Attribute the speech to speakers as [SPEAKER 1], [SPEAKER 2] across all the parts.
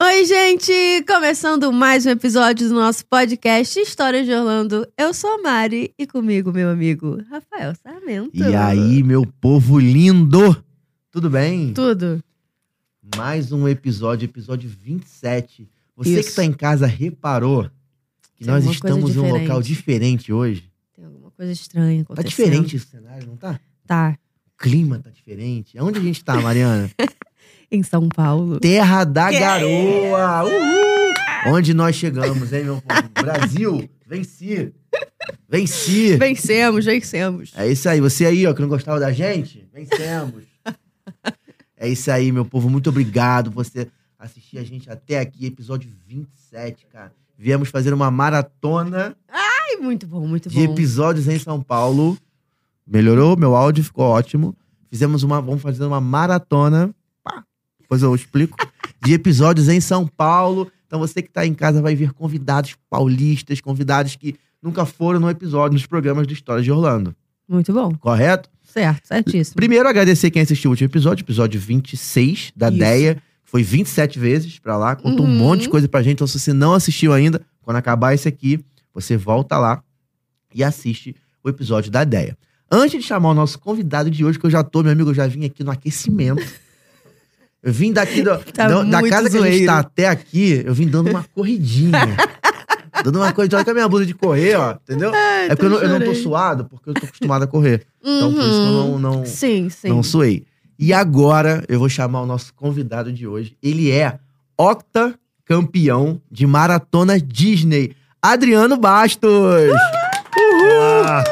[SPEAKER 1] Oi, gente! Começando mais um episódio do nosso podcast Histórias de Orlando. Eu sou a Mari e comigo, meu amigo Rafael Sarmento.
[SPEAKER 2] E aí, meu povo lindo! Tudo bem?
[SPEAKER 1] Tudo.
[SPEAKER 2] Mais um episódio, episódio 27. Você que
[SPEAKER 1] Isso.
[SPEAKER 2] está em casa reparou que
[SPEAKER 1] Tem
[SPEAKER 2] nós
[SPEAKER 1] alguma coisa
[SPEAKER 2] estamos em um
[SPEAKER 1] diferente.
[SPEAKER 2] local diferente hoje.
[SPEAKER 1] Tem alguma coisa estranha
[SPEAKER 2] Tá
[SPEAKER 1] acontecendo.
[SPEAKER 2] diferente esse cenário, não tá?
[SPEAKER 1] Tá.
[SPEAKER 2] O clima tá diferente. Onde a gente tá, Mariana?
[SPEAKER 1] Em São Paulo.
[SPEAKER 2] Terra da
[SPEAKER 1] Que
[SPEAKER 2] Garoa! Uhul! Onde nós chegamos, hein, meu povo? Brasil, venci! Venci!
[SPEAKER 1] Vencemos, vencemos.
[SPEAKER 2] É isso aí. Você aí, ó, que não gostava da gente, vencemos. é isso aí, meu povo. Muito obrigado por você assistir a gente até aqui, episódio 27, cara. Viemos fazer uma maratona
[SPEAKER 1] Ai, muito bom, muito
[SPEAKER 2] de
[SPEAKER 1] bom.
[SPEAKER 2] episódios em São Paulo. Melhorou? Meu áudio ficou ótimo. Fizemos uma. Vamos fazer uma maratona. Pá, depois eu explico. De episódios em São Paulo. Então você que tá em casa vai ver convidados paulistas, convidados que nunca foram no episódio, nos programas do História de Orlando.
[SPEAKER 1] Muito bom.
[SPEAKER 2] Correto?
[SPEAKER 1] Certo, certíssimo.
[SPEAKER 2] Primeiro, agradecer quem assistiu o último episódio, episódio 26 da
[SPEAKER 1] Isso.
[SPEAKER 2] DEA. Foi 27 vezes pra lá, contou
[SPEAKER 1] Uhum.
[SPEAKER 2] um monte de coisa pra gente. Então, se você não assistiu ainda, quando acabar esse aqui, você volta lá e assiste o episódio da DEA. Antes de chamar o nosso convidado de hoje, que eu já tô, meu amigo, eu já vim aqui no aquecimento. Eu vim daqui do-
[SPEAKER 1] Tá
[SPEAKER 2] da- da
[SPEAKER 1] muito
[SPEAKER 2] casa que a
[SPEAKER 1] zoeiro.
[SPEAKER 2] gente tá até aqui, eu vim dando uma corridinha. dando uma corridinha, olha com a minha blusa de correr, ó, entendeu?
[SPEAKER 1] Ai,
[SPEAKER 2] é porque eu não, eu não tô
[SPEAKER 1] chorei.
[SPEAKER 2] suado, porque eu tô acostumado a correr. Então, por isso que eu
[SPEAKER 1] Uhum.
[SPEAKER 2] não- não,
[SPEAKER 1] Sim, sim.
[SPEAKER 2] não suei. E agora eu vou chamar o nosso convidado de hoje. Ele é octacampeão de maratona Disney, Adriano Bastos.
[SPEAKER 3] Olá.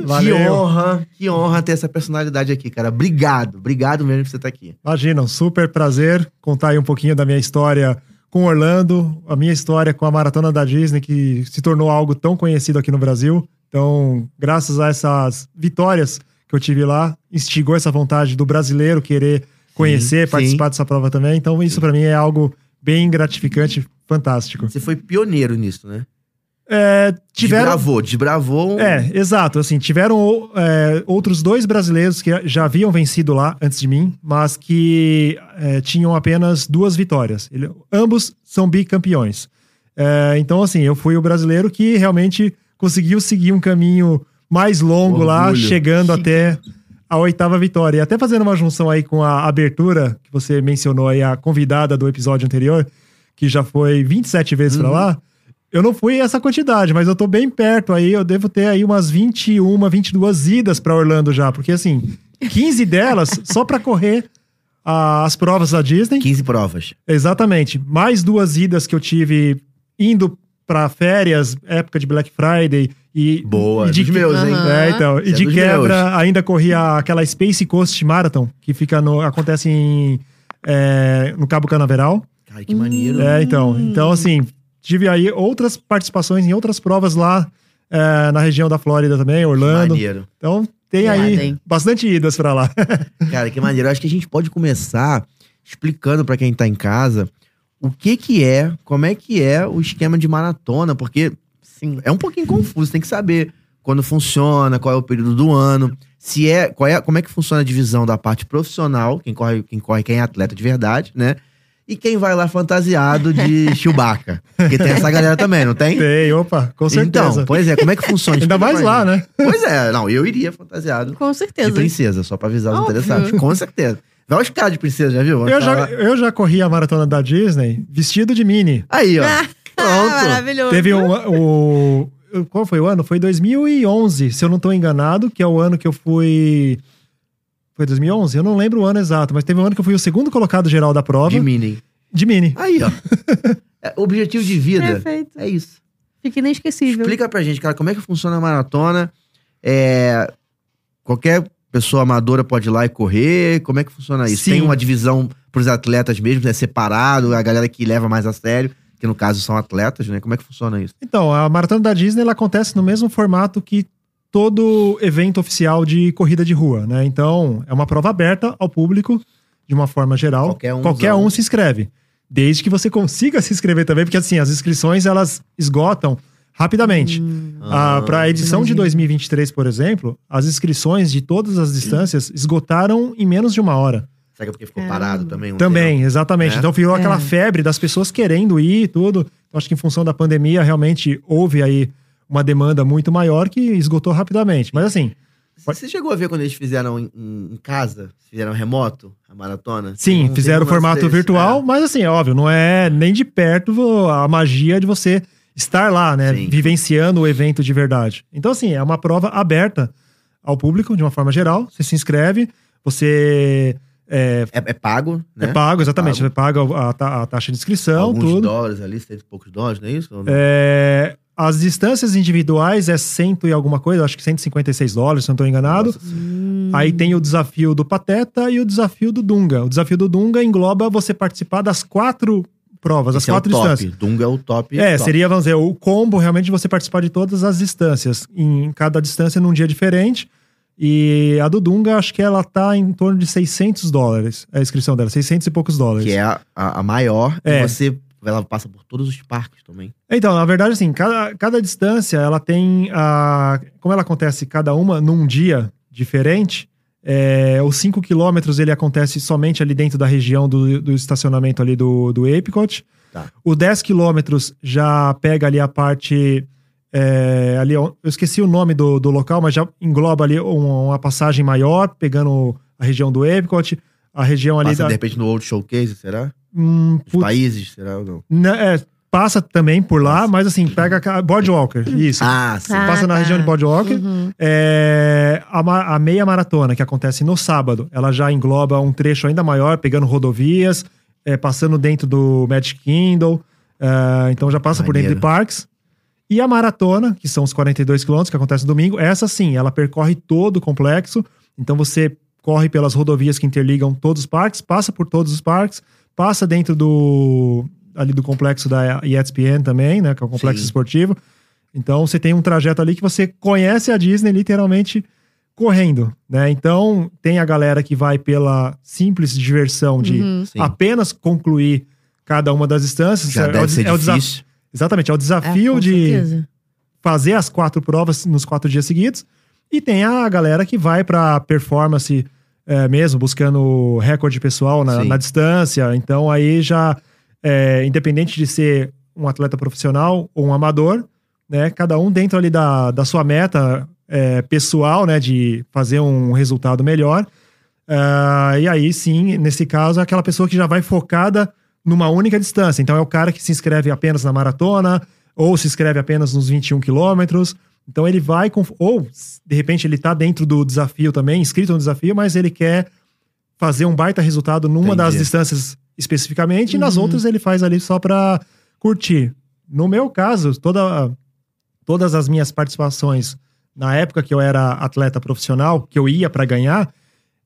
[SPEAKER 2] Que
[SPEAKER 3] Valeu.
[SPEAKER 2] honra, que honra ter essa personalidade aqui, cara. Obrigado, obrigado mesmo por você estar aqui.
[SPEAKER 3] Imagina, um super prazer contar aí um pouquinho da minha história com Orlando, a minha história com a maratona da Disney, que se tornou algo tão conhecido aqui no Brasil. Então, graças a essas vitórias que eu tive lá, instigou essa vontade do brasileiro querer conhecer,
[SPEAKER 2] sim.
[SPEAKER 3] participar dessa prova também. Então, isso pra mim é algo bem gratificante, fantástico.
[SPEAKER 2] Você foi pioneiro nisso, né?
[SPEAKER 3] É, tiveram
[SPEAKER 2] Desbravou, desbravou. um-
[SPEAKER 3] É, exato. Assim, tiveram é, outros dois brasileiros que já haviam vencido lá antes de mim, mas que é, tinham apenas duas vitórias. Ele- ambos são bicampeões. É, então, assim, eu fui o brasileiro que realmente conseguiu seguir um caminho mais longo lá,
[SPEAKER 2] Orgulho.
[SPEAKER 3] chegando até a oitava vitória. E até fazendo uma junção aí com a abertura que você mencionou aí, a convidada do episódio anterior, que já foi 27 vezes pra lá. Eu não fui essa quantidade, mas eu tô bem perto aí. Eu devo ter aí umas 21, 22 idas pra Orlando já, porque assim, 15 delas só pra correr a- as provas da Disney.
[SPEAKER 2] 15 provas.
[SPEAKER 3] Exatamente. Mais duas idas que eu tive indo pra férias, época de Black Friday e
[SPEAKER 2] Boa,
[SPEAKER 3] e de
[SPEAKER 2] dos meus, hein?
[SPEAKER 1] Aham.
[SPEAKER 3] é, então,
[SPEAKER 2] Isso
[SPEAKER 3] e
[SPEAKER 2] é
[SPEAKER 3] de
[SPEAKER 2] dos
[SPEAKER 3] quebra ainda corria aquela Space Coast Marathon, que fica no acontece em é, no Cabo Canaveral.
[SPEAKER 2] Ai, que maneiro.
[SPEAKER 3] É, então. Então, assim, tive aí outras participações em outras provas lá é, na região da Flórida também, Orlando.
[SPEAKER 2] Maneiro.
[SPEAKER 3] Então, tem
[SPEAKER 1] Irado,
[SPEAKER 3] aí
[SPEAKER 1] hein?
[SPEAKER 3] bastante idas pra lá.
[SPEAKER 2] Cara, que maneiro. Eu acho que a gente pode começar explicando pra quem tá em casa o que que é, como é que é o esquema de maratona, porque
[SPEAKER 1] Sim.
[SPEAKER 2] é um pouquinho confuso, tem que saber quando funciona, qual é o período do ano, se é, qual é, como é que funciona a divisão da parte profissional, quem corre, quem corre, quem é atleta de verdade, né? E quem vai lá fantasiado de Chewbacca, porque tem essa galera também, não tem?
[SPEAKER 3] Tem, opa, com certeza.
[SPEAKER 2] Então, pois é, como é que funciona?
[SPEAKER 3] Ainda
[SPEAKER 2] Explica
[SPEAKER 3] mais
[SPEAKER 2] pra
[SPEAKER 3] lá,
[SPEAKER 2] gente.
[SPEAKER 3] né?
[SPEAKER 2] Pois é, não, eu iria fantasiado
[SPEAKER 1] Com
[SPEAKER 2] de
[SPEAKER 1] certeza.
[SPEAKER 2] princesa, só pra avisar os
[SPEAKER 1] Óbvio.
[SPEAKER 2] interessados. Com certeza. Vai os caras de princesa, já viu? Vamos
[SPEAKER 3] Eu já,
[SPEAKER 2] falar.
[SPEAKER 3] eu já corri a maratona da Disney vestido de mini.
[SPEAKER 2] Aí, ó.
[SPEAKER 1] Ah,
[SPEAKER 2] Pronto.
[SPEAKER 1] maravilhoso.
[SPEAKER 3] Teve um, o. Qual foi o ano? Foi 2011, se eu não tô enganado, que é o ano que eu fui. Foi 2011? Eu não lembro o ano exato, mas teve um ano que eu fui o segundo colocado geral da prova
[SPEAKER 2] de mini.
[SPEAKER 3] de mini.
[SPEAKER 2] Aí, ó. É, objetivo de vida.
[SPEAKER 1] Perfeito.
[SPEAKER 2] É isso.
[SPEAKER 1] Fica inesquecível.
[SPEAKER 2] Explica pra gente, cara, como é que funciona a maratona. É, Qualquer pessoa amadora pode ir lá e correr. Como é que funciona isso?
[SPEAKER 3] Sim.
[SPEAKER 2] Tem uma divisão pros atletas mesmo, é separado, a galera que leva mais a sério, que no caso são atletas, né? Como é que funciona isso?
[SPEAKER 3] Então, a maratona da Disney ela acontece no mesmo formato que todo evento oficial de corrida de rua, né? Então, é uma prova aberta ao público, de uma forma geral.
[SPEAKER 2] Qualquer um.
[SPEAKER 3] Qualquer um se inscreve. Desde que você consiga se inscrever também, porque assim, as inscrições elas esgotam rapidamente.
[SPEAKER 1] Hum,
[SPEAKER 2] Ah.
[SPEAKER 3] Para a edição de
[SPEAKER 1] imagino.
[SPEAKER 3] 2023, por exemplo, as inscrições de todas as distâncias esgotaram em menos de uma hora.
[SPEAKER 2] Será que é porque ficou parado também? um
[SPEAKER 3] Também, exatamente.
[SPEAKER 2] né?
[SPEAKER 3] Então virou
[SPEAKER 1] É.
[SPEAKER 3] aquela febre das pessoas querendo ir e tudo. Então, acho que em função da pandemia, realmente houve aí uma demanda muito maior que esgotou rapidamente. Mas assim,
[SPEAKER 2] tempo? Você chegou a ver quando eles fizeram em, em- em casa? Fizeram remoto, a maratona?
[SPEAKER 3] sim,
[SPEAKER 2] Não,
[SPEAKER 3] fizeram o
[SPEAKER 2] teve um lance
[SPEAKER 3] formato
[SPEAKER 2] desse,
[SPEAKER 3] virtual, mas assim, é óbvio, não é nem de perto vo- a magia de você estar lá, né?
[SPEAKER 2] Sim.
[SPEAKER 3] Vivenciando o evento de verdade. Então, assim, é uma prova aberta ao público, de uma forma geral. Você se inscreve, você é,
[SPEAKER 2] É, é pago, né?
[SPEAKER 3] é pago, exatamente,
[SPEAKER 2] Pago.
[SPEAKER 3] você paga a, ta- a taxa de inscrição,
[SPEAKER 2] Alguns
[SPEAKER 3] tudo.
[SPEAKER 2] dólares ali, cento e poucos dólares, não é isso?
[SPEAKER 3] É, as distâncias individuais é cento e alguma coisa, acho que 156 dólares, se não estou enganado.
[SPEAKER 2] Nossa Hum. Senhora.
[SPEAKER 1] Hum.
[SPEAKER 3] Aí tem o desafio do Pateta e o desafio do Dunga. O desafio do Dunga engloba você participar das quatro provas, as
[SPEAKER 2] Esse é o
[SPEAKER 3] quatro
[SPEAKER 2] top.
[SPEAKER 3] distâncias.
[SPEAKER 2] Dunga é o top.
[SPEAKER 3] É,
[SPEAKER 2] top.
[SPEAKER 3] seria, vamos dizer, o combo realmente de você participar de todas as distâncias, em cada distância num dia diferente. E a do Dunga, acho que ela tá em torno de 600 dólares, é a inscrição dela, 600 e poucos dólares.
[SPEAKER 2] Que é a, a- a maior.
[SPEAKER 3] É.
[SPEAKER 2] E você, ela passa por todos os parques também.
[SPEAKER 3] Então, na verdade, assim, cada, cada distância, ela tem a... Como ela acontece cada uma num dia diferente, é, os 5 quilômetros, ele acontece somente ali dentro da região do, do estacionamento ali do, do Epcot.
[SPEAKER 2] Tá.
[SPEAKER 3] O 10 quilômetros já pega ali a parte... é, ali, eu eu esqueci o nome do, do local, mas já engloba ali um- uma passagem maior, pegando a região do Epcot, a região ali
[SPEAKER 2] Passa,
[SPEAKER 3] da...
[SPEAKER 2] de repente, no World Showcase, será?
[SPEAKER 3] Hum,
[SPEAKER 2] Os
[SPEAKER 3] putz,
[SPEAKER 2] países, será ou não?
[SPEAKER 3] na- é, passa também por lá, mas assim, pega a Boardwalker, isso.
[SPEAKER 2] Ah, sim.
[SPEAKER 1] Ah,
[SPEAKER 3] passa na
[SPEAKER 1] tá.
[SPEAKER 3] região de Boardwalker.
[SPEAKER 1] Uhum.
[SPEAKER 3] É, a, ma- a meia maratona, que acontece no sábado, ela já engloba um trecho ainda maior, pegando rodovias, é, passando dentro do Magic Kingdom. é, então já passa por dentro
[SPEAKER 2] Maneiro.
[SPEAKER 3] de parques. E a maratona, que são os 42 quilômetros, que acontece domingo, essa sim, ela percorre todo o complexo. Então você corre pelas rodovias que interligam todos os parques, passa por todos os parques, passa dentro do ali do complexo da ESPN também, né, que é o complexo
[SPEAKER 2] Sim.
[SPEAKER 3] esportivo. Então você tem um trajeto ali que você conhece a Disney literalmente correndo, né? Então tem a galera que vai pela simples diversão
[SPEAKER 2] um
[SPEAKER 3] de
[SPEAKER 1] Uhum.
[SPEAKER 2] Sim.
[SPEAKER 3] apenas concluir cada uma das distâncias.
[SPEAKER 2] Já
[SPEAKER 3] Ah, É o
[SPEAKER 2] deve
[SPEAKER 3] des-
[SPEAKER 2] ser
[SPEAKER 3] é o desa-
[SPEAKER 2] difícil.
[SPEAKER 3] Exatamente, é o
[SPEAKER 1] É,
[SPEAKER 3] desafio
[SPEAKER 1] com
[SPEAKER 3] de
[SPEAKER 1] certeza.
[SPEAKER 3] fazer as quatro provas nos quatro dias seguidos. E tem a galera que vai pra performance é, mesmo, buscando recorde pessoal na,
[SPEAKER 2] Sim.
[SPEAKER 3] na distância. Então aí já, é, independente de ser um atleta profissional ou um amador, né? Cada um dentro ali da, da sua meta é, pessoal, né? De fazer um resultado melhor. Ah, e aí sim, nesse caso, é aquela pessoa que já vai focada numa única distância. Então é o cara que se inscreve apenas na maratona, ou se inscreve apenas nos 21 quilômetros. Então ele vai com. Ou, de repente, ele tá dentro do desafio também, inscrito no desafio, mas ele quer fazer um baita resultado numa
[SPEAKER 2] Entendi.
[SPEAKER 3] das distâncias especificamente, e nas
[SPEAKER 1] Uhum.
[SPEAKER 3] outras ele faz ali só pra curtir. No meu caso, toda, todas as minhas participações na época que eu era atleta profissional, que eu ia pra ganhar,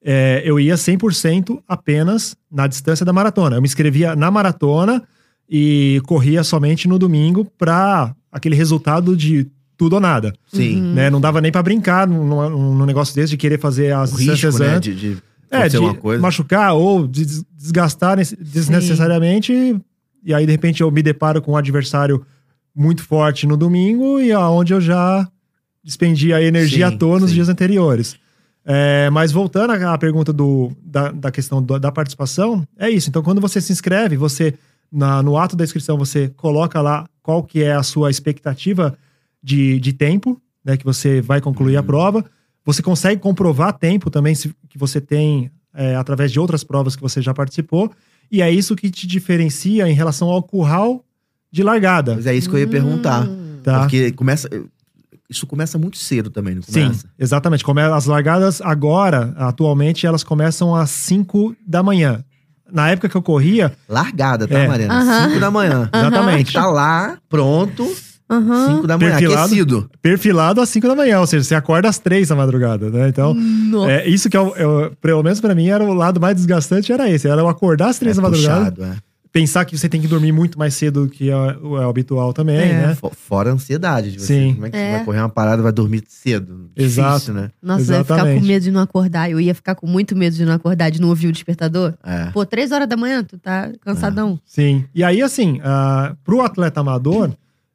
[SPEAKER 3] é, eu ia 100% apenas na distância da maratona. Eu me inscrevia na maratona e corria somente no domingo pra aquele resultado de tudo ou nada.
[SPEAKER 2] Sim.
[SPEAKER 1] Uhum.
[SPEAKER 3] Né? Não dava nem pra brincar num, num- num negócio desse de querer fazer as
[SPEAKER 2] O
[SPEAKER 3] distâncias
[SPEAKER 2] risco, né?
[SPEAKER 3] antes.
[SPEAKER 2] De, de
[SPEAKER 3] É,
[SPEAKER 2] acontecer
[SPEAKER 3] de
[SPEAKER 2] uma coisa.
[SPEAKER 3] machucar ou de des- desgastar nesse- desnecessariamente. E aí, de repente, eu me deparo com um adversário muito forte no domingo e aonde eu já despendi a energia
[SPEAKER 2] Sim,
[SPEAKER 3] à toa nos
[SPEAKER 2] sim.
[SPEAKER 3] dias anteriores. É, mas voltando à à pergunta do, da, da questão do- da participação, é isso. Então, quando você se inscreve, você na- no ato da inscrição, você coloca lá qual que é a sua expectativa de, de tempo, né? Que você vai concluir a
[SPEAKER 2] Uhum.
[SPEAKER 3] prova. Você consegue comprovar tempo também se- que você tem é, através de outras provas que você já participou. E é isso que te diferencia em relação ao curral de largada,
[SPEAKER 2] Mas é isso que eu ia perguntar.
[SPEAKER 1] Hum.
[SPEAKER 3] tá?
[SPEAKER 2] Porque começa. Isso começa muito cedo também, não
[SPEAKER 3] Sim,
[SPEAKER 2] começa?
[SPEAKER 3] exatamente. Como as largadas agora, atualmente, elas começam às 5 da manhã. Na época que eu corria,
[SPEAKER 2] Largada, tá,
[SPEAKER 3] É.
[SPEAKER 2] Mariana?
[SPEAKER 1] Aham.
[SPEAKER 2] 5 da manhã. Tem que
[SPEAKER 3] exatamente,
[SPEAKER 2] tá lá, pronto, 5
[SPEAKER 1] Aham.
[SPEAKER 2] da manhã,
[SPEAKER 3] Perfilado.
[SPEAKER 2] aquecido.
[SPEAKER 3] perfilado às 5 da manhã, ou seja, você acorda às 3 da madrugada, né? Então,
[SPEAKER 1] Nossa.
[SPEAKER 3] é isso que eu, eu- pelo menos pra mim, era o lado mais desgastante, era esse. Era eu acordar às 3
[SPEAKER 2] é
[SPEAKER 3] da madrugada,
[SPEAKER 2] puxado, é.
[SPEAKER 3] pensar que você tem que dormir muito mais cedo do que é, é o habitual também,
[SPEAKER 1] É.
[SPEAKER 3] né?
[SPEAKER 2] Fo- Fora a ansiedade de você.
[SPEAKER 3] Sim.
[SPEAKER 2] Como é que
[SPEAKER 1] É.
[SPEAKER 2] você vai correr uma parada e vai dormir cedo?
[SPEAKER 3] Exato.
[SPEAKER 2] Difícil, né?
[SPEAKER 1] Nossa, eu ia ficar com
[SPEAKER 3] exatamente.
[SPEAKER 1] medo de não acordar. Eu ia ficar com muito medo de não acordar, de não ouvir o despertador.
[SPEAKER 2] É.
[SPEAKER 1] Pô, três horas da manhã, tu tá cansadão.
[SPEAKER 3] Sim. E aí, assim, ah, pro atleta amador,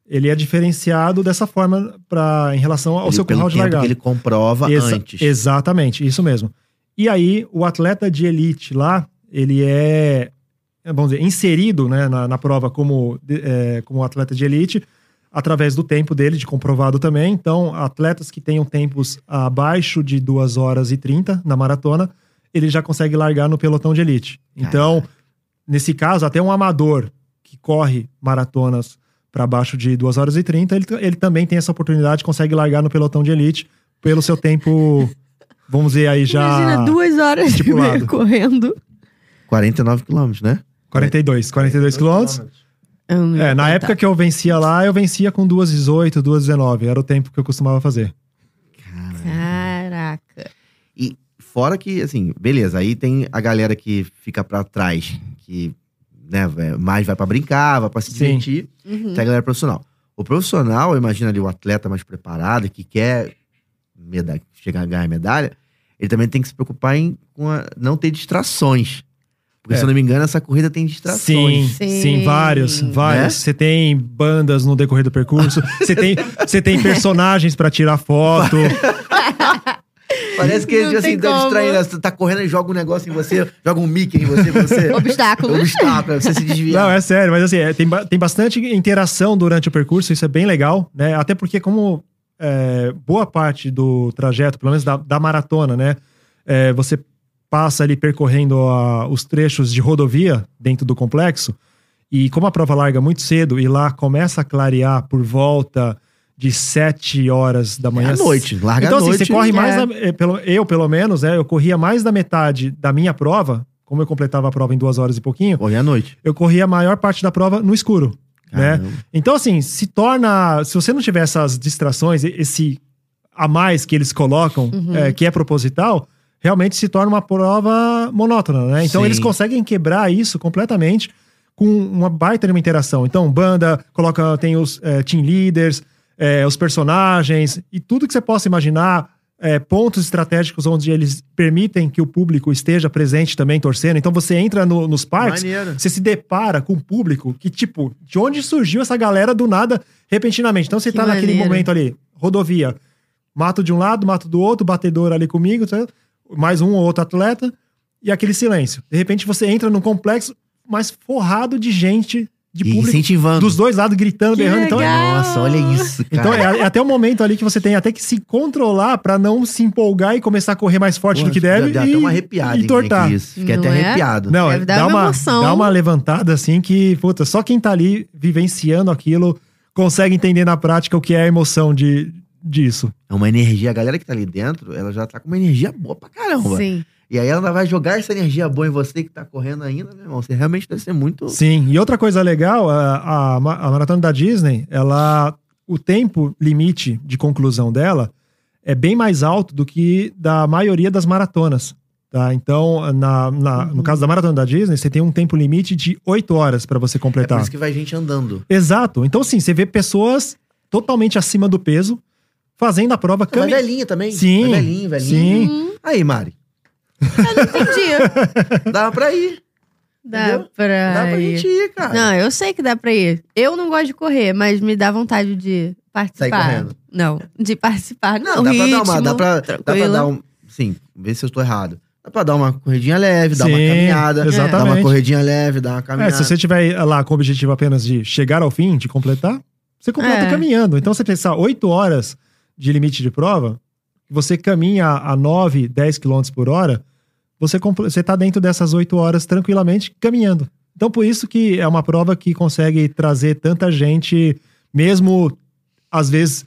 [SPEAKER 3] ele é diferenciado dessa forma pra, em relação ao
[SPEAKER 2] Ele-
[SPEAKER 3] seu
[SPEAKER 2] pelo
[SPEAKER 3] curral de
[SPEAKER 2] tempo
[SPEAKER 3] largada.
[SPEAKER 2] que ele comprova
[SPEAKER 3] Exa-
[SPEAKER 2] antes.
[SPEAKER 3] Exatamente, isso mesmo. E aí, o atleta de elite lá, ele é, vamos dizer, inserido né, na, na prova como, de- é, como atleta de elite, através do tempo dele, de comprovado também. Então, atletas que tenham tempos abaixo de 2 horas e 30 na maratona, ele já consegue largar no pelotão de elite. Então, nesse caso, até um amador que corre maratonas para baixo de 2 horas e 30, ele, ele também tem essa oportunidade, consegue largar no pelotão de elite pelo seu tempo, vamos dizer
[SPEAKER 2] É.
[SPEAKER 3] aí já...
[SPEAKER 1] Imagina duas horas e
[SPEAKER 3] estipulado.
[SPEAKER 1] meia correndo.
[SPEAKER 2] 49 quilômetros, né?
[SPEAKER 3] 42, 42 quilômetros.
[SPEAKER 1] Eu não ia
[SPEAKER 3] É, na
[SPEAKER 1] aguentar.
[SPEAKER 3] época que eu vencia lá, eu vencia com 2,18, 2,19. Era o tempo que eu costumava fazer.
[SPEAKER 1] Caraca.
[SPEAKER 2] E fora que, assim, beleza, aí tem a galera que fica pra trás, que né, vé- mais vai pra brincar, vai pra se
[SPEAKER 3] Sim.
[SPEAKER 2] divertir,
[SPEAKER 1] Uhum.
[SPEAKER 2] tem a galera profissional. O profissional, imagina ali o atleta mais preparado, que quer meda- chegar a ganhar medalha, ele também tem que se preocupar em com a- não ter distrações. Porque,
[SPEAKER 3] É.
[SPEAKER 2] se eu não me engano, essa corrida tem distrações.
[SPEAKER 3] Sim,
[SPEAKER 1] Sim.
[SPEAKER 3] sim, vários,
[SPEAKER 2] Né?
[SPEAKER 3] vários. Você tem bandas no decorrer do percurso, você tem, você tem personagens pra tirar foto.
[SPEAKER 2] Parece que
[SPEAKER 1] Não
[SPEAKER 2] assim,
[SPEAKER 1] tem
[SPEAKER 2] tá
[SPEAKER 1] como.
[SPEAKER 2] distraindo. Você tá correndo e joga um negócio em você, joga um Mickey em você, você.
[SPEAKER 1] Obstáculos.
[SPEAKER 2] obstáculo, você se desviar.
[SPEAKER 3] Não, é sério, mas assim, é, tem, ba- tem bastante interação durante o percurso, isso é bem legal, né? Até porque, como é, boa parte do trajeto, pelo menos da, da maratona, né? é, você passa ali percorrendo a- os trechos de rodovia dentro do complexo, e como a prova larga muito cedo e lá começa a clarear por volta de 7 horas da
[SPEAKER 2] É
[SPEAKER 3] manhã.
[SPEAKER 2] à noite, larga
[SPEAKER 3] então,
[SPEAKER 2] à
[SPEAKER 3] assim,
[SPEAKER 2] noite.
[SPEAKER 3] você corre mais.
[SPEAKER 1] É.
[SPEAKER 3] da- eh, pelo, eu, pelo menos, né? Eu corria mais da metade da minha prova, como eu completava a prova em duas horas e pouquinho
[SPEAKER 2] Corre à noite.
[SPEAKER 3] eu corri a maior parte da prova no escuro. Né?
[SPEAKER 2] Caramba.
[SPEAKER 3] Então, assim, se torna. Se você não tiver essas distrações, e- esse a mais que eles colocam,
[SPEAKER 1] Uhum.
[SPEAKER 3] é, que é proposital, realmente se torna uma prova monótona, né? Então,
[SPEAKER 2] Sim.
[SPEAKER 3] eles conseguem quebrar isso completamente com uma baita de uma interação. Então, banda, coloca, tem os é, team leaders, é, os personagens e tudo que você possa imaginar. é, pontos estratégicos onde eles permitem que o público esteja presente também torcendo. Então você entra no- nos parques,
[SPEAKER 2] Maneiro.
[SPEAKER 3] você se depara com um público que, tipo, de onde surgiu essa galera do nada, repentinamente. Então você
[SPEAKER 1] Que
[SPEAKER 3] tá naquele
[SPEAKER 1] maneiro.
[SPEAKER 3] momento ali, rodovia, mato de um lado, mato do outro, batedor ali comigo, tá? mais um ou outro atleta, e aquele silêncio. De repente você entra num complexo, mas forrado de gente, de
[SPEAKER 2] E
[SPEAKER 3] público,
[SPEAKER 2] incentivando. é
[SPEAKER 3] dos dois lados, gritando,
[SPEAKER 1] Que
[SPEAKER 3] berrando. Então,
[SPEAKER 1] legal.
[SPEAKER 2] Nossa, olha isso, cara.
[SPEAKER 3] então é, é até o momento ali que você tem até que se controlar pra não se empolgar e começar a correr mais forte
[SPEAKER 2] Porra,
[SPEAKER 3] do que deve.
[SPEAKER 2] Deu, deu
[SPEAKER 3] e, Né?
[SPEAKER 2] até uma arrepiada.
[SPEAKER 3] e
[SPEAKER 2] hein,
[SPEAKER 3] tortar.
[SPEAKER 2] né, que isso. Fiquei
[SPEAKER 1] Não
[SPEAKER 2] até
[SPEAKER 1] é?
[SPEAKER 2] arrepiado.
[SPEAKER 3] Não,
[SPEAKER 1] Deve dar
[SPEAKER 3] dá,
[SPEAKER 1] uma
[SPEAKER 3] uma,
[SPEAKER 1] emoção.
[SPEAKER 3] dá uma levantada assim que, puta, só quem tá ali vivenciando aquilo consegue entender na prática o que é a emoção de, disso.
[SPEAKER 2] É uma energia. A galera que tá ali dentro, ela já tá com uma energia boa pra caramba.
[SPEAKER 1] Sim.
[SPEAKER 2] E aí ela ainda vai jogar essa energia boa em você que tá correndo ainda, meu irmão. Você realmente deve ser muito.
[SPEAKER 3] Sim, e outra coisa legal, a, a, ma- a maratona da Disney, ela. O tempo limite de conclusão dela é bem mais alto do que da maioria das maratonas. Tá? Então, na, na- no caso da maratona da Disney, você tem um tempo limite de 8 horas pra você
[SPEAKER 2] É por
[SPEAKER 3] completar.
[SPEAKER 2] isso que vai gente andando.
[SPEAKER 3] Exato. Então, sim, você vê pessoas totalmente acima do peso fazendo a prova
[SPEAKER 2] Mas é
[SPEAKER 3] caminhando.
[SPEAKER 2] velhinha também.
[SPEAKER 3] Sim.
[SPEAKER 2] Vai velhinho, velhinho.
[SPEAKER 3] Sim.
[SPEAKER 1] Hum,
[SPEAKER 2] Aí, Mari.
[SPEAKER 1] eu não entendi.
[SPEAKER 2] Dá pra ir.
[SPEAKER 1] Dá
[SPEAKER 2] Entendeu?
[SPEAKER 1] pra,
[SPEAKER 2] Dá pra
[SPEAKER 1] ir.
[SPEAKER 2] gente ir, cara.
[SPEAKER 1] Não, eu sei que dá pra ir. Eu não gosto de correr, mas me dá vontade de participar.
[SPEAKER 2] Sair correndo.
[SPEAKER 1] Não, de participar. Não,
[SPEAKER 2] Não, dá
[SPEAKER 1] ritmo,
[SPEAKER 2] pra dar uma. Dá pra, dá pra
[SPEAKER 1] tranquila.
[SPEAKER 2] dar um. Sim, vê se eu estou errado. Dá pra dar uma corridinha leve, dar uma
[SPEAKER 3] Sim,
[SPEAKER 2] caminhada. Dá
[SPEAKER 3] Exatamente.
[SPEAKER 2] uma corridinha leve, dá uma
[SPEAKER 3] É,
[SPEAKER 2] caminhada.
[SPEAKER 3] se você tiver lá com o objetivo apenas de chegar ao fim, de completar, você completa
[SPEAKER 1] É.
[SPEAKER 3] caminhando. Então, você pensar 8 horas de limite de prova, você caminha a 9, 10 km por hora, você, comple- você tá dentro dessas 8 horas tranquilamente caminhando. Então, por isso que é uma prova que consegue trazer tanta gente, mesmo às vezes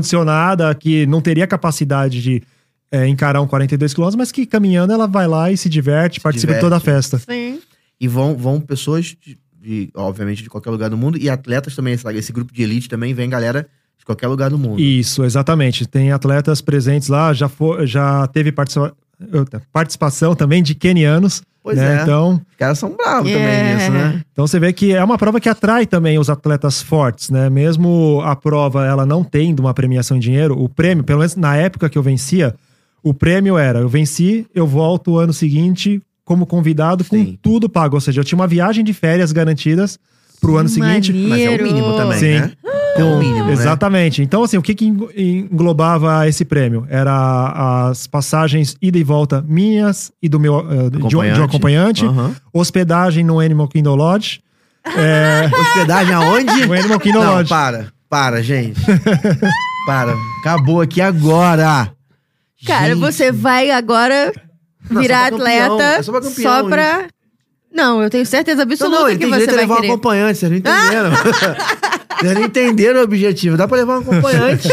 [SPEAKER 3] descondicionada, que não teria capacidade de é, encarar um 42 km, mas que caminhando ela vai lá e se diverte, participa de toda a festa.
[SPEAKER 1] Sim.
[SPEAKER 2] E vão, vão pessoas, de, de, obviamente, de qualquer lugar do mundo. E atletas também. Esse, esse grupo de elite também vem galera de qualquer lugar do mundo.
[SPEAKER 3] Isso, exatamente. Tem atletas presentes lá, já, fo- já teve participa- outra, participação também de quenianos.
[SPEAKER 2] Pois
[SPEAKER 3] né?
[SPEAKER 2] é.
[SPEAKER 3] Então,
[SPEAKER 2] Os caras são bravos
[SPEAKER 1] É.
[SPEAKER 2] também nisso, né?
[SPEAKER 3] então você vê que é uma prova que atrai também os atletas fortes, né? Mesmo a prova ela não tendo uma premiação em dinheiro, o prêmio, pelo menos na época que eu vencia, o prêmio era: eu venci, eu volto o ano seguinte como convidado com
[SPEAKER 2] Sim.
[SPEAKER 3] tudo pago. Ou seja, eu tinha uma viagem de férias garantidas pro ano seguinte.
[SPEAKER 2] Mas é o é mínimo também,
[SPEAKER 3] Sim.
[SPEAKER 2] né? ter um mínimo, né?
[SPEAKER 3] Então, Exatamente. Então, assim, o que, que eng- englobava esse prêmio? Era as passagens ida e volta minhas e do meu eh, de, de um
[SPEAKER 2] Acompanhante. Ah.
[SPEAKER 3] acompanhante,
[SPEAKER 2] Aham.
[SPEAKER 3] hospedagem no Animal Kingdom Lodge. É,
[SPEAKER 2] Hospedagem aonde?
[SPEAKER 3] no Animal Kingdom
[SPEAKER 2] Não,
[SPEAKER 3] Lodge.
[SPEAKER 2] para. Para, gente. para. Acabou aqui agora.
[SPEAKER 1] Cara,
[SPEAKER 2] Gente.
[SPEAKER 1] você vai agora virar
[SPEAKER 2] só pra campeão,
[SPEAKER 1] atleta
[SPEAKER 2] é só pra campeão,
[SPEAKER 1] só pra- Não, eu tenho certeza
[SPEAKER 2] Não,
[SPEAKER 1] absoluta
[SPEAKER 2] não, ele
[SPEAKER 1] que
[SPEAKER 2] tem
[SPEAKER 1] você
[SPEAKER 2] direito a
[SPEAKER 1] vai
[SPEAKER 2] levar um
[SPEAKER 1] querer.
[SPEAKER 2] acompanhante, vocês não entenderam. vocês não entenderam o objetivo. Dá pra levar um acompanhante.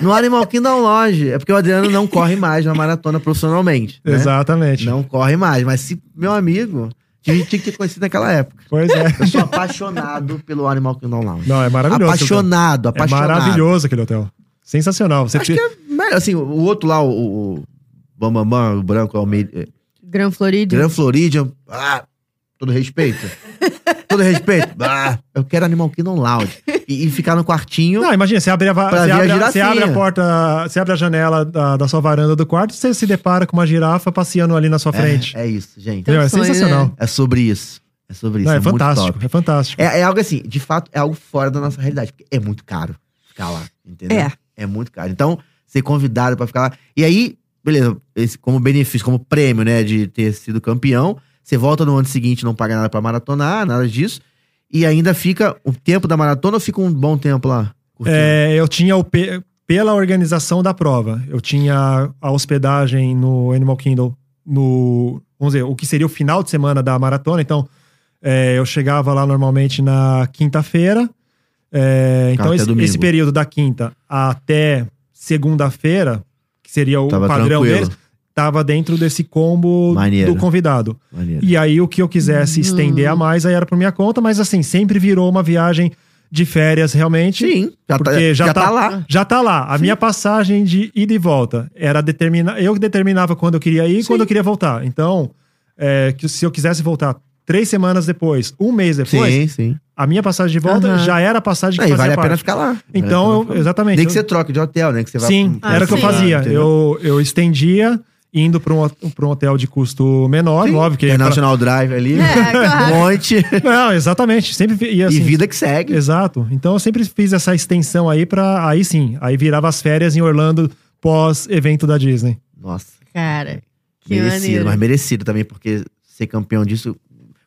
[SPEAKER 2] No Animal Kingdom Lodge. É porque o Adriano não corre mais na maratona profissionalmente. né?
[SPEAKER 3] Exatamente.
[SPEAKER 2] Não corre mais. Mas se, meu amigo, a gente tinha que ter conhecido naquela época.
[SPEAKER 3] Pois é.
[SPEAKER 2] Eu sou apaixonado pelo Animal Kingdom Lodge.
[SPEAKER 3] Não, é maravilhoso.
[SPEAKER 2] Apaixonado,
[SPEAKER 3] aquele hotel. É
[SPEAKER 2] apaixonado.
[SPEAKER 3] maravilhoso aquele hotel. Sensacional. Você
[SPEAKER 2] Acho que é melhor. Assim, o outro lá, o, o Bambambam, o branco, é o meio- é,
[SPEAKER 1] Gran Floridian.
[SPEAKER 2] Gran Floridian. Ah, todo respeito. todo respeito. Ah, eu quero Animal Kingdom Lounge. E, e ficar no quartinho.
[SPEAKER 3] Não, imagina, você abre a, va-
[SPEAKER 2] Pra
[SPEAKER 3] você
[SPEAKER 2] ver a
[SPEAKER 3] abre, a- você
[SPEAKER 2] girafinha.
[SPEAKER 3] abre a porta, você abre a janela da, da sua varanda do quarto, você se depara com uma girafa passeando ali na sua frente.
[SPEAKER 2] é, é isso, gente.
[SPEAKER 3] Entendeu? É,
[SPEAKER 1] Teu sonho,
[SPEAKER 3] sensacional.
[SPEAKER 2] É sobre isso. É sobre isso.
[SPEAKER 3] Não, é,
[SPEAKER 2] muito
[SPEAKER 3] fantástico,
[SPEAKER 2] top.
[SPEAKER 3] é fantástico.
[SPEAKER 2] É, é algo assim, de fato, é algo fora da nossa realidade. Porque é muito caro ficar lá, entendeu?
[SPEAKER 1] É.
[SPEAKER 2] É muito caro. Então, ser convidado pra ficar lá. E aí, beleza, esse, como benefício, como prêmio, né, de ter sido campeão, você volta no ano seguinte, não paga nada pra maratonar, nada disso. E ainda fica o tempo da maratona ou fica um bom tempo lá? curtindo?
[SPEAKER 3] É, eu tinha o pe- pela organização da prova, eu tinha a hospedagem no Animal Kingdom no, vamos dizer, o que seria o final de semana da maratona. Então, é, eu chegava lá normalmente na quinta-feira. É, então,
[SPEAKER 2] até
[SPEAKER 3] esse,
[SPEAKER 2] domingo.
[SPEAKER 3] esse período da quinta até segunda-feira, que seria o
[SPEAKER 2] Tava
[SPEAKER 3] padrão
[SPEAKER 2] tranquilo.
[SPEAKER 3] deles, tava dentro desse combo
[SPEAKER 2] Maneiro.
[SPEAKER 3] do convidado.
[SPEAKER 2] Maneiro.
[SPEAKER 3] E aí, o que eu quisesse
[SPEAKER 1] Hum.
[SPEAKER 3] estender a mais, aí era por minha conta, mas assim, sempre virou uma viagem de férias, realmente
[SPEAKER 2] Sim, já, tá,
[SPEAKER 3] porque já
[SPEAKER 2] já
[SPEAKER 3] tá-
[SPEAKER 2] tá lá.
[SPEAKER 3] já tá lá. A minha passagem de ida e volta era determinar. Eu que determinava quando eu queria ir e
[SPEAKER 2] Sim.
[SPEAKER 3] quando eu queria voltar. Então, é, que se eu quisesse voltar três semanas depois, um mês depois,
[SPEAKER 2] Sim, sim.
[SPEAKER 3] a minha passagem de volta
[SPEAKER 1] Aham.
[SPEAKER 3] já era a passagem que
[SPEAKER 2] Aí
[SPEAKER 3] fazia
[SPEAKER 2] vale a pena
[SPEAKER 3] parte.
[SPEAKER 2] ficar lá.
[SPEAKER 3] Então,
[SPEAKER 2] Vale a
[SPEAKER 3] eu-
[SPEAKER 2] pena ficar lá.
[SPEAKER 3] exatamente.
[SPEAKER 2] Nem que
[SPEAKER 3] eu-
[SPEAKER 2] você troque de hotel, né? Que você vá
[SPEAKER 3] sim,
[SPEAKER 2] pra um
[SPEAKER 3] era o que eu
[SPEAKER 1] sim.
[SPEAKER 2] restaurante,
[SPEAKER 3] fazia.
[SPEAKER 2] entendeu?
[SPEAKER 3] Eu, eu estendia indo para um, pra um hotel de custo menor,
[SPEAKER 2] Sim.
[SPEAKER 3] óbvio que. É pra-
[SPEAKER 2] International Drive ali.
[SPEAKER 1] É, claro.
[SPEAKER 2] um monte.
[SPEAKER 3] Não, exatamente. Sempre vi- ia assim,
[SPEAKER 2] e vida que segue.
[SPEAKER 3] Exato. Então eu sempre fiz essa extensão aí pra. Aí sim, aí virava as férias em Orlando pós evento da Disney.
[SPEAKER 2] Nossa,
[SPEAKER 1] Cara, que
[SPEAKER 2] merecido,
[SPEAKER 1] maneiro.
[SPEAKER 2] mas merecido também, porque ser campeão disso.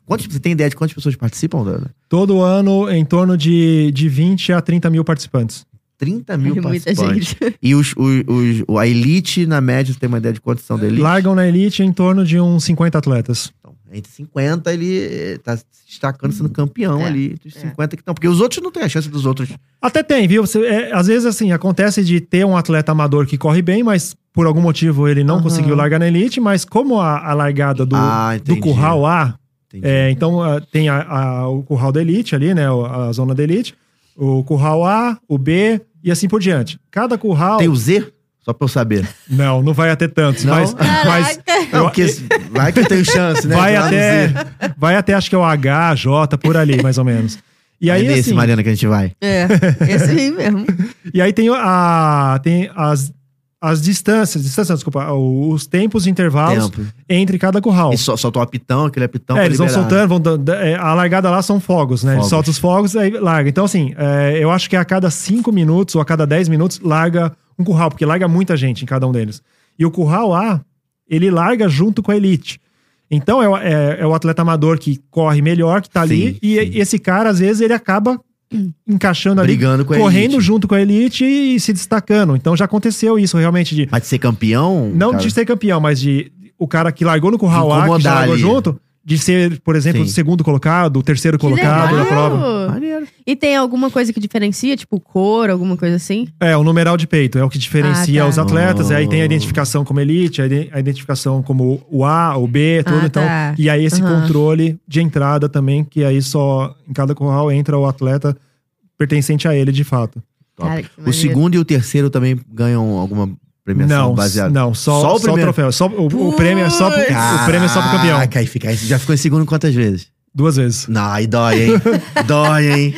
[SPEAKER 2] Quantos, você tem ideia de quantas pessoas participam, Dana?
[SPEAKER 3] Todo ano em torno de, de 20 a 30 mil participantes.
[SPEAKER 2] 30 mil
[SPEAKER 1] É muita
[SPEAKER 2] participantes.
[SPEAKER 1] gente.
[SPEAKER 2] E os, os, os- a elite, na média, você tem uma ideia de quantos são da elite?
[SPEAKER 3] Largam na elite em torno de uns 50 atletas.
[SPEAKER 2] Então, entre 50, ele eh, tá se destacando sendo campeão
[SPEAKER 1] É,
[SPEAKER 2] ali. Dos
[SPEAKER 1] é.
[SPEAKER 2] 50 que estão. Porque os outros não têm a chance dos outros.
[SPEAKER 3] Até tem, viu? Você- é, às vezes, assim, acontece de ter um atleta amador que corre bem, mas por algum motivo ele não
[SPEAKER 2] Aham.
[SPEAKER 3] conseguiu largar na elite, mas como a, a largada do,
[SPEAKER 2] Ah,
[SPEAKER 3] do
[SPEAKER 2] entendi.
[SPEAKER 3] curral A
[SPEAKER 2] Entendi.
[SPEAKER 3] É, então ah, tem a- a- o curral da elite ali, né? o- A zona da elite, o curral A, o B e assim por diante. Cada curral.
[SPEAKER 2] Tem o Z? Só pra eu saber.
[SPEAKER 3] Não, não vai até tantos,
[SPEAKER 2] Não? É
[SPEAKER 3] mas, mas
[SPEAKER 1] Caraca.
[SPEAKER 2] Não, porque vai que eu tenho chance, né?
[SPEAKER 3] vai
[SPEAKER 2] de lá no
[SPEAKER 3] até.
[SPEAKER 2] Z.
[SPEAKER 3] Vai até acho que é o H, J, por ali, mais ou menos. E aí,
[SPEAKER 2] é nesse,
[SPEAKER 3] assim,
[SPEAKER 2] Mariana, que a gente vai.
[SPEAKER 1] É, esse aí mesmo.
[SPEAKER 3] e aí tem, a, tem as, as distâncias, distâncias, desculpa, o- os tempos de intervalos
[SPEAKER 2] Tempo.
[SPEAKER 3] entre cada curral.
[SPEAKER 2] E sol- soltou o apitão, aquele apitão.
[SPEAKER 3] é,
[SPEAKER 2] pra
[SPEAKER 3] eles vão
[SPEAKER 2] liberar, né?
[SPEAKER 3] soltando, vão dando- é, a largada lá são fogos, né? Eles
[SPEAKER 2] Fogos.
[SPEAKER 3] soltam os fogos aí larga. Então, assim, é, eu acho que a cada 5 minutos ou a cada 10 minutos larga um curral, porque larga muita gente em cada um deles. E o curral A, ele larga junto com a elite. Então, é, o- é- é o atleta amador que corre melhor, que tá ali,
[SPEAKER 2] Sim,
[SPEAKER 3] e
[SPEAKER 2] sim.
[SPEAKER 3] esse cara, às vezes, ele acaba encaixando ali,
[SPEAKER 2] Brigando com a
[SPEAKER 3] correndo
[SPEAKER 2] elite.
[SPEAKER 3] junto com a elite e se destacando. Então, já aconteceu isso realmente de
[SPEAKER 2] Mas de ser campeão.
[SPEAKER 3] não
[SPEAKER 2] cara,
[SPEAKER 3] de ser campeão, mas de o cara que largou no curral A, que já
[SPEAKER 2] Incomodar
[SPEAKER 3] largou
[SPEAKER 2] ali.
[SPEAKER 3] junto, de ser, por exemplo,
[SPEAKER 2] Sim.
[SPEAKER 3] o segundo colocado, o terceiro
[SPEAKER 1] Que
[SPEAKER 3] colocado
[SPEAKER 1] legal.
[SPEAKER 3] da prova.
[SPEAKER 2] Maneiro.
[SPEAKER 1] E tem alguma coisa que diferencia, tipo cor, alguma coisa assim?
[SPEAKER 3] É, o numeral de peito é o que diferencia
[SPEAKER 1] Ah, tá.
[SPEAKER 3] os atletas.
[SPEAKER 2] Oh.
[SPEAKER 3] Aí tem a identificação como elite, a ide- a identificação como o A, o B, tudo.
[SPEAKER 1] Ah,
[SPEAKER 3] então,
[SPEAKER 1] tá.
[SPEAKER 3] E aí esse
[SPEAKER 1] Aham.
[SPEAKER 3] controle de entrada também, que aí só em cada curral entra o atleta pertencente a ele de fato.
[SPEAKER 2] Top.
[SPEAKER 1] Cara, que
[SPEAKER 2] O
[SPEAKER 1] maneiro.
[SPEAKER 2] segundo e o terceiro também ganham alguma premiação
[SPEAKER 3] não,
[SPEAKER 2] baseada.
[SPEAKER 3] não, só, só o,
[SPEAKER 2] primeiro?
[SPEAKER 3] troféu. Só, o, o prêmio é só pro, o prêmio é só pro campeão.
[SPEAKER 2] Caraca, aí fica, aí já ficou em segundo quantas vezes?
[SPEAKER 3] Duas vezes.
[SPEAKER 2] Não, aí dói, hein? dói, hein?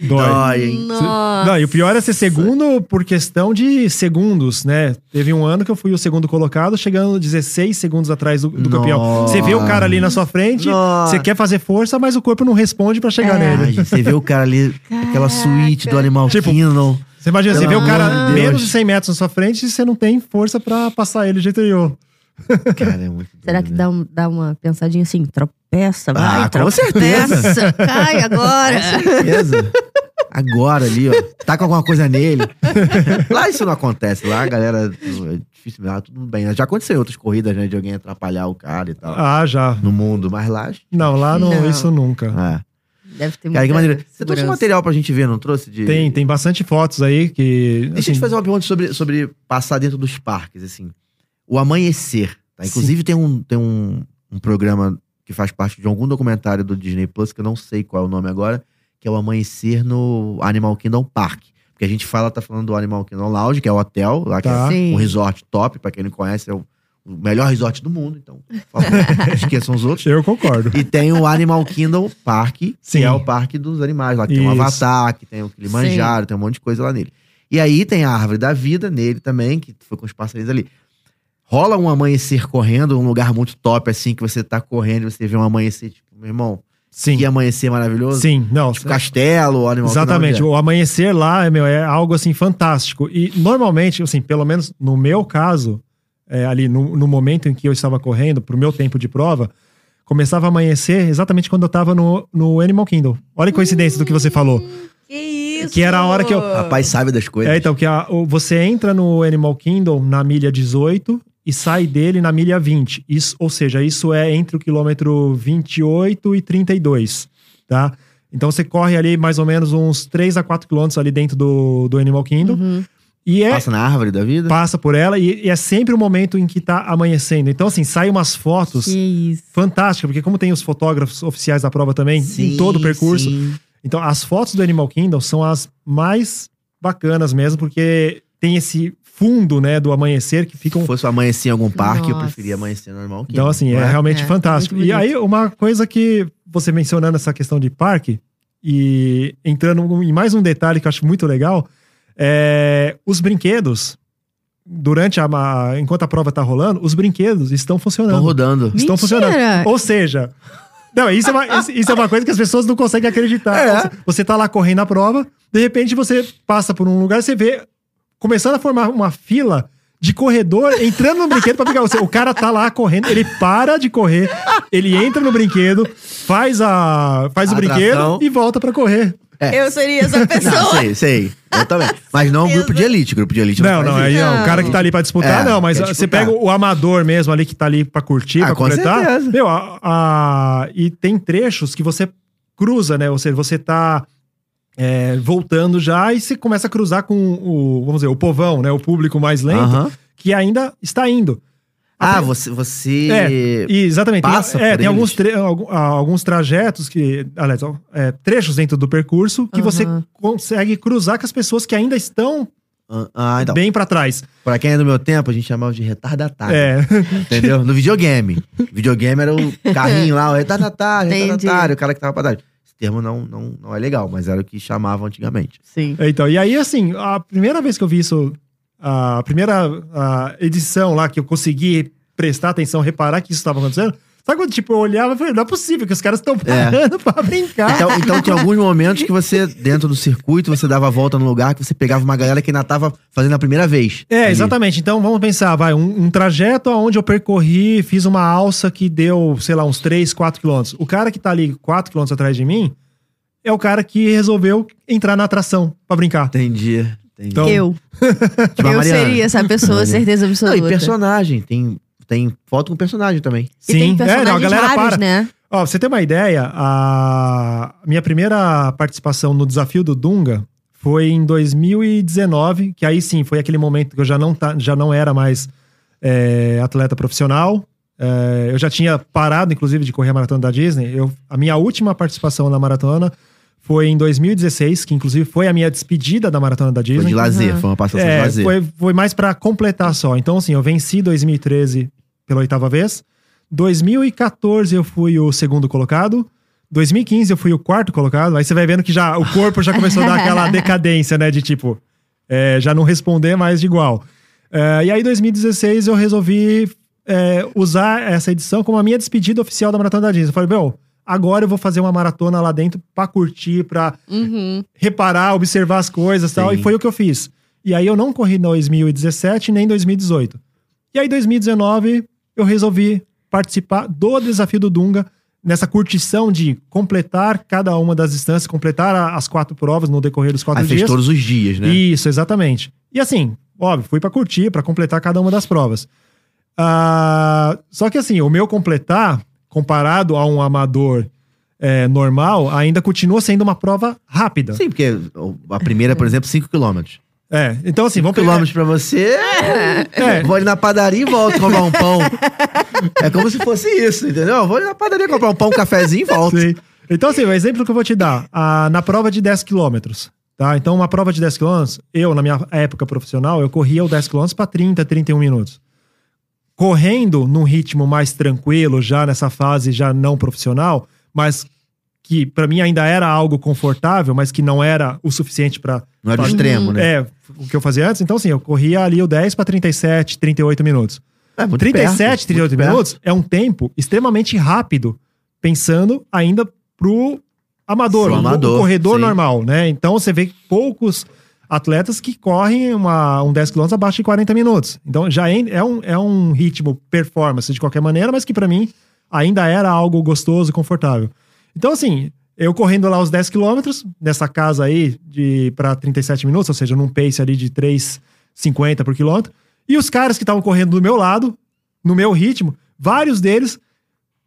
[SPEAKER 3] Dói.
[SPEAKER 2] Dói, hein?
[SPEAKER 1] Nossa.
[SPEAKER 3] Não, e o pior é ser segundo por questão de segundos, né? Teve um ano que eu fui o segundo colocado, chegando 16 segundos atrás do, do campeão.
[SPEAKER 2] Nossa.
[SPEAKER 3] Você vê o cara ali na sua frente,
[SPEAKER 2] Nossa.
[SPEAKER 3] você quer fazer força, mas o corpo não responde pra chegar
[SPEAKER 1] É.
[SPEAKER 3] nele.
[SPEAKER 2] Ai, você vê o cara ali, aquela suíte do animal
[SPEAKER 3] Tipo,
[SPEAKER 2] Kingdom.
[SPEAKER 3] Você imagina, você
[SPEAKER 2] Pelo
[SPEAKER 3] vê o
[SPEAKER 2] amor
[SPEAKER 3] cara
[SPEAKER 2] de Deus.
[SPEAKER 3] menos de 100 metros na sua frente e você não tem força pra passar ele de jeito nenhum.
[SPEAKER 2] Cara, é muito
[SPEAKER 1] Será
[SPEAKER 2] doido,
[SPEAKER 1] que
[SPEAKER 2] né?
[SPEAKER 1] dá, um- dá uma pensadinha assim, tropeça, vai,
[SPEAKER 2] Ah, com
[SPEAKER 1] tropeça,
[SPEAKER 2] certeza.
[SPEAKER 1] cai agora.
[SPEAKER 2] Beleza. Agora ali, ó. Tá com alguma coisa nele. Lá isso não acontece. Lá a galera. É difícil, lá tudo bem. né? Já aconteceu em outras corridas, né? De alguém atrapalhar o cara e tal.
[SPEAKER 3] Ah, já.
[SPEAKER 2] No mundo, mas lá.
[SPEAKER 3] Não, lá não,
[SPEAKER 1] Não.
[SPEAKER 3] isso nunca.
[SPEAKER 2] Ah.
[SPEAKER 1] Deve ter
[SPEAKER 2] Cara, que
[SPEAKER 1] muita
[SPEAKER 2] maneira. Você trouxe
[SPEAKER 1] segurança.
[SPEAKER 3] um
[SPEAKER 2] material pra gente ver, não trouxe? De...
[SPEAKER 3] Tem, tem bastante fotos aí que. assim,
[SPEAKER 2] Deixa eu te fazer uma pergunta sobre, sobre passar dentro dos parques, assim. O amanhecer. tá? Inclusive, tem, um, tem um, um programa que faz parte de algum documentário do Disney Plus, que eu não sei qual é o nome agora, que é o Amanhecer no Animal Kingdom Park. Porque a gente fala, tá falando do Animal Kingdom Lounge, que é o hotel, lá que
[SPEAKER 3] Tá.
[SPEAKER 2] é
[SPEAKER 1] Sim.
[SPEAKER 2] um resort top, pra quem não conhece, é o, o melhor resort do mundo, então, por favor, esqueçam os outros.
[SPEAKER 3] Eu concordo.
[SPEAKER 2] E tem o Animal Kingdom Park,
[SPEAKER 3] Sim.
[SPEAKER 2] que é o parque dos animais lá, que tem um
[SPEAKER 3] Isso.
[SPEAKER 2] avatar, que tem o Kilimanjaro, tem um monte de coisa lá nele. E aí tem a árvore da vida nele também, que foi com os passarinhos ali. Rola um amanhecer correndo, um lugar muito top, assim, que você tá correndo e você vê um amanhecer, tipo, meu irmão,
[SPEAKER 3] Sim.
[SPEAKER 2] que amanhecer maravilhoso.
[SPEAKER 3] Sim, não.
[SPEAKER 2] Tipo, castelo, animal.
[SPEAKER 3] Exatamente.
[SPEAKER 2] Kingdom,
[SPEAKER 3] O amanhecer lá meu, é algo assim fantástico. E normalmente, assim, pelo menos no meu caso, é, ali no, no momento em que eu estava correndo, pro meu tempo de prova, começava a amanhecer exatamente quando eu estava no, no Animal Kingdom. Olha a coincidência do que você falou.
[SPEAKER 1] Que isso?
[SPEAKER 3] Que era a hora que eu-
[SPEAKER 2] onde é. Rapaz sabe das coisas.
[SPEAKER 3] É, então, que a- o- você entra no Animal Kingdom na milha 18 e sai dele na milha 20. Isso, ou seja, isso é entre o quilômetro 28 e 32, tá? Então você corre ali mais ou menos uns 3 a 4 quilômetros ali dentro do, do Animal Kingdom.
[SPEAKER 1] Uhum.
[SPEAKER 3] E é,
[SPEAKER 2] Passa na árvore da vida.
[SPEAKER 3] passa por ela e, e é sempre o momento em que tá amanhecendo. Então, assim, saem umas fotos
[SPEAKER 1] Que isso.
[SPEAKER 3] fantásticas, porque como tem os fotógrafos oficiais da prova também, em todo o percurso,
[SPEAKER 2] sim.
[SPEAKER 3] então, as fotos do Animal Kingdom são as mais bacanas mesmo, porque tem esse fundo, né, do amanhecer que fica um...
[SPEAKER 2] Se fosse amanhecer em algum parque, eu
[SPEAKER 1] Nossa.
[SPEAKER 2] preferia amanhecer no Animal Kingdom.
[SPEAKER 3] Então, assim,
[SPEAKER 2] não
[SPEAKER 3] é realmente
[SPEAKER 1] É,
[SPEAKER 3] fantástico.
[SPEAKER 1] muito
[SPEAKER 3] E
[SPEAKER 1] bonito.
[SPEAKER 3] aí, uma coisa que você mencionando essa questão de parque, e entrando em mais um detalhe que eu acho muito legal, é os brinquedos, durante a... ma- enquanto a prova tá rolando, os brinquedos estão
[SPEAKER 2] Estão
[SPEAKER 3] funcionando.
[SPEAKER 2] rodando.
[SPEAKER 1] Mentira!
[SPEAKER 3] Estão
[SPEAKER 1] É.
[SPEAKER 3] funcionando. Ou seja, não, isso é, uma, isso- isso é uma coisa que as pessoas não conseguem acreditar.
[SPEAKER 2] É.
[SPEAKER 3] Ou seja, Você tá lá correndo a prova, de repente você passa por um lugar, você vê começando a formar uma fila de corredor entrando no brinquedo pra pegar você. O cara tá lá correndo, ele para de correr, ele entra no brinquedo, faz a faz
[SPEAKER 2] A
[SPEAKER 3] o brinquedo
[SPEAKER 2] atração.
[SPEAKER 3] e volta pra correr.
[SPEAKER 2] É.
[SPEAKER 1] Eu seria essa
[SPEAKER 2] Não,
[SPEAKER 1] pessoa.
[SPEAKER 2] sei, sei. Eu também. Mas não um grupo de elite. Grupo de elite
[SPEAKER 3] Não,
[SPEAKER 2] faz
[SPEAKER 3] não,
[SPEAKER 2] isso.
[SPEAKER 3] aí não.
[SPEAKER 1] Não.
[SPEAKER 3] O cara que tá ali pra disputar,
[SPEAKER 2] É,
[SPEAKER 3] não, mas
[SPEAKER 2] quer
[SPEAKER 3] você
[SPEAKER 2] disputar.
[SPEAKER 3] pega o amador mesmo ali que tá ali pra curtir,
[SPEAKER 2] Ah,
[SPEAKER 3] pra
[SPEAKER 2] com
[SPEAKER 3] completar.
[SPEAKER 2] certeza.
[SPEAKER 3] Meu, a, a- e tem trechos que você cruza, né? Ou seja, você tá é, voltando já e você começa a cruzar com o, vamos dizer, o povão, né? O público mais lento,
[SPEAKER 2] Aham.
[SPEAKER 3] que ainda está indo.
[SPEAKER 2] Ah, você. você...
[SPEAKER 3] E, exatamente. Tem-
[SPEAKER 2] Passa
[SPEAKER 3] é,
[SPEAKER 2] por eles.
[SPEAKER 3] tem alguns, tre- algu- ah, alguns trajetos que. Aliás, ó, é, trechos dentro do percurso que você
[SPEAKER 1] Aham.
[SPEAKER 3] consegue cruzar com as pessoas que ainda estão
[SPEAKER 2] Ah, então. Ah,
[SPEAKER 3] bem pra trás.
[SPEAKER 2] Pra quem é do meu tempo, a gente chamava de retardatário.
[SPEAKER 3] É.
[SPEAKER 2] Entendeu? No videogame. Videogame era o carrinho lá, o retardatário,
[SPEAKER 1] Entendi.
[SPEAKER 2] retardatário, o cara que tava pra trás. Esse termo não, não, não é legal, mas era o que chamavam antigamente.
[SPEAKER 1] Sim.
[SPEAKER 3] É, Então, e aí, assim, a primeira vez que eu vi isso, a primeira a edição lá que eu consegui prestar atenção, reparar que isso estava acontecendo, sabe quando tipo, eu olhava e falei, não é possível que os caras estão parando pra brincar.
[SPEAKER 2] Então, então tinha alguns momentos que você, dentro do circuito, você dava a volta no lugar, que você pegava uma galera que ainda tava fazendo a primeira vez.
[SPEAKER 3] É,
[SPEAKER 2] Ali.
[SPEAKER 3] exatamente. Então vamos pensar, vai, um, um trajeto onde eu percorri, fiz uma alça que deu, sei lá, uns 3, 4 quilômetros. O cara que tá ali 4 quilômetros atrás de mim é o cara que resolveu entrar na atração pra brincar.
[SPEAKER 2] Entendi. entendi.
[SPEAKER 3] Então,
[SPEAKER 1] eu.
[SPEAKER 2] Tipo a
[SPEAKER 1] eu
[SPEAKER 2] Mariana.
[SPEAKER 1] seria essa pessoa,
[SPEAKER 2] Mariana.
[SPEAKER 1] certeza
[SPEAKER 2] Não,
[SPEAKER 1] absoluta.
[SPEAKER 2] e personagem. Tem, tem foto com personagem também.
[SPEAKER 1] E tem
[SPEAKER 3] é,
[SPEAKER 1] personagens
[SPEAKER 3] não, a galera
[SPEAKER 1] raros,
[SPEAKER 3] para.
[SPEAKER 1] né?
[SPEAKER 3] Ó, pra você ter uma ideia, a minha primeira participação no desafio do Dunga foi em 2019, que aí sim foi aquele momento que eu já não, tá, já não era mais é, atleta profissional. É, eu já tinha parado, inclusive, de correr a maratona da Disney. Eu, a minha última participação na maratona foi em 2016, que inclusive foi a minha despedida da maratona da Disney.
[SPEAKER 2] Foi de lazer,
[SPEAKER 1] Uhum.
[SPEAKER 2] foi uma passação de
[SPEAKER 3] É,
[SPEAKER 2] lazer.
[SPEAKER 3] foi, foi mais pra completar só. Então, assim, eu venci 2013 pela oitava vez. 2014 eu fui o segundo colocado. 2015 eu fui o quarto colocado, aí você vai vendo que já o corpo já começou a dar aquela decadência, né? De tipo, é, já não responder mais de igual. É, e aí, em 2016, eu resolvi é, usar essa edição como a minha despedida oficial da Maratona da Disney. Eu falei, meu, agora eu vou fazer uma maratona lá dentro pra curtir, pra
[SPEAKER 1] Uhum.
[SPEAKER 3] reparar, observar as coisas e tal.
[SPEAKER 2] Sim.
[SPEAKER 3] E foi o que eu fiz. E aí eu não corri em 2017 nem em 2018. E aí, em 2019, eu resolvi participar do desafio do Dunga, nessa curtição de completar cada uma das distâncias, completar a- as quatro provas no decorrer dos quatro
[SPEAKER 2] Aí fez
[SPEAKER 3] dias.
[SPEAKER 2] todos os dias, né?
[SPEAKER 3] Isso, exatamente. E assim, óbvio, fui pra curtir, pra completar cada uma das provas. Ah, só que assim, o meu completar, comparado a um amador eh, normal, ainda continua sendo uma prova rápida.
[SPEAKER 2] Sim, porque a primeira, por exemplo, 5 km.
[SPEAKER 3] É, então assim, vamos pegar...
[SPEAKER 2] Quilômetros pra você,
[SPEAKER 3] É,
[SPEAKER 2] vou ali na padaria e volto comprar um pão. é como se fosse isso, entendeu? Vou ali na padaria comprar um pão, um cafezinho e volto.
[SPEAKER 3] sim. Então assim, o exemplo que eu vou te dar, ah, na prova de 10 quilômetros, tá? Então uma prova de 10 quilômetros, eu na minha época profissional, eu corria o 10 quilômetros pra 30, 31 minutos. Correndo num ritmo mais tranquilo, já nessa fase já não profissional, mas que pra mim ainda era algo confortável, mas que não era o suficiente pra
[SPEAKER 2] Não é do
[SPEAKER 3] Uhum.
[SPEAKER 2] extremo, né?
[SPEAKER 3] é, o que eu fazia antes. Então assim, eu corria ali o 10 pra 37, 38 minutos.
[SPEAKER 2] É, muito
[SPEAKER 3] 37,
[SPEAKER 2] perto, muito
[SPEAKER 3] 38
[SPEAKER 2] perto.
[SPEAKER 3] minutos é um tempo extremamente rápido, pensando ainda pro amador,
[SPEAKER 2] Pro
[SPEAKER 3] o-
[SPEAKER 2] amador,
[SPEAKER 3] o corredor
[SPEAKER 2] sim.
[SPEAKER 3] normal, né? Então você vê poucos atletas que correm uma, um 10 km abaixo de 40 minutos. Então já é, é um, é um ritmo performance de qualquer maneira, mas que pra mim ainda era algo gostoso e confortável. Então assim, eu correndo lá os 10 quilômetros, nessa casa aí de para 37 minutos, ou seja, num pace ali de 3,50 por quilômetro, e os caras que estavam correndo do meu lado, no meu ritmo, vários deles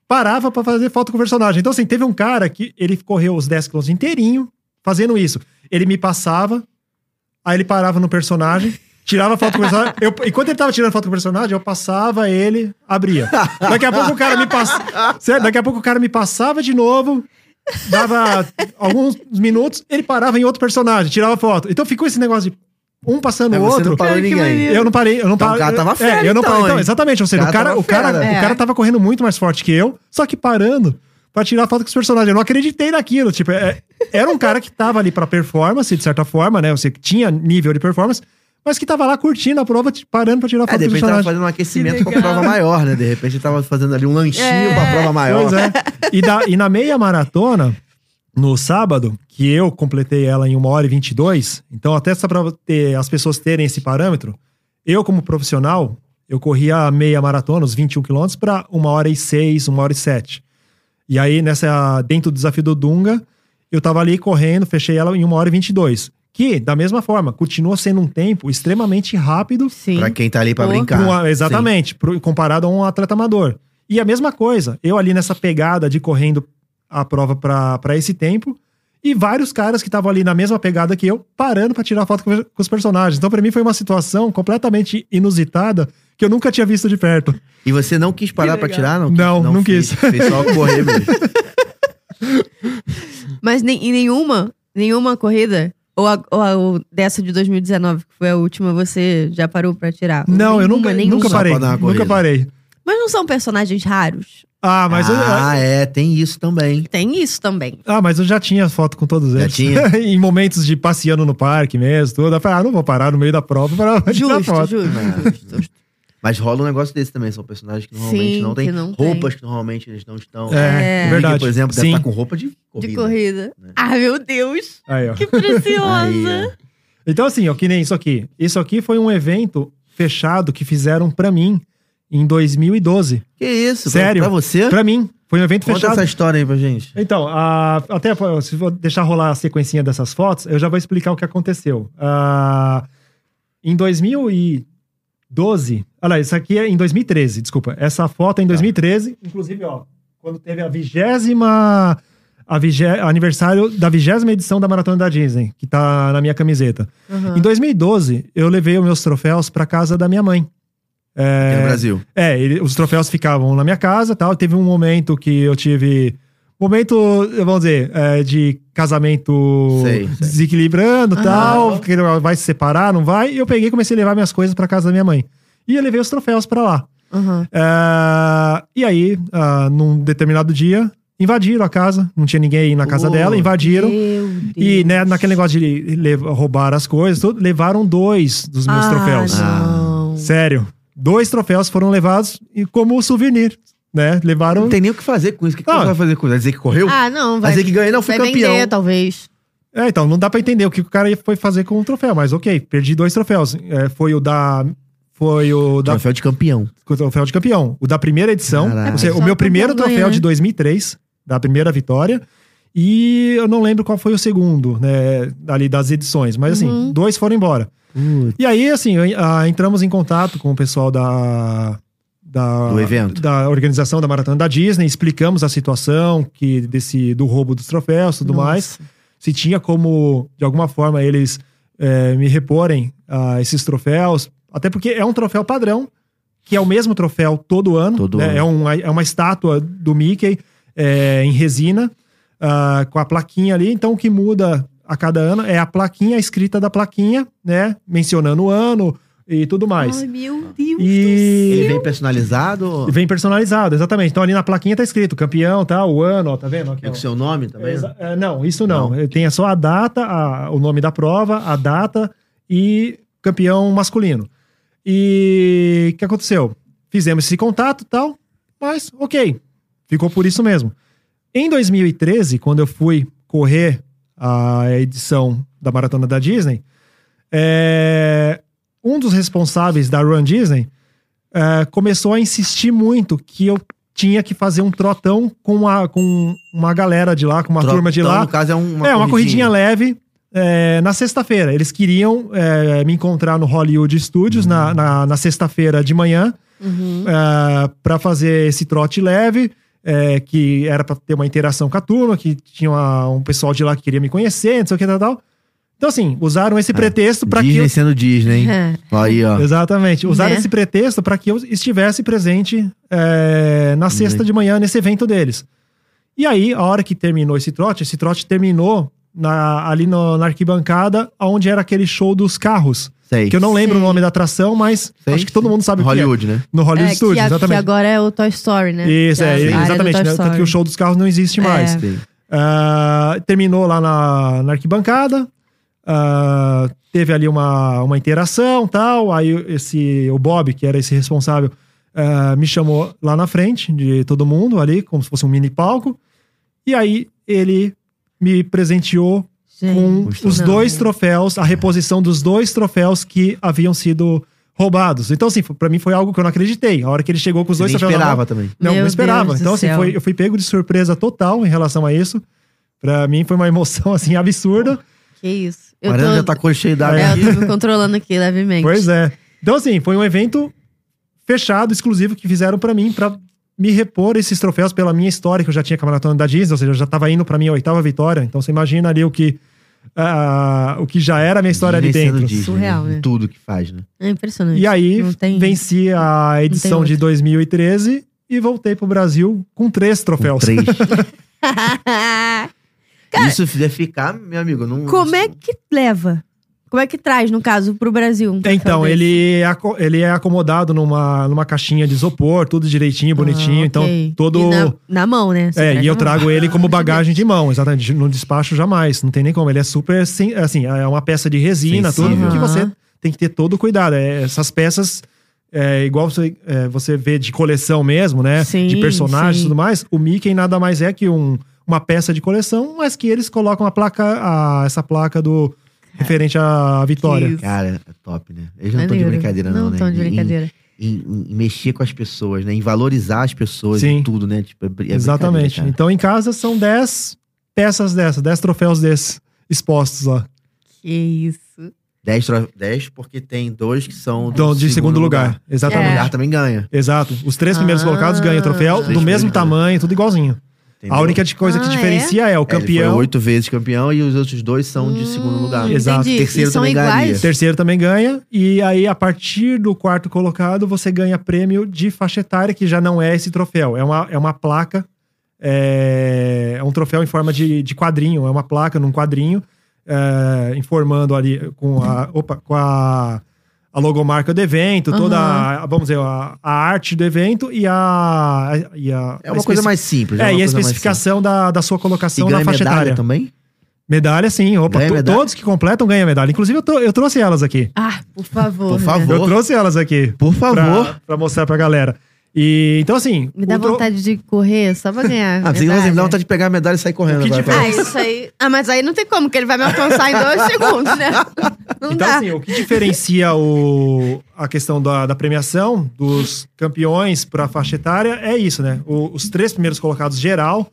[SPEAKER 3] parava pra fazer falta com o personagem. Então, assim, teve um cara que ele correu os 10 quilômetros inteirinho fazendo isso. Ele me passava, aí ele parava no personagem, tirava foto com o personagem. Eu, enquanto ele tava tirando foto com o personagem, eu passava ele, abria. Daqui a pouco o cara me passava. Daqui a pouco o cara me passava de novo. Dava alguns minutos, ele parava em outro personagem, tirava foto. Então ficou esse negócio de um passando
[SPEAKER 2] É,
[SPEAKER 3] o
[SPEAKER 2] você não
[SPEAKER 3] outro.
[SPEAKER 2] parou
[SPEAKER 1] Cara, que
[SPEAKER 2] ninguém.
[SPEAKER 1] maneiro.
[SPEAKER 3] Eu não parei, eu não
[SPEAKER 2] Então, o
[SPEAKER 3] parei.
[SPEAKER 2] cara tava fera,
[SPEAKER 3] é, eu não
[SPEAKER 2] então,
[SPEAKER 3] parei. Então,
[SPEAKER 2] hein?
[SPEAKER 3] exatamente, ou seja,
[SPEAKER 2] O
[SPEAKER 3] o
[SPEAKER 2] cara
[SPEAKER 3] cara, o,
[SPEAKER 2] tava
[SPEAKER 3] cara,
[SPEAKER 2] fera. né? É.
[SPEAKER 3] o cara tava correndo muito mais forte que eu, só que parando pra tirar foto com os personagens. Eu não acreditei naquilo, tipo, é- era um cara que tava ali pra performance, de certa forma, né? Você tinha nível de performance, mas que tava lá curtindo a prova, t- parando pra tirar
[SPEAKER 2] É,
[SPEAKER 3] foto
[SPEAKER 2] de
[SPEAKER 3] com os
[SPEAKER 2] repente tava
[SPEAKER 3] personagens.
[SPEAKER 2] fazendo um aquecimento
[SPEAKER 1] Que
[SPEAKER 2] pra uma prova maior, né? De repente tava fazendo ali um lanchinho
[SPEAKER 1] É.
[SPEAKER 2] pra prova maior.
[SPEAKER 3] Pois é. E, da- e na meia maratona, no sábado, que eu completei ela em 1 hora e 22, então até só pra ter, as pessoas terem esse parâmetro, eu como profissional, eu corria a meia maratona, os 21 quilômetros, pra 1 hora e 6, 1 hora e 7. E aí, nessa, dentro do desafio do Dunga, eu tava ali correndo, fechei ela em 1 hora e 22. Que, da mesma forma, continua sendo um tempo extremamente rápido
[SPEAKER 1] Sim.
[SPEAKER 2] Pra quem tá ali pra
[SPEAKER 1] Pô.
[SPEAKER 2] brincar.
[SPEAKER 3] Pro- exatamente, pro- comparado a um atleta amador. E a mesma coisa, eu ali nessa pegada de correndo a prova pra pra esse tempo, e vários caras que estavam ali na mesma pegada que eu, parando pra tirar foto com, com os personagens. Então, pra mim, foi uma situação completamente inusitada que eu nunca tinha visto de perto.
[SPEAKER 2] E você não quis parar
[SPEAKER 1] Que
[SPEAKER 2] pra
[SPEAKER 1] legal.
[SPEAKER 2] tirar, não?
[SPEAKER 3] Não, não
[SPEAKER 2] fez,
[SPEAKER 3] quis.
[SPEAKER 2] Fez só correr mesmo.
[SPEAKER 1] Mas nem, em nenhuma, nenhuma corrida, ou, a, ou a- ou dessa de 2019, que foi a última, você já parou pra tirar?
[SPEAKER 3] Não, eu
[SPEAKER 1] Nenhuma,
[SPEAKER 3] nunca,
[SPEAKER 1] nenhuma.
[SPEAKER 3] nunca
[SPEAKER 2] Só
[SPEAKER 3] parei.
[SPEAKER 2] pra dar uma corrida.
[SPEAKER 3] Nunca parei.
[SPEAKER 1] Mas não são personagens raros?
[SPEAKER 3] Ah, mas eu.
[SPEAKER 2] ah, é, tem isso também.
[SPEAKER 1] Tem isso também.
[SPEAKER 3] Ah, mas eu já tinha foto com todos
[SPEAKER 2] Já
[SPEAKER 3] eles.
[SPEAKER 2] tinha?
[SPEAKER 3] em momentos de passeando no parque mesmo, tudo. Eu falei, ah, não vou parar no meio da prova para tirar
[SPEAKER 1] Justo,
[SPEAKER 3] foto.
[SPEAKER 1] justo, justo, justo.
[SPEAKER 2] Mas rola um negócio desse também. São personagens que normalmente
[SPEAKER 1] Sim,
[SPEAKER 2] não têm
[SPEAKER 1] que não tem.
[SPEAKER 2] roupas que normalmente eles não estão.
[SPEAKER 1] É.
[SPEAKER 3] É,
[SPEAKER 2] O
[SPEAKER 3] verdade.
[SPEAKER 2] Mickey, por exemplo, deve
[SPEAKER 3] Sim.
[SPEAKER 2] estar com roupa de corrida.
[SPEAKER 1] De corrida.
[SPEAKER 2] Né?
[SPEAKER 1] Ah, meu Deus!
[SPEAKER 3] Aí, ó.
[SPEAKER 1] Que preciosa!
[SPEAKER 2] Aí, é.
[SPEAKER 3] Então, assim, ó, que nem isso aqui. Isso aqui foi um evento fechado que fizeram pra mim em 2012.
[SPEAKER 2] que isso? pra-
[SPEAKER 3] Sério?
[SPEAKER 2] Pra, você?
[SPEAKER 3] Pra mim, foi um evento
[SPEAKER 2] Conta
[SPEAKER 3] fechado.
[SPEAKER 2] essa história aí pra gente.
[SPEAKER 3] Então, a- até pô, se vou deixar rolar a sequencinha dessas fotos, eu já vou explicar o que aconteceu. Ah, em 2012, olha lá, isso aqui é em 2013, desculpa. Essa foto
[SPEAKER 2] Tá.
[SPEAKER 3] é em 2013, inclusive, ó, quando teve a vigésima a vigé, aniversário da vigésima edição da Maratona da Disney, que tá na minha camiseta.
[SPEAKER 1] Aham.
[SPEAKER 3] Em 2012, eu levei os meus troféus pra casa da minha mãe.
[SPEAKER 2] Aqui no Brasil.
[SPEAKER 3] É, ele- os troféus ficavam na minha casa tal. Teve um momento que eu tive. Momento, vamos dizer, é, de casamento
[SPEAKER 2] Sei, sei.
[SPEAKER 3] desequilibrando
[SPEAKER 1] Aham.
[SPEAKER 3] tal. Que ele vai se separar, não vai. E eu peguei e comecei a levar minhas coisas pra casa da minha mãe. E eu levei os troféus pra lá. É,
[SPEAKER 1] Aham.
[SPEAKER 3] Ah, e aí, ah, num determinado dia, invadiram a casa, não tinha ninguém aí na casa
[SPEAKER 2] Oh,
[SPEAKER 3] dela, invadiram.
[SPEAKER 1] Meu Deus.
[SPEAKER 3] E né, naquele negócio de le- roubar as coisas, tudo, levaram dois dos meus
[SPEAKER 1] ah,
[SPEAKER 3] troféus.
[SPEAKER 1] Não.
[SPEAKER 3] Sério. Dois troféus foram levados e como souvenir, né? Levaram.
[SPEAKER 2] Não tem nem o que fazer com isso. O que, que
[SPEAKER 3] Ah.
[SPEAKER 2] você vai fazer com isso? Vai dizer que correu?
[SPEAKER 1] Ah, não,
[SPEAKER 2] vai
[SPEAKER 1] vai,
[SPEAKER 2] dizer que ganhei? Não, fui
[SPEAKER 1] vai
[SPEAKER 2] campeão.
[SPEAKER 1] vender, tá. talvez.
[SPEAKER 3] É, então, não dá pra entender o que o cara ia- foi fazer com o troféu, mas ok, perdi dois troféus. É, foi o da. Foi o da
[SPEAKER 2] Troféu de campeão.
[SPEAKER 3] com o troféu de campeão. O da primeira edição.
[SPEAKER 2] Caraca.
[SPEAKER 3] ou seja,
[SPEAKER 1] É,
[SPEAKER 3] o meu
[SPEAKER 1] só
[SPEAKER 3] primeiro
[SPEAKER 1] campeão
[SPEAKER 3] troféu
[SPEAKER 1] ganha, né?
[SPEAKER 3] de 2003, da primeira vitória. E eu não lembro qual foi o segundo, né? Ali das edições. Mas assim,
[SPEAKER 1] Uhum.
[SPEAKER 3] dois foram embora. E aí, assim, eu- ah, entramos em contato com o pessoal da. Da,
[SPEAKER 2] Do evento.
[SPEAKER 3] da organização da maratona da Disney, explicamos a situação que desse do roubo dos troféus e tudo
[SPEAKER 1] Nossa.
[SPEAKER 3] mais. Se tinha como, de alguma forma, eles eh, me reporem ah, esses troféus. Até porque é um troféu padrão, que é o mesmo troféu todo ano.
[SPEAKER 2] Todo
[SPEAKER 3] né?
[SPEAKER 2] ano.
[SPEAKER 3] É, um, é uma estátua do Mickey eh, em resina, ah, com a plaquinha ali. Então, o que muda a cada ano é a plaquinha, a escrita da plaquinha, né? Mencionando o ano e tudo mais.
[SPEAKER 1] Ai, meu Deus
[SPEAKER 3] E-
[SPEAKER 2] Ele vem personalizado?
[SPEAKER 3] Vem personalizado, exatamente. Então, ali na plaquinha tá escrito campeão, tá? O ano, ó, tá vendo? Aqui,
[SPEAKER 2] É
[SPEAKER 3] ó.
[SPEAKER 2] com seu nome também?
[SPEAKER 3] Exa- é, não, isso não.
[SPEAKER 2] Não.
[SPEAKER 3] Eh, Tem só a data, a- o nome da prova, a data e campeão masculino. E o que aconteceu? Fizemos esse contato e tal, mas ok, ficou por isso mesmo. Em 2013, quando eu fui correr a edição da Maratona da Disney, eh, um dos responsáveis da Run Disney eh, começou a insistir muito que eu tinha que fazer um trotão com, a, com uma galera de lá, com uma
[SPEAKER 2] Tro-
[SPEAKER 3] turma de
[SPEAKER 2] então,
[SPEAKER 3] lá.
[SPEAKER 2] no caso, é uma
[SPEAKER 3] é, uma corridinha leve. é, na sexta-feira. Eles queriam é, me encontrar no Hollywood Studios na, na, na sexta-feira de manhã
[SPEAKER 1] Uhum.
[SPEAKER 3] É, para fazer esse trote leve, é, que era para ter uma interação com a turma, que tinha uma- um pessoal de lá que queria me conhecer, não sei o que tal. tal. Então, assim, usaram
[SPEAKER 2] Ah,
[SPEAKER 3] esse pretexto para que.
[SPEAKER 2] Disney
[SPEAKER 3] eu-
[SPEAKER 2] sendo Disney, hein?
[SPEAKER 1] É.
[SPEAKER 2] Aí, ó.
[SPEAKER 3] Exatamente. Usaram
[SPEAKER 1] Né?
[SPEAKER 3] esse pretexto para que eu estivesse presente é, na sexta de manhã nesse evento deles. E aí, a hora que terminou esse trote, esse trote terminou na- ali no- na arquibancada, onde era aquele show dos carros.
[SPEAKER 2] Sei.
[SPEAKER 3] Que eu não lembro
[SPEAKER 1] Sei.
[SPEAKER 3] o nome da atração, mas
[SPEAKER 2] Sei.
[SPEAKER 3] acho que todo mundo sabe o que
[SPEAKER 2] Hollywood, né?
[SPEAKER 3] é. No Hollywood
[SPEAKER 1] É, que,
[SPEAKER 3] Studios,
[SPEAKER 1] a- que
[SPEAKER 3] exatamente.
[SPEAKER 1] agora é o Toy Story, né?
[SPEAKER 3] Isso, é,
[SPEAKER 1] Que a área do
[SPEAKER 3] exatamente.
[SPEAKER 1] Toy
[SPEAKER 3] Né? Tanto
[SPEAKER 1] Story.
[SPEAKER 3] que o show dos carros não existe mais.
[SPEAKER 1] É.
[SPEAKER 2] Sei.
[SPEAKER 3] Ah, terminou lá na, na arquibancada. ah, teve ali uma, uma interação tal. Aí esse, o Bob, que era esse responsável, ah, me chamou lá na frente de todo mundo ali, como se fosse um mini palco. E aí ele me presenteou com
[SPEAKER 1] Gente,
[SPEAKER 3] os
[SPEAKER 1] É. não.
[SPEAKER 3] dois troféus, a reposição dos dois troféus que haviam sido roubados. Então, assim, foi- pra mim foi algo que eu não acreditei. A hora que ele chegou com os
[SPEAKER 2] Você
[SPEAKER 3] dois
[SPEAKER 2] nem
[SPEAKER 3] troféus. na mão,
[SPEAKER 2] esperava também.
[SPEAKER 3] não,
[SPEAKER 1] Meu
[SPEAKER 3] não esperava.
[SPEAKER 1] Deus do
[SPEAKER 3] Então, assim,
[SPEAKER 1] céu.
[SPEAKER 3] foi- eu fui pego de surpresa total em relação a isso. Pra mim foi uma emoção, assim, absurda.
[SPEAKER 1] Que isso.
[SPEAKER 2] O
[SPEAKER 1] Eu tô,
[SPEAKER 2] Arana já tá com cheio d'água
[SPEAKER 1] é,
[SPEAKER 2] aqui.
[SPEAKER 1] eu tô me controlando aqui levemente.
[SPEAKER 3] Pois é. Então, assim, foi um evento fechado, exclusivo, que fizeram pra mim, pra me repor esses troféus pela minha história, que eu já tinha com a maratona da Disney, ou seja, eu já tava indo pra minha oitava vitória. Então, você imagina ali o que, ah, o que já era a minha história
[SPEAKER 2] Disney
[SPEAKER 3] ali
[SPEAKER 2] sendo
[SPEAKER 3] dentro.
[SPEAKER 2] Disney,
[SPEAKER 1] Surreal,
[SPEAKER 2] né?
[SPEAKER 1] né?
[SPEAKER 2] Tudo que faz, né?
[SPEAKER 1] É impressionante.
[SPEAKER 3] E aí,
[SPEAKER 1] Não tem-
[SPEAKER 3] venci a edição de
[SPEAKER 1] outra.
[SPEAKER 3] 2013 e voltei pro Brasil com três
[SPEAKER 2] Com
[SPEAKER 3] troféus.
[SPEAKER 2] três. Isso fizer ficar, meu amigo, não...
[SPEAKER 1] Como é que leva? Como é que traz, no caso, pro Brasil? um troféu
[SPEAKER 3] Então,
[SPEAKER 1] desse?
[SPEAKER 3] ele é, aco- ele é acomodado numa, numa caixinha de isopor, tudo direitinho, bonitinho.
[SPEAKER 1] Ah,
[SPEAKER 3] Então,
[SPEAKER 1] ok.
[SPEAKER 3] todo.
[SPEAKER 1] E na, na mão, né? Você
[SPEAKER 3] É,
[SPEAKER 1] traz
[SPEAKER 3] e eu
[SPEAKER 1] na mão.
[SPEAKER 3] trago ele como bagagem de mão, exatamente. No despacho, jamais. Não tem nem como. Ele é super. sen- Assim, é uma peça de resina,
[SPEAKER 2] Sensível.
[SPEAKER 3] tudo que você
[SPEAKER 1] Aham.
[SPEAKER 3] tem que ter todo cuidado. É, essas peças, é, igual você, é, você vê de coleção mesmo, né?
[SPEAKER 1] Sim,
[SPEAKER 3] de personagens e
[SPEAKER 1] sim.
[SPEAKER 3] tudo mais. O Mickey nada mais é que um, uma peça de coleção, mas que eles colocam a placa, a- essa placa do. referente à vitória.
[SPEAKER 1] É. isso.
[SPEAKER 2] Cara, é top, né? Eles não estão de
[SPEAKER 1] Maneiro.
[SPEAKER 2] brincadeira, não, né?
[SPEAKER 1] Não tão de
[SPEAKER 2] Em- em-
[SPEAKER 1] brincadeira.
[SPEAKER 2] Em, em- em mexer com as pessoas, né? Em valorizar as pessoas
[SPEAKER 3] Sim.
[SPEAKER 2] e tudo, né? Tipo, é br- é
[SPEAKER 3] Exatamente.
[SPEAKER 2] brincadeira,
[SPEAKER 3] Então em casa são 10 peças dessas, 10 troféus desses expostos lá.
[SPEAKER 1] Que isso.
[SPEAKER 2] cara. 10, porque tem dois que são do
[SPEAKER 3] Então, de segundo lugar.
[SPEAKER 1] É.
[SPEAKER 2] Segundo
[SPEAKER 3] Exatamente.
[SPEAKER 2] lugar Ah, também ganha.
[SPEAKER 3] Exato. Os três primeiros
[SPEAKER 1] Ah.
[SPEAKER 3] colocados ganham o troféu
[SPEAKER 2] Os três
[SPEAKER 3] do mesmo
[SPEAKER 2] primeiros.
[SPEAKER 3] tamanho, tudo igualzinho.
[SPEAKER 2] entendeu?
[SPEAKER 3] A única de coisa que
[SPEAKER 1] Ah,
[SPEAKER 3] diferencia é, o
[SPEAKER 2] É, ele foi
[SPEAKER 3] campeão.
[SPEAKER 2] oito vezes campeão e os outros dois são de segundo lugar.
[SPEAKER 1] Hum,
[SPEAKER 3] Exato.
[SPEAKER 1] entendi.
[SPEAKER 2] Terceiro
[SPEAKER 1] e são
[SPEAKER 2] também ganharia.
[SPEAKER 1] iguais?
[SPEAKER 3] Terceiro também ganha, e aí a partir do quarto colocado você ganha prêmio de faixa etária, que já não é esse troféu, é uma, é uma placa, é, é um troféu em forma de, de quadrinho, é uma placa num quadrinho, é, informando ali com a, opa, com a, a logomarca do evento, toda,
[SPEAKER 1] Aham.
[SPEAKER 3] a, vamos dizer, a, a arte do evento e a. E a
[SPEAKER 2] É
[SPEAKER 3] a
[SPEAKER 2] uma
[SPEAKER 3] especi-
[SPEAKER 2] coisa mais simples.
[SPEAKER 3] É,
[SPEAKER 2] uma
[SPEAKER 3] e a
[SPEAKER 2] coisa mais
[SPEAKER 3] especificação da, da sua
[SPEAKER 2] simples.
[SPEAKER 3] colocação
[SPEAKER 2] E
[SPEAKER 3] na
[SPEAKER 2] ganha
[SPEAKER 3] faixa
[SPEAKER 2] medalha
[SPEAKER 3] etária.
[SPEAKER 2] também?
[SPEAKER 3] Medalha, sim. Opa,
[SPEAKER 2] Ganha
[SPEAKER 3] to-
[SPEAKER 2] medalha?
[SPEAKER 3] todos que completam ganham medalha. Inclusive, eu, tô- eu trouxe elas aqui.
[SPEAKER 1] Ah, por favor.
[SPEAKER 2] Por
[SPEAKER 1] né?
[SPEAKER 2] favor.
[SPEAKER 3] Eu trouxe elas aqui.
[SPEAKER 2] Por favor.
[SPEAKER 3] Pra, pra mostrar pra galera. E, então, assim.
[SPEAKER 1] Me dá
[SPEAKER 3] o tro-
[SPEAKER 1] vontade de correr só pra ganhar.
[SPEAKER 2] Ah, você vai me
[SPEAKER 1] medalha.
[SPEAKER 2] dar vontade de pegar a medalha e sair correndo.
[SPEAKER 3] que
[SPEAKER 2] agora.
[SPEAKER 1] Ah, isso aí. Ah, mas aí não tem como, que ele vai me alcançar em dois segundos, né? Não
[SPEAKER 3] então,
[SPEAKER 1] dá.
[SPEAKER 3] assim, o que diferencia o, a questão da, da premiação dos campeões para faixa etária é isso, né? O- os três primeiros colocados geral,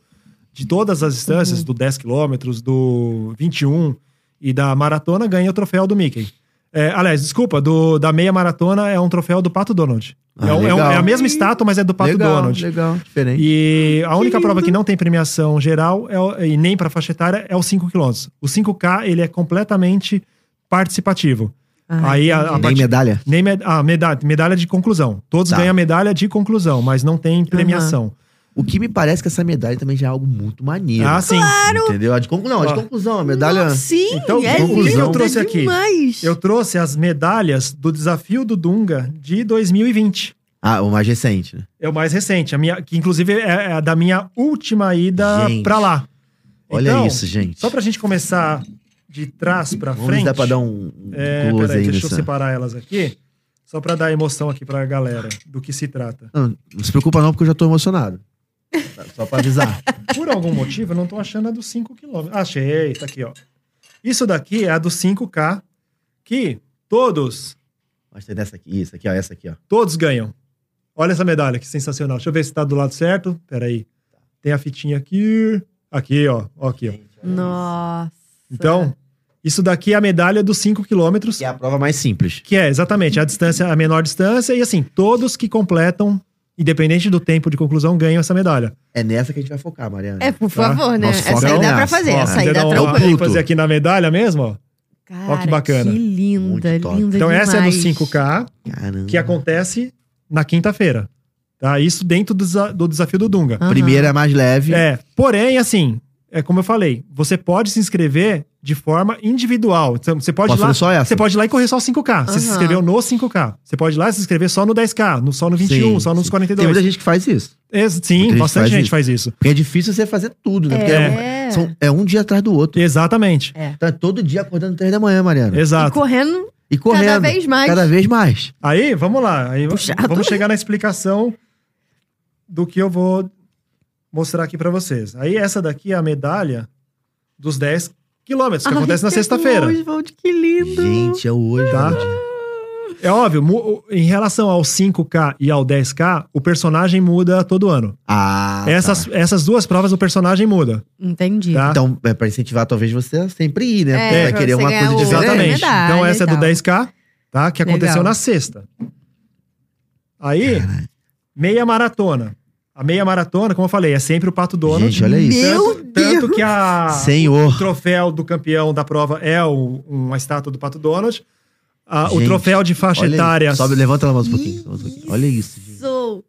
[SPEAKER 3] de todas as distâncias,
[SPEAKER 1] Uhum.
[SPEAKER 3] do 10 quilômetros, do 21 e da maratona, ganha o troféu do Mickey. É, aliás, desculpa, do, da meia maratona é um troféu do Pato Donald.
[SPEAKER 2] Ah,
[SPEAKER 3] é, um- é um-
[SPEAKER 2] legal.
[SPEAKER 3] é a mesma estátua, mas é do Pato
[SPEAKER 2] legal,
[SPEAKER 3] Donald.
[SPEAKER 2] legal, diferente.
[SPEAKER 3] E a única prova que não tem premiação geral é o- e nem para faixa etária é os 5 km. O 5K ele é completamente participativo.
[SPEAKER 1] Ah,
[SPEAKER 3] Aí a, a
[SPEAKER 2] Nem
[SPEAKER 3] parte-
[SPEAKER 2] medalha.
[SPEAKER 3] nem med- a medalha, medalha de conclusão. Todos
[SPEAKER 2] Tá.
[SPEAKER 3] ganham medalha de conclusão, mas não tem premiação.
[SPEAKER 2] O que me parece que essa medalha também já é algo muito maneiro.
[SPEAKER 3] Ah, sim.
[SPEAKER 2] Entendeu? A de conclusão, não, a de
[SPEAKER 3] Ó.
[SPEAKER 2] conclusão, a medalha.
[SPEAKER 1] Não, sim,
[SPEAKER 3] Então,
[SPEAKER 1] é
[SPEAKER 2] conclusão.
[SPEAKER 1] lindo
[SPEAKER 2] Eu
[SPEAKER 3] trouxe aqui.
[SPEAKER 1] demais.
[SPEAKER 3] Eu trouxe as medalhas do desafio do Dunga de 2020.
[SPEAKER 2] Ah, o mais recente, né?
[SPEAKER 3] É o mais recente, a minha, que inclusive é é a da minha última ida
[SPEAKER 2] Gente.
[SPEAKER 3] pra lá.
[SPEAKER 2] Olha
[SPEAKER 3] Então,
[SPEAKER 2] isso, gente.
[SPEAKER 3] Só pra gente começar de trás pra
[SPEAKER 2] Vamos ver
[SPEAKER 3] frente.
[SPEAKER 2] se dá pra dar um, um
[SPEAKER 3] É,
[SPEAKER 2] close
[SPEAKER 3] peraí,
[SPEAKER 2] aí
[SPEAKER 3] deixa eu
[SPEAKER 2] nessa.
[SPEAKER 3] separar elas aqui. Só pra dar emoção aqui pra galera do que se trata.
[SPEAKER 2] Não, não se preocupa não, porque eu já tô emocionado. Só pra avisar.
[SPEAKER 3] Por algum motivo, eu não tô achando a dos 5 km. Achei, tá aqui, ó. Isso daqui é a dos 5K, que todos,
[SPEAKER 2] Mas tem dessa aqui, isso aqui, ó, essa aqui, ó.
[SPEAKER 3] todos ganham. Olha essa medalha, que sensacional. Deixa eu ver se tá do lado certo. Peraí. Tem a fitinha aqui. Aqui, ó. ó aqui, ó.
[SPEAKER 1] Nossa.
[SPEAKER 3] Então, isso daqui é a medalha dos 5 quilômetros.
[SPEAKER 2] Que é a prova mais simples.
[SPEAKER 3] Que é exatamente a distância, a menor distância, e assim, todos que completam, independente do tempo de conclusão, ganham essa medalha.
[SPEAKER 2] É nessa que a gente vai focar, Mariana.
[SPEAKER 1] É, por
[SPEAKER 3] Tá.
[SPEAKER 1] favor, né?
[SPEAKER 2] Nossa,
[SPEAKER 1] essa aí
[SPEAKER 2] foca
[SPEAKER 1] dá pra
[SPEAKER 2] nessa.
[SPEAKER 1] fazer.
[SPEAKER 2] Foca.
[SPEAKER 1] Essa aí dá
[SPEAKER 3] Entendeu? Ó,
[SPEAKER 1] tranquilo.
[SPEAKER 2] tranquilo.
[SPEAKER 3] ênfase aqui na medalha mesmo, ó.
[SPEAKER 1] Cara,
[SPEAKER 3] que bacana.
[SPEAKER 1] Que linda,
[SPEAKER 2] Muito top.
[SPEAKER 1] linda
[SPEAKER 3] Então,
[SPEAKER 1] demais.
[SPEAKER 3] essa é do 5K,
[SPEAKER 2] Caramba.
[SPEAKER 3] que é acontece na quinta-feira. Tá? Isso dentro do, desa- do desafio do Dunga.
[SPEAKER 1] Aham.
[SPEAKER 2] Primeira é mais leve.
[SPEAKER 3] É, porém, assim, é como eu falei, você pode se inscrever de forma individual. Então, Você pode, ir
[SPEAKER 2] Posso
[SPEAKER 3] lá,
[SPEAKER 2] fazer só essa?
[SPEAKER 3] você pode ir lá e correr só o 5K. Você se
[SPEAKER 1] Aham.
[SPEAKER 3] inscreveu no 5K. Você pode ir lá e se inscrever só no 10K, no, só no 21,
[SPEAKER 2] Sim,
[SPEAKER 3] só
[SPEAKER 2] sim.
[SPEAKER 3] nos
[SPEAKER 2] Tem
[SPEAKER 3] 42.
[SPEAKER 2] muita gente que faz isso.
[SPEAKER 3] Ex- Sim,
[SPEAKER 2] muita gente
[SPEAKER 3] bastante
[SPEAKER 2] faz
[SPEAKER 3] gente
[SPEAKER 2] isso.
[SPEAKER 3] faz isso.
[SPEAKER 2] Porque é difícil você fazer tudo, né? Porque é, um,
[SPEAKER 1] É.
[SPEAKER 2] são- é um dia atrás do outro.
[SPEAKER 3] Exatamente.
[SPEAKER 1] É.
[SPEAKER 2] Tá todo dia acordando três da manhã, Mariana.
[SPEAKER 1] E
[SPEAKER 3] Exato.
[SPEAKER 1] correndo
[SPEAKER 2] E correndo.
[SPEAKER 1] cada vez mais.
[SPEAKER 2] Cada vez mais.
[SPEAKER 3] Aí, vamos lá. Aí,
[SPEAKER 1] Puxado.
[SPEAKER 3] Vamos chegar na explicação do que eu vou mostrar aqui pra vocês. Aí, essa daqui é a medalha dos 10 quilômetros, que
[SPEAKER 1] Ai,
[SPEAKER 3] acontece na
[SPEAKER 1] que
[SPEAKER 3] sexta-feira.
[SPEAKER 1] longe, Valdir, que lindo.
[SPEAKER 2] Gente, é hoje.
[SPEAKER 3] Tá?
[SPEAKER 2] hoje.
[SPEAKER 3] É óbvio, mu- o- em relação ao 5K e ao 10K, o personagem muda todo ano.
[SPEAKER 2] Ah,
[SPEAKER 3] essas,
[SPEAKER 2] tá.
[SPEAKER 3] essas duas provas, o personagem muda.
[SPEAKER 1] Entendi.
[SPEAKER 3] Tá?
[SPEAKER 2] Então, é pra incentivar talvez você a sempre ir, né?
[SPEAKER 1] É,
[SPEAKER 2] Porque vai
[SPEAKER 1] pra
[SPEAKER 2] querer
[SPEAKER 1] você
[SPEAKER 2] uma
[SPEAKER 1] ganhar
[SPEAKER 2] coisa
[SPEAKER 1] o-
[SPEAKER 2] diferente.
[SPEAKER 3] Exatamente.
[SPEAKER 1] medalha
[SPEAKER 3] Então, essa é
[SPEAKER 1] e
[SPEAKER 3] do
[SPEAKER 1] tal.
[SPEAKER 3] 10K, tá? Que aconteceu
[SPEAKER 1] Legal.
[SPEAKER 3] na sexta. Aí, meia maratona. A meia maratona, como eu falei, é sempre o Pato Donald.
[SPEAKER 2] Gente, olha isso.
[SPEAKER 1] Meu
[SPEAKER 3] tanto,
[SPEAKER 1] Deus.
[SPEAKER 3] tanto que a, Ah, o
[SPEAKER 2] Senhor.
[SPEAKER 3] troféu do campeão da prova é o- uma estátua do Pato Donald. A- o
[SPEAKER 2] Gente,
[SPEAKER 3] troféu de faixa
[SPEAKER 2] olha-
[SPEAKER 3] etária.
[SPEAKER 2] Sobe, levanta ela mais um pouquinho. mais um pouquinho. Olha isso, gente.
[SPEAKER 1] Sou.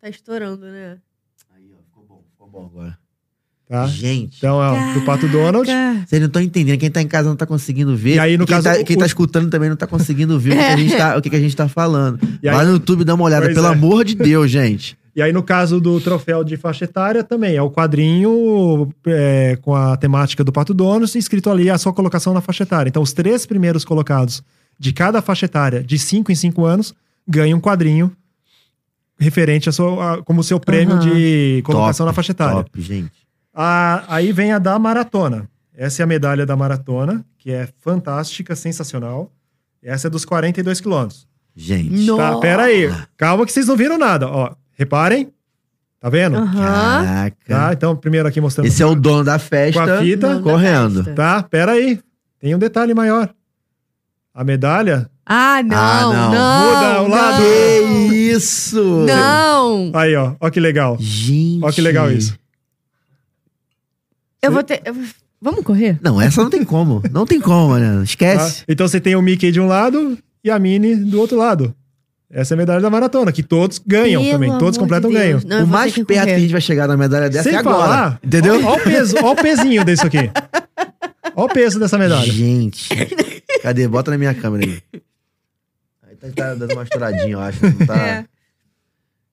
[SPEAKER 1] Tá estourando, né?
[SPEAKER 2] Aí, ó, ficou bom, ficou bom agora.
[SPEAKER 3] tá?
[SPEAKER 2] Gente.
[SPEAKER 3] Então é o do Pato Donald.
[SPEAKER 1] Cara.
[SPEAKER 2] Vocês não estão entendendo. Quem tá em casa não tá conseguindo ver.
[SPEAKER 3] E aí, no
[SPEAKER 2] quem
[SPEAKER 3] caso,
[SPEAKER 2] tá,
[SPEAKER 3] o-
[SPEAKER 2] quem tá escutando também não tá conseguindo ver o, que a gente
[SPEAKER 1] É.
[SPEAKER 2] tá, o que que a gente tá falando.
[SPEAKER 3] E aí-
[SPEAKER 2] Vai no YouTube dá uma olhada,
[SPEAKER 3] Pois
[SPEAKER 2] pelo
[SPEAKER 3] é.
[SPEAKER 2] amor de Deus, gente.
[SPEAKER 3] E aí, no caso do troféu de faixa etária, também é o quadrinho é, com a temática do Pato Donos, escrito ali a sua colocação na faixa etária. Então, os três primeiros colocados de cada faixa etária, de 5 em 5 anos, ganham um quadrinho referente a sua, a- como seu prêmio
[SPEAKER 1] Aham.
[SPEAKER 3] de colocação na faixa etária.
[SPEAKER 2] Top, gente.
[SPEAKER 3] A- aí vem a da maratona. Essa é a medalha da maratona, que é fantástica, sensacional. Essa é dos 42 quilômetros.
[SPEAKER 2] Gente.
[SPEAKER 1] Nossa.
[SPEAKER 3] Tá, pera aí. Calma que vocês não viram nada. Ó, reparem. Tá vendo?
[SPEAKER 1] Aham.
[SPEAKER 2] Caraca.
[SPEAKER 3] Tá, então primeiro aqui mostrando.
[SPEAKER 2] Esse né? é o dono da festa.
[SPEAKER 3] Com a fita.
[SPEAKER 1] Dono da
[SPEAKER 2] correndo.
[SPEAKER 1] festa.
[SPEAKER 3] Tá, pera aí. Tem um detalhe maior. A medalha.
[SPEAKER 1] Ah, não,
[SPEAKER 2] Ah, não.
[SPEAKER 1] não.
[SPEAKER 3] Muda o lado.
[SPEAKER 2] Que isso?
[SPEAKER 1] Não.
[SPEAKER 3] Aí, ó. Ó que legal.
[SPEAKER 2] Gente.
[SPEAKER 3] Ó que legal isso.
[SPEAKER 1] Eu vou ter. eu- Vamos correr?
[SPEAKER 2] Não, essa não tem como. Não tem como, né?
[SPEAKER 3] Tá?
[SPEAKER 2] Esquece.
[SPEAKER 3] Então você tem o Mickey de um lado e a Minnie do outro lado. Essa é a medalha da maratona, que todos ganham
[SPEAKER 1] Pelo
[SPEAKER 3] também. Todos
[SPEAKER 1] amor
[SPEAKER 3] completam
[SPEAKER 1] de Deus. né?
[SPEAKER 3] ganham.
[SPEAKER 1] Não, eu
[SPEAKER 2] o
[SPEAKER 1] vou
[SPEAKER 2] mais
[SPEAKER 1] ter
[SPEAKER 2] perto
[SPEAKER 1] que
[SPEAKER 2] que a
[SPEAKER 1] correr.
[SPEAKER 2] gente vai chegar na medalha dessa
[SPEAKER 3] Sem
[SPEAKER 2] é agora.
[SPEAKER 3] falar,
[SPEAKER 2] entendeu?
[SPEAKER 3] Ó, ó o peso, ó o pezinho disso aqui. Ó o peso dessa medalha.
[SPEAKER 2] Gente. Cadê? Bota na minha câmera aí. Tá, tá dando uma estouradinha, eu acho. Não tá...
[SPEAKER 1] É.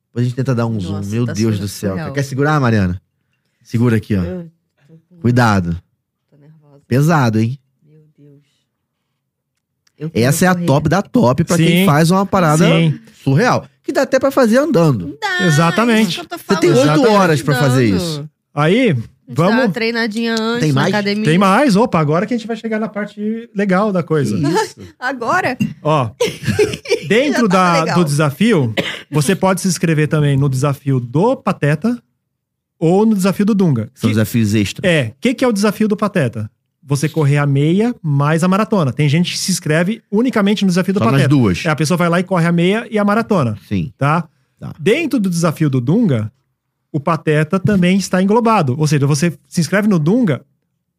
[SPEAKER 2] Depois a gente tenta dar um zoom.
[SPEAKER 1] Nossa,
[SPEAKER 2] Meu
[SPEAKER 1] tá
[SPEAKER 2] Deus
[SPEAKER 1] surreal.
[SPEAKER 2] do céu. cara. Quer segurar, Mariana? Segura aqui, ó.
[SPEAKER 1] Eu tô com-
[SPEAKER 2] Cuidado.
[SPEAKER 1] Tô nervosa.
[SPEAKER 2] Pesado, hein?
[SPEAKER 1] Meu Deus. Eu quero
[SPEAKER 2] Essa é a
[SPEAKER 1] correr.
[SPEAKER 2] top da top pra quem
[SPEAKER 3] Sim.
[SPEAKER 2] faz uma parada
[SPEAKER 3] Sim.
[SPEAKER 2] surreal. Que dá até pra fazer andando.
[SPEAKER 1] Dá,
[SPEAKER 3] Exatamente.
[SPEAKER 1] isso que eu tô
[SPEAKER 2] Você tem
[SPEAKER 1] falando,
[SPEAKER 2] oito
[SPEAKER 1] tá
[SPEAKER 2] horas pra
[SPEAKER 1] ajudando.
[SPEAKER 2] fazer isso.
[SPEAKER 3] Aí,
[SPEAKER 1] A gente dá uma
[SPEAKER 3] vamos.
[SPEAKER 1] treinadinha antes
[SPEAKER 2] Tem
[SPEAKER 1] na
[SPEAKER 2] mais?
[SPEAKER 1] academia.
[SPEAKER 3] Tem mais. Opa, agora que a gente vai chegar na parte legal da coisa.
[SPEAKER 2] Isso.
[SPEAKER 1] Agora?
[SPEAKER 3] Ó, dentro
[SPEAKER 1] Já tava
[SPEAKER 3] da,
[SPEAKER 1] legal.
[SPEAKER 3] do desafio, você pode se inscrever também no desafio do Pateta ou no desafio do Dunga.
[SPEAKER 2] São
[SPEAKER 3] Que-
[SPEAKER 2] desafios extras.
[SPEAKER 3] é, o que, que é o desafio do Pateta? Você correr a meia mais a maratona. Tem gente que se inscreve unicamente no desafio do
[SPEAKER 2] Só nas
[SPEAKER 3] Pateta.
[SPEAKER 2] duas.
[SPEAKER 3] É, a pessoa vai lá e corre a meia e a maratona,
[SPEAKER 2] Sim.
[SPEAKER 3] tá?
[SPEAKER 2] Tá.
[SPEAKER 3] Dentro do desafio do Dunga, o Pateta também está englobado. Ou seja, você se inscreve no Dunga,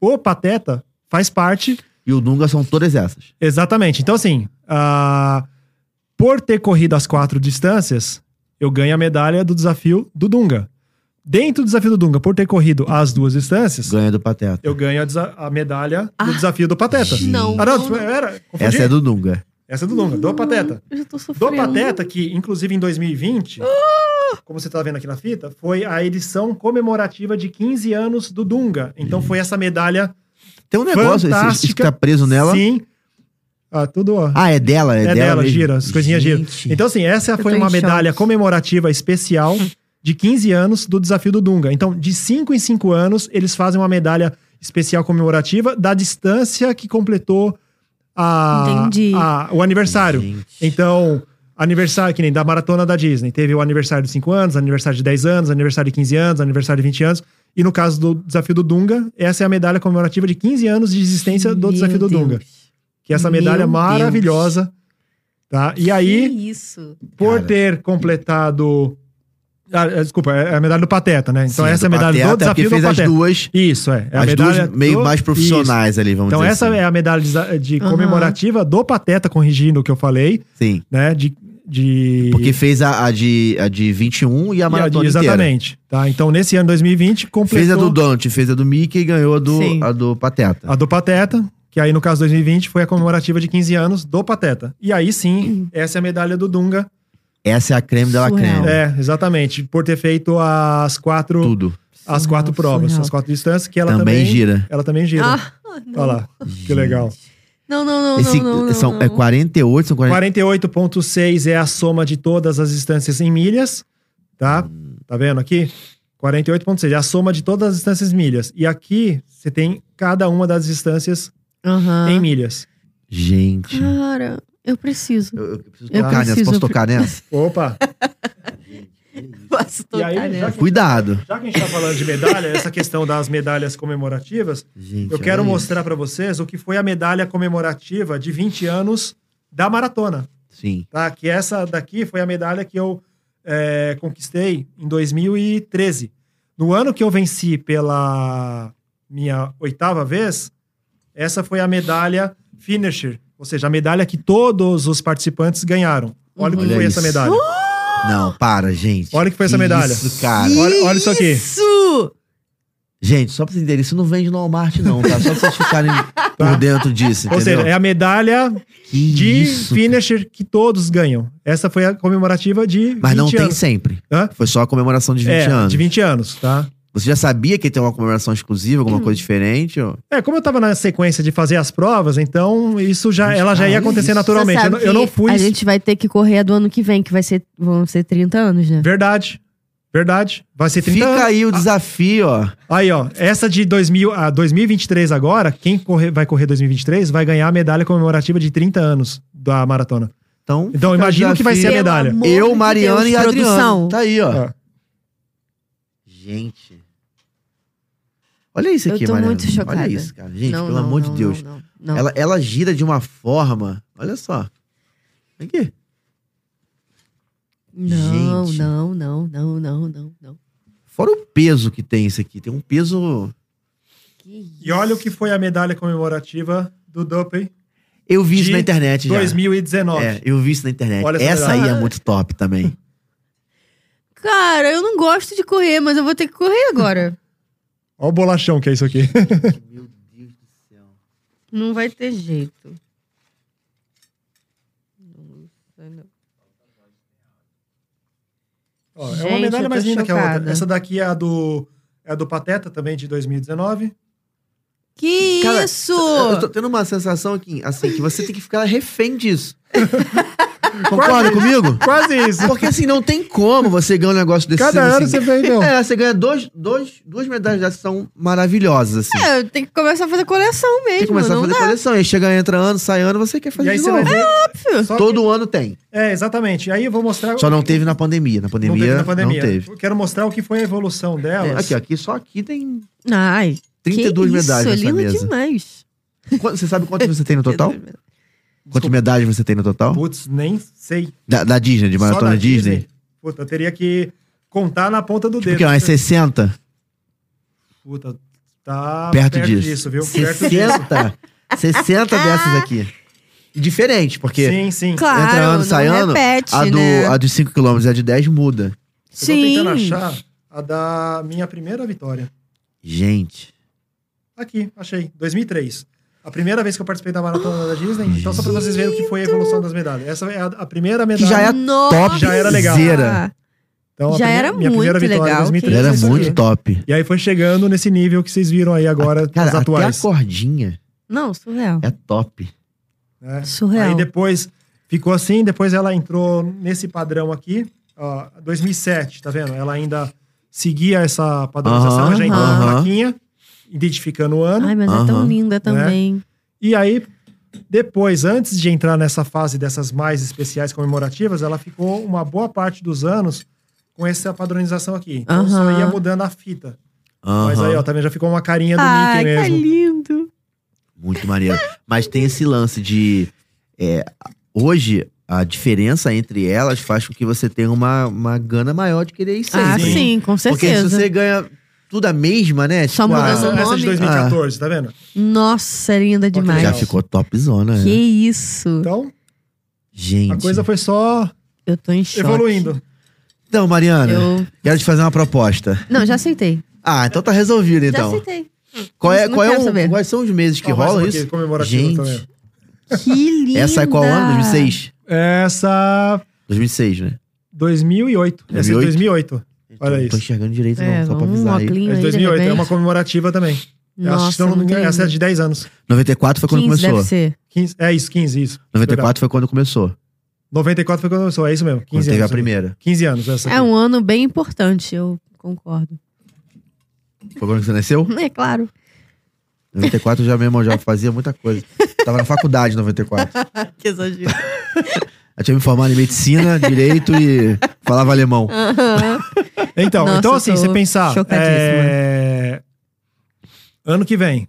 [SPEAKER 3] o Pateta faz parte
[SPEAKER 2] E o Dunga são todas essas.
[SPEAKER 3] Exatamente. Então, assim, ah, por ter corrido as quatro distâncias, eu ganho a medalha do desafio do Dunga. Dentro do desafio do Dunga, por ter corrido as duas distâncias,
[SPEAKER 2] Ganha do Pateta.
[SPEAKER 3] eu ganho a, desa- a medalha
[SPEAKER 1] Ah.
[SPEAKER 3] do desafio do Pateta.
[SPEAKER 2] Sim.
[SPEAKER 1] Não.
[SPEAKER 3] Ah,
[SPEAKER 1] não,
[SPEAKER 3] não,
[SPEAKER 1] não.
[SPEAKER 3] era.
[SPEAKER 2] Essa é do Dunga.
[SPEAKER 3] Essa é do Dunga, do Pateta.
[SPEAKER 1] Eu já tô
[SPEAKER 3] Do
[SPEAKER 1] sofrendo.
[SPEAKER 3] Pateta, que inclusive em 2020, como você tá vendo aqui na fita, foi a edição comemorativa de 15 anos do Dunga. Então foi essa medalha.
[SPEAKER 2] Tem um negócio esse- esse, que
[SPEAKER 3] Fantástica.
[SPEAKER 2] tá preso nela.
[SPEAKER 3] Sim. Ah, tudo, ó.
[SPEAKER 2] Ah, é dela? É,
[SPEAKER 3] É dela,
[SPEAKER 2] mesmo?
[SPEAKER 3] gira, as coisinhas giram.
[SPEAKER 2] Gente.
[SPEAKER 3] Então, assim, essa
[SPEAKER 1] tô
[SPEAKER 3] foi uma
[SPEAKER 1] em
[SPEAKER 3] medalha
[SPEAKER 1] choque.
[SPEAKER 3] comemorativa especial de 15 anos do desafio do Dunga. Então, de 5 em 5 anos, eles fazem uma medalha especial comemorativa da distância que completou a,
[SPEAKER 1] Entendi.
[SPEAKER 3] a- o aniversário.
[SPEAKER 2] Gente.
[SPEAKER 3] Então, aniversário, que nem da maratona da Disney. Teve o aniversário de 5 anos, aniversário de 10 anos, aniversário de 15 anos, aniversário de 20 anos. E no caso do desafio do Dunga, essa é a medalha comemorativa de 15 anos de existência do
[SPEAKER 1] Meu
[SPEAKER 3] desafio do
[SPEAKER 1] Deus.
[SPEAKER 3] Dunga que é essa medalha
[SPEAKER 1] Meu
[SPEAKER 3] maravilhosa, tá? E aí,
[SPEAKER 1] Que isso.
[SPEAKER 3] por
[SPEAKER 2] Cara.
[SPEAKER 3] ter completado ah, eh, desculpa, é a medalha do Pateta, né? Então
[SPEAKER 2] Sim,
[SPEAKER 3] essa é a
[SPEAKER 2] do
[SPEAKER 3] medalha
[SPEAKER 2] Pateta,
[SPEAKER 3] do desafio
[SPEAKER 2] porque
[SPEAKER 3] do
[SPEAKER 2] fez as
[SPEAKER 3] Pateta.
[SPEAKER 2] duas,
[SPEAKER 3] Isso, é. é a
[SPEAKER 2] as
[SPEAKER 3] medalha
[SPEAKER 2] duas meio
[SPEAKER 3] do-
[SPEAKER 2] mais profissionais ali,
[SPEAKER 3] Isso.
[SPEAKER 2] vamos
[SPEAKER 3] Então
[SPEAKER 2] dizer
[SPEAKER 3] essa
[SPEAKER 2] assim.
[SPEAKER 3] é a medalha de, de
[SPEAKER 1] Aham.
[SPEAKER 3] comemorativa do Pateta corrigindo o que eu falei,
[SPEAKER 2] Sim,
[SPEAKER 3] né? De, de...
[SPEAKER 2] porque fez a, a de, a de 21 e a
[SPEAKER 3] e a de-
[SPEAKER 2] maratona inteira.
[SPEAKER 3] Exatamente, tá? Então nesse ano 2020 completou
[SPEAKER 2] Fez a do Dante, fez a do Mickey e ganhou a do,
[SPEAKER 1] Sim.
[SPEAKER 2] a do Pateta.
[SPEAKER 3] A do Pateta, que aí no caso 2020 foi a comemorativa de 15 anos do Pateta. E aí sim, essa é a medalha do Dunga
[SPEAKER 2] Essa é a creme da
[SPEAKER 1] Surreal.
[SPEAKER 2] creme.
[SPEAKER 3] É, exatamente. Por ter feito as quatro,
[SPEAKER 2] Tudo.
[SPEAKER 3] as quatro
[SPEAKER 1] Surreal,
[SPEAKER 3] provas,
[SPEAKER 1] surreal.
[SPEAKER 3] as quatro distâncias, que ela
[SPEAKER 2] Também,
[SPEAKER 3] também,
[SPEAKER 2] gira.
[SPEAKER 3] Ela também gira.
[SPEAKER 1] Ah, não.
[SPEAKER 3] Olha lá, que legal.
[SPEAKER 1] Não, não, não,
[SPEAKER 2] Esse-
[SPEAKER 1] não, não,
[SPEAKER 2] são,
[SPEAKER 1] não.
[SPEAKER 2] É 48, são 40,
[SPEAKER 3] 48,6 é a soma de todas as distâncias em milhas, tá? Tá vendo aqui? 48,6 é a soma de todas as distâncias em milhas. E aqui você tem cada uma das distâncias
[SPEAKER 1] Aham.
[SPEAKER 3] é em milhas.
[SPEAKER 2] Gente.
[SPEAKER 1] Cara, eu preciso.
[SPEAKER 2] Eu, eu preciso
[SPEAKER 1] Eu
[SPEAKER 2] tocar nessa.
[SPEAKER 1] preciso-
[SPEAKER 2] Posso tocar nessa?
[SPEAKER 3] Opa!
[SPEAKER 1] Posso tocar
[SPEAKER 3] aí, já
[SPEAKER 1] nessa.
[SPEAKER 3] que-
[SPEAKER 2] Cuidado.
[SPEAKER 3] Já que a gente tá falando de medalha, essa questão das medalhas comemorativas,
[SPEAKER 2] Gente,
[SPEAKER 3] Eu quero
[SPEAKER 2] olha
[SPEAKER 3] mostrar pra vocês o que foi a medalha comemorativa de 20 anos da maratona,
[SPEAKER 2] isso. Sim.
[SPEAKER 3] tá? Que essa daqui foi a medalha que eu eh, conquistei em 2013. No ano que eu venci pela minha oitava vez, essa foi a medalha finisher, ou seja, a medalha que todos os participantes ganharam. Olha o que
[SPEAKER 2] Uhum. Olha
[SPEAKER 3] foi
[SPEAKER 2] isso.
[SPEAKER 3] essa medalha.
[SPEAKER 2] Não, para, gente.
[SPEAKER 3] Olha que foi essa medalha.
[SPEAKER 2] Isso, cara.
[SPEAKER 3] Ih! olha- olha isso aqui.
[SPEAKER 1] Isso!
[SPEAKER 2] Gente, só pra vocês entenderem, isso não vende no Walmart, não, tá? Só pra vocês ficarem por dentro disso,
[SPEAKER 3] Tá. Ou
[SPEAKER 2] entendeu?
[SPEAKER 3] seja, é a medalha
[SPEAKER 2] que
[SPEAKER 3] de
[SPEAKER 2] isso.
[SPEAKER 3] finisher que todos ganham. Essa foi a comemorativa de 20
[SPEAKER 2] Mas não tem
[SPEAKER 3] anos.
[SPEAKER 2] sempre.
[SPEAKER 3] Hã?
[SPEAKER 2] Foi só a comemoração de 20
[SPEAKER 3] é,
[SPEAKER 2] anos.
[SPEAKER 3] de 20 anos, tá?
[SPEAKER 2] Você já sabia que ia ter uma comemoração exclusiva,
[SPEAKER 1] Hum.
[SPEAKER 2] alguma coisa diferente? Ou...
[SPEAKER 3] É, como eu tava na sequência de fazer as provas, então isso já,
[SPEAKER 2] Gente,
[SPEAKER 3] ela já ia
[SPEAKER 2] cara,
[SPEAKER 3] acontecer
[SPEAKER 2] isso.
[SPEAKER 3] naturalmente.
[SPEAKER 1] Você
[SPEAKER 3] Eu,
[SPEAKER 1] sabe
[SPEAKER 3] não- eu não
[SPEAKER 1] que
[SPEAKER 3] fui.
[SPEAKER 1] A gente vai ter que correr a do ano que vem, que vai ser, vão ser 30 anos, né?
[SPEAKER 3] Verdade. Verdade. Vai ser 30
[SPEAKER 2] Fica
[SPEAKER 3] anos.
[SPEAKER 2] aí o desafio, ó.
[SPEAKER 3] Aí, ó, essa de 2000 a 2023 agora, quem correr, vai correr 2023 vai ganhar a medalha comemorativa de 30 anos da maratona.
[SPEAKER 2] Então, fica
[SPEAKER 3] Então,
[SPEAKER 2] o
[SPEAKER 3] imagina o que vai ser É. a
[SPEAKER 2] desafio.
[SPEAKER 1] Pelo
[SPEAKER 3] medalha.
[SPEAKER 1] amor de
[SPEAKER 2] Eu,
[SPEAKER 1] Deus,
[SPEAKER 2] Mariana e
[SPEAKER 1] produção.
[SPEAKER 2] Adriano. Tá aí, ó.
[SPEAKER 1] Ah.
[SPEAKER 3] Ó,
[SPEAKER 2] Gente. Olha isso
[SPEAKER 1] Eu
[SPEAKER 2] aqui,
[SPEAKER 1] tô
[SPEAKER 2] Mariana.
[SPEAKER 1] muito chocada.
[SPEAKER 2] Olha isso, cara. Gente,
[SPEAKER 1] Não,
[SPEAKER 2] pelo
[SPEAKER 1] não,
[SPEAKER 2] amor
[SPEAKER 1] não,
[SPEAKER 2] de Deus.
[SPEAKER 1] Não, não, não.
[SPEAKER 2] Ela, ela gira de uma forma. Olha só. Aqui.
[SPEAKER 1] não,
[SPEAKER 2] Gente.
[SPEAKER 1] não, não, não, não, não, não.
[SPEAKER 2] Fora o peso que tem isso aqui. Tem um peso.
[SPEAKER 1] Que isso.
[SPEAKER 3] E olha o que foi a medalha comemorativa do Dope
[SPEAKER 2] Eu vi isso
[SPEAKER 3] De
[SPEAKER 2] na internet já.
[SPEAKER 3] 2019.
[SPEAKER 2] É, eu vi isso na internet.
[SPEAKER 3] Olha essa
[SPEAKER 2] essa aí é
[SPEAKER 1] medalha.
[SPEAKER 2] muito top também.
[SPEAKER 1] Cara, eu não gosto de correr, mas eu vou ter que correr agora.
[SPEAKER 3] Olha o bolachão que é isso aqui.
[SPEAKER 2] Meu Deus do céu.
[SPEAKER 1] não vai ter jeito. entendeu?
[SPEAKER 3] Ó, é uma
[SPEAKER 1] Gente,
[SPEAKER 3] medalha
[SPEAKER 1] eu
[SPEAKER 3] mais
[SPEAKER 1] tô
[SPEAKER 3] linda que a outra.
[SPEAKER 1] chocada.
[SPEAKER 3] Essa daqui é a do, é a do Pateta também, de 2019.
[SPEAKER 1] Que
[SPEAKER 2] Cara,
[SPEAKER 1] isso!
[SPEAKER 2] Eu tô tendo uma sensação aqui, assim, que você tem que ficar refém disso. Concorda
[SPEAKER 3] Quase-
[SPEAKER 2] comigo?
[SPEAKER 3] Quase isso.
[SPEAKER 2] Porque assim, não tem como você ganhar um negócio desse.
[SPEAKER 3] Cada
[SPEAKER 2] assim,
[SPEAKER 3] ano você um. vem, meu.
[SPEAKER 2] É, você ganha dois, dois, duas medalhas dessas que são maravilhosas, assim.
[SPEAKER 1] É, tem que começar a fazer coleção
[SPEAKER 2] tem que
[SPEAKER 1] mesmo,
[SPEAKER 2] começar a
[SPEAKER 1] não
[SPEAKER 2] fazer
[SPEAKER 1] dá,
[SPEAKER 2] coleção. E aí chega, entra ano, sai ano, você quer
[SPEAKER 3] E
[SPEAKER 2] fazer
[SPEAKER 3] aí
[SPEAKER 2] de
[SPEAKER 3] você
[SPEAKER 2] novo.
[SPEAKER 3] vai ver.
[SPEAKER 1] filho.
[SPEAKER 3] Só que-
[SPEAKER 2] Todo ano tem.
[SPEAKER 3] É, exatamente. Aí eu vou mostrar.
[SPEAKER 2] Só não teve na pandemia. Na
[SPEAKER 3] Não
[SPEAKER 2] pandemia,
[SPEAKER 3] teve na pandemia.
[SPEAKER 2] Não teve. É,
[SPEAKER 3] Eu quero mostrar o que foi a evolução delas.
[SPEAKER 2] Aqui, ó, aqui, só aqui tem
[SPEAKER 1] Ai,
[SPEAKER 2] 32
[SPEAKER 1] que
[SPEAKER 2] medalhas
[SPEAKER 1] isso, é
[SPEAKER 2] nessa
[SPEAKER 1] lindo
[SPEAKER 2] mesa.
[SPEAKER 1] demais.
[SPEAKER 2] Quanto- Você sabe quantas você tem no total?
[SPEAKER 1] 32 medalhas.
[SPEAKER 2] Quantas medalhas você tem no total?
[SPEAKER 3] Putz, nem sei.
[SPEAKER 2] Da, da Disney, de
[SPEAKER 3] Só
[SPEAKER 2] Maratona
[SPEAKER 3] da
[SPEAKER 2] Disney?
[SPEAKER 3] Puta, eu teria que contar na ponta do
[SPEAKER 2] Tipo,
[SPEAKER 3] dedo.
[SPEAKER 2] que é umas 60?
[SPEAKER 3] Puta, tá
[SPEAKER 2] Perto
[SPEAKER 3] perto,
[SPEAKER 2] disso.
[SPEAKER 3] disso. viu? Perto disso.
[SPEAKER 2] 60? 60 dessas aqui. Diferente, porque
[SPEAKER 3] Sim, sim.
[SPEAKER 1] Claro,
[SPEAKER 2] Entra ano,
[SPEAKER 1] não
[SPEAKER 2] sai ano,
[SPEAKER 1] repete,
[SPEAKER 2] a, do,
[SPEAKER 1] né?
[SPEAKER 2] a dos 5 km e a de 10 muda.
[SPEAKER 3] Eu tô tentando
[SPEAKER 1] Sim.
[SPEAKER 3] achar a da minha primeira vitória.
[SPEAKER 2] Gente.
[SPEAKER 3] Aqui, achei. 2003. A primeira vez que eu participei da maratona da Disney. Então, só pra vocês verem o que foi a evolução das medalhas. Essa é a, a primeira medalha.
[SPEAKER 2] já é
[SPEAKER 1] Nossa!
[SPEAKER 3] já era legal. Então, a
[SPEAKER 1] já
[SPEAKER 3] prime-
[SPEAKER 1] era
[SPEAKER 3] minha primeira
[SPEAKER 1] muito
[SPEAKER 3] vitória em
[SPEAKER 1] legal,
[SPEAKER 3] 2003
[SPEAKER 1] que
[SPEAKER 2] Era
[SPEAKER 3] foi isso
[SPEAKER 2] muito
[SPEAKER 3] aqui.
[SPEAKER 2] top.
[SPEAKER 3] E aí foi chegando nesse nível que vocês viram aí agora,
[SPEAKER 2] Cara,
[SPEAKER 3] as
[SPEAKER 2] até
[SPEAKER 3] atuais.
[SPEAKER 2] a cordinha
[SPEAKER 1] Não, surreal.
[SPEAKER 2] é top.
[SPEAKER 3] né?
[SPEAKER 1] Surreal.
[SPEAKER 3] Aí depois ficou assim, depois ela entrou nesse padrão aqui, ó, 2007, tá vendo? Ela ainda seguia essa padronização,
[SPEAKER 2] Aham,
[SPEAKER 3] já entrou
[SPEAKER 2] aham.
[SPEAKER 3] na plaquinha, identificando o ano.
[SPEAKER 1] Ai, mas é
[SPEAKER 2] Aham.
[SPEAKER 1] tão linda também.
[SPEAKER 3] E aí, depois, antes de entrar nessa fase dessas mais especiais comemorativas, ela ficou uma boa parte dos anos com essa padronização aqui. Então só
[SPEAKER 1] Aham.
[SPEAKER 3] ia mudando a fita. Mas
[SPEAKER 2] Aham.
[SPEAKER 3] aí, ó, também já ficou uma carinha É do
[SPEAKER 1] Ai,
[SPEAKER 3] Mickey
[SPEAKER 1] tá
[SPEAKER 3] mesmo.
[SPEAKER 1] lindo.
[SPEAKER 2] Muito maneiro. Mas tem esse lance de. é, hoje, a diferença entre elas faz com que você tenha uma, uma gana maior de querer isso
[SPEAKER 1] Ah,
[SPEAKER 2] aí.
[SPEAKER 1] sim,
[SPEAKER 3] sim.
[SPEAKER 1] com
[SPEAKER 2] Porque se
[SPEAKER 1] certeza.
[SPEAKER 2] você ganha tudo a mesma, né?
[SPEAKER 1] Só
[SPEAKER 2] a-
[SPEAKER 1] mudando o
[SPEAKER 3] Essa, essa de
[SPEAKER 1] nome.
[SPEAKER 2] Ah.
[SPEAKER 3] 2014, tá vendo?
[SPEAKER 1] Nossa, é linda demais.
[SPEAKER 2] Já
[SPEAKER 3] Legal.
[SPEAKER 2] ficou topzona,
[SPEAKER 1] Que
[SPEAKER 2] né?
[SPEAKER 1] isso.
[SPEAKER 3] Então,
[SPEAKER 2] Gente.
[SPEAKER 3] a coisa foi só
[SPEAKER 1] Eu tô em choque.
[SPEAKER 3] evoluindo.
[SPEAKER 2] Então, Mariana,
[SPEAKER 1] Eu...
[SPEAKER 2] quero te fazer uma proposta.
[SPEAKER 1] Não, já aceitei.
[SPEAKER 2] Ah, então tá resolvido,
[SPEAKER 1] já
[SPEAKER 2] então.
[SPEAKER 1] aceitei.
[SPEAKER 2] Qual é,
[SPEAKER 1] Não
[SPEAKER 2] qual é
[SPEAKER 1] quero
[SPEAKER 2] um-
[SPEAKER 1] saber.
[SPEAKER 2] quais são os meses que
[SPEAKER 3] Ó, mais
[SPEAKER 2] rola
[SPEAKER 3] uma aqui,
[SPEAKER 2] isso?
[SPEAKER 3] comemorativa
[SPEAKER 2] Gente,
[SPEAKER 3] também.
[SPEAKER 1] Que linda.
[SPEAKER 2] essa é qual ano? 2006?
[SPEAKER 3] Essa
[SPEAKER 2] 2006, né?
[SPEAKER 3] 2008. Essa é
[SPEAKER 2] 2008.
[SPEAKER 3] 2008. Olha
[SPEAKER 2] Não tô
[SPEAKER 3] isso.
[SPEAKER 2] enxergando direito não,
[SPEAKER 1] É,
[SPEAKER 2] só pra
[SPEAKER 1] um
[SPEAKER 2] avisar aí.
[SPEAKER 1] óculinho
[SPEAKER 3] Essa
[SPEAKER 1] aí, de
[SPEAKER 3] de 2008 é
[SPEAKER 1] repente.
[SPEAKER 3] uma comemorativa também. Eu acho que, se
[SPEAKER 1] Nossa,
[SPEAKER 3] eu não me
[SPEAKER 1] muito
[SPEAKER 3] engano, essa é
[SPEAKER 1] lindo.
[SPEAKER 3] de 10 anos.
[SPEAKER 2] 94 foi quando
[SPEAKER 1] 15 deve
[SPEAKER 2] começou.
[SPEAKER 1] ser.
[SPEAKER 3] 15, é isso, 15, isso.
[SPEAKER 2] 94 foi quando começou.
[SPEAKER 3] 94 foi quando começou, é isso mesmo. 15
[SPEAKER 2] Quando teve
[SPEAKER 3] anos.
[SPEAKER 2] a primeira.
[SPEAKER 3] 15 anos essa.
[SPEAKER 1] É
[SPEAKER 3] aqui.
[SPEAKER 1] um ano bem importante, eu concordo.
[SPEAKER 2] Foi quando você nasceu?
[SPEAKER 1] É claro.
[SPEAKER 2] 94 eu já mesmo já fazia muita coisa. Tava na faculdade em 94.
[SPEAKER 1] que exagero.
[SPEAKER 2] Eu tinha me formado em medicina, direito e falava alemão.
[SPEAKER 3] Então,
[SPEAKER 1] Nossa,
[SPEAKER 3] então assim,
[SPEAKER 1] eu tô
[SPEAKER 3] você pensar.
[SPEAKER 1] chocadíssima.
[SPEAKER 3] é, Ano que vem,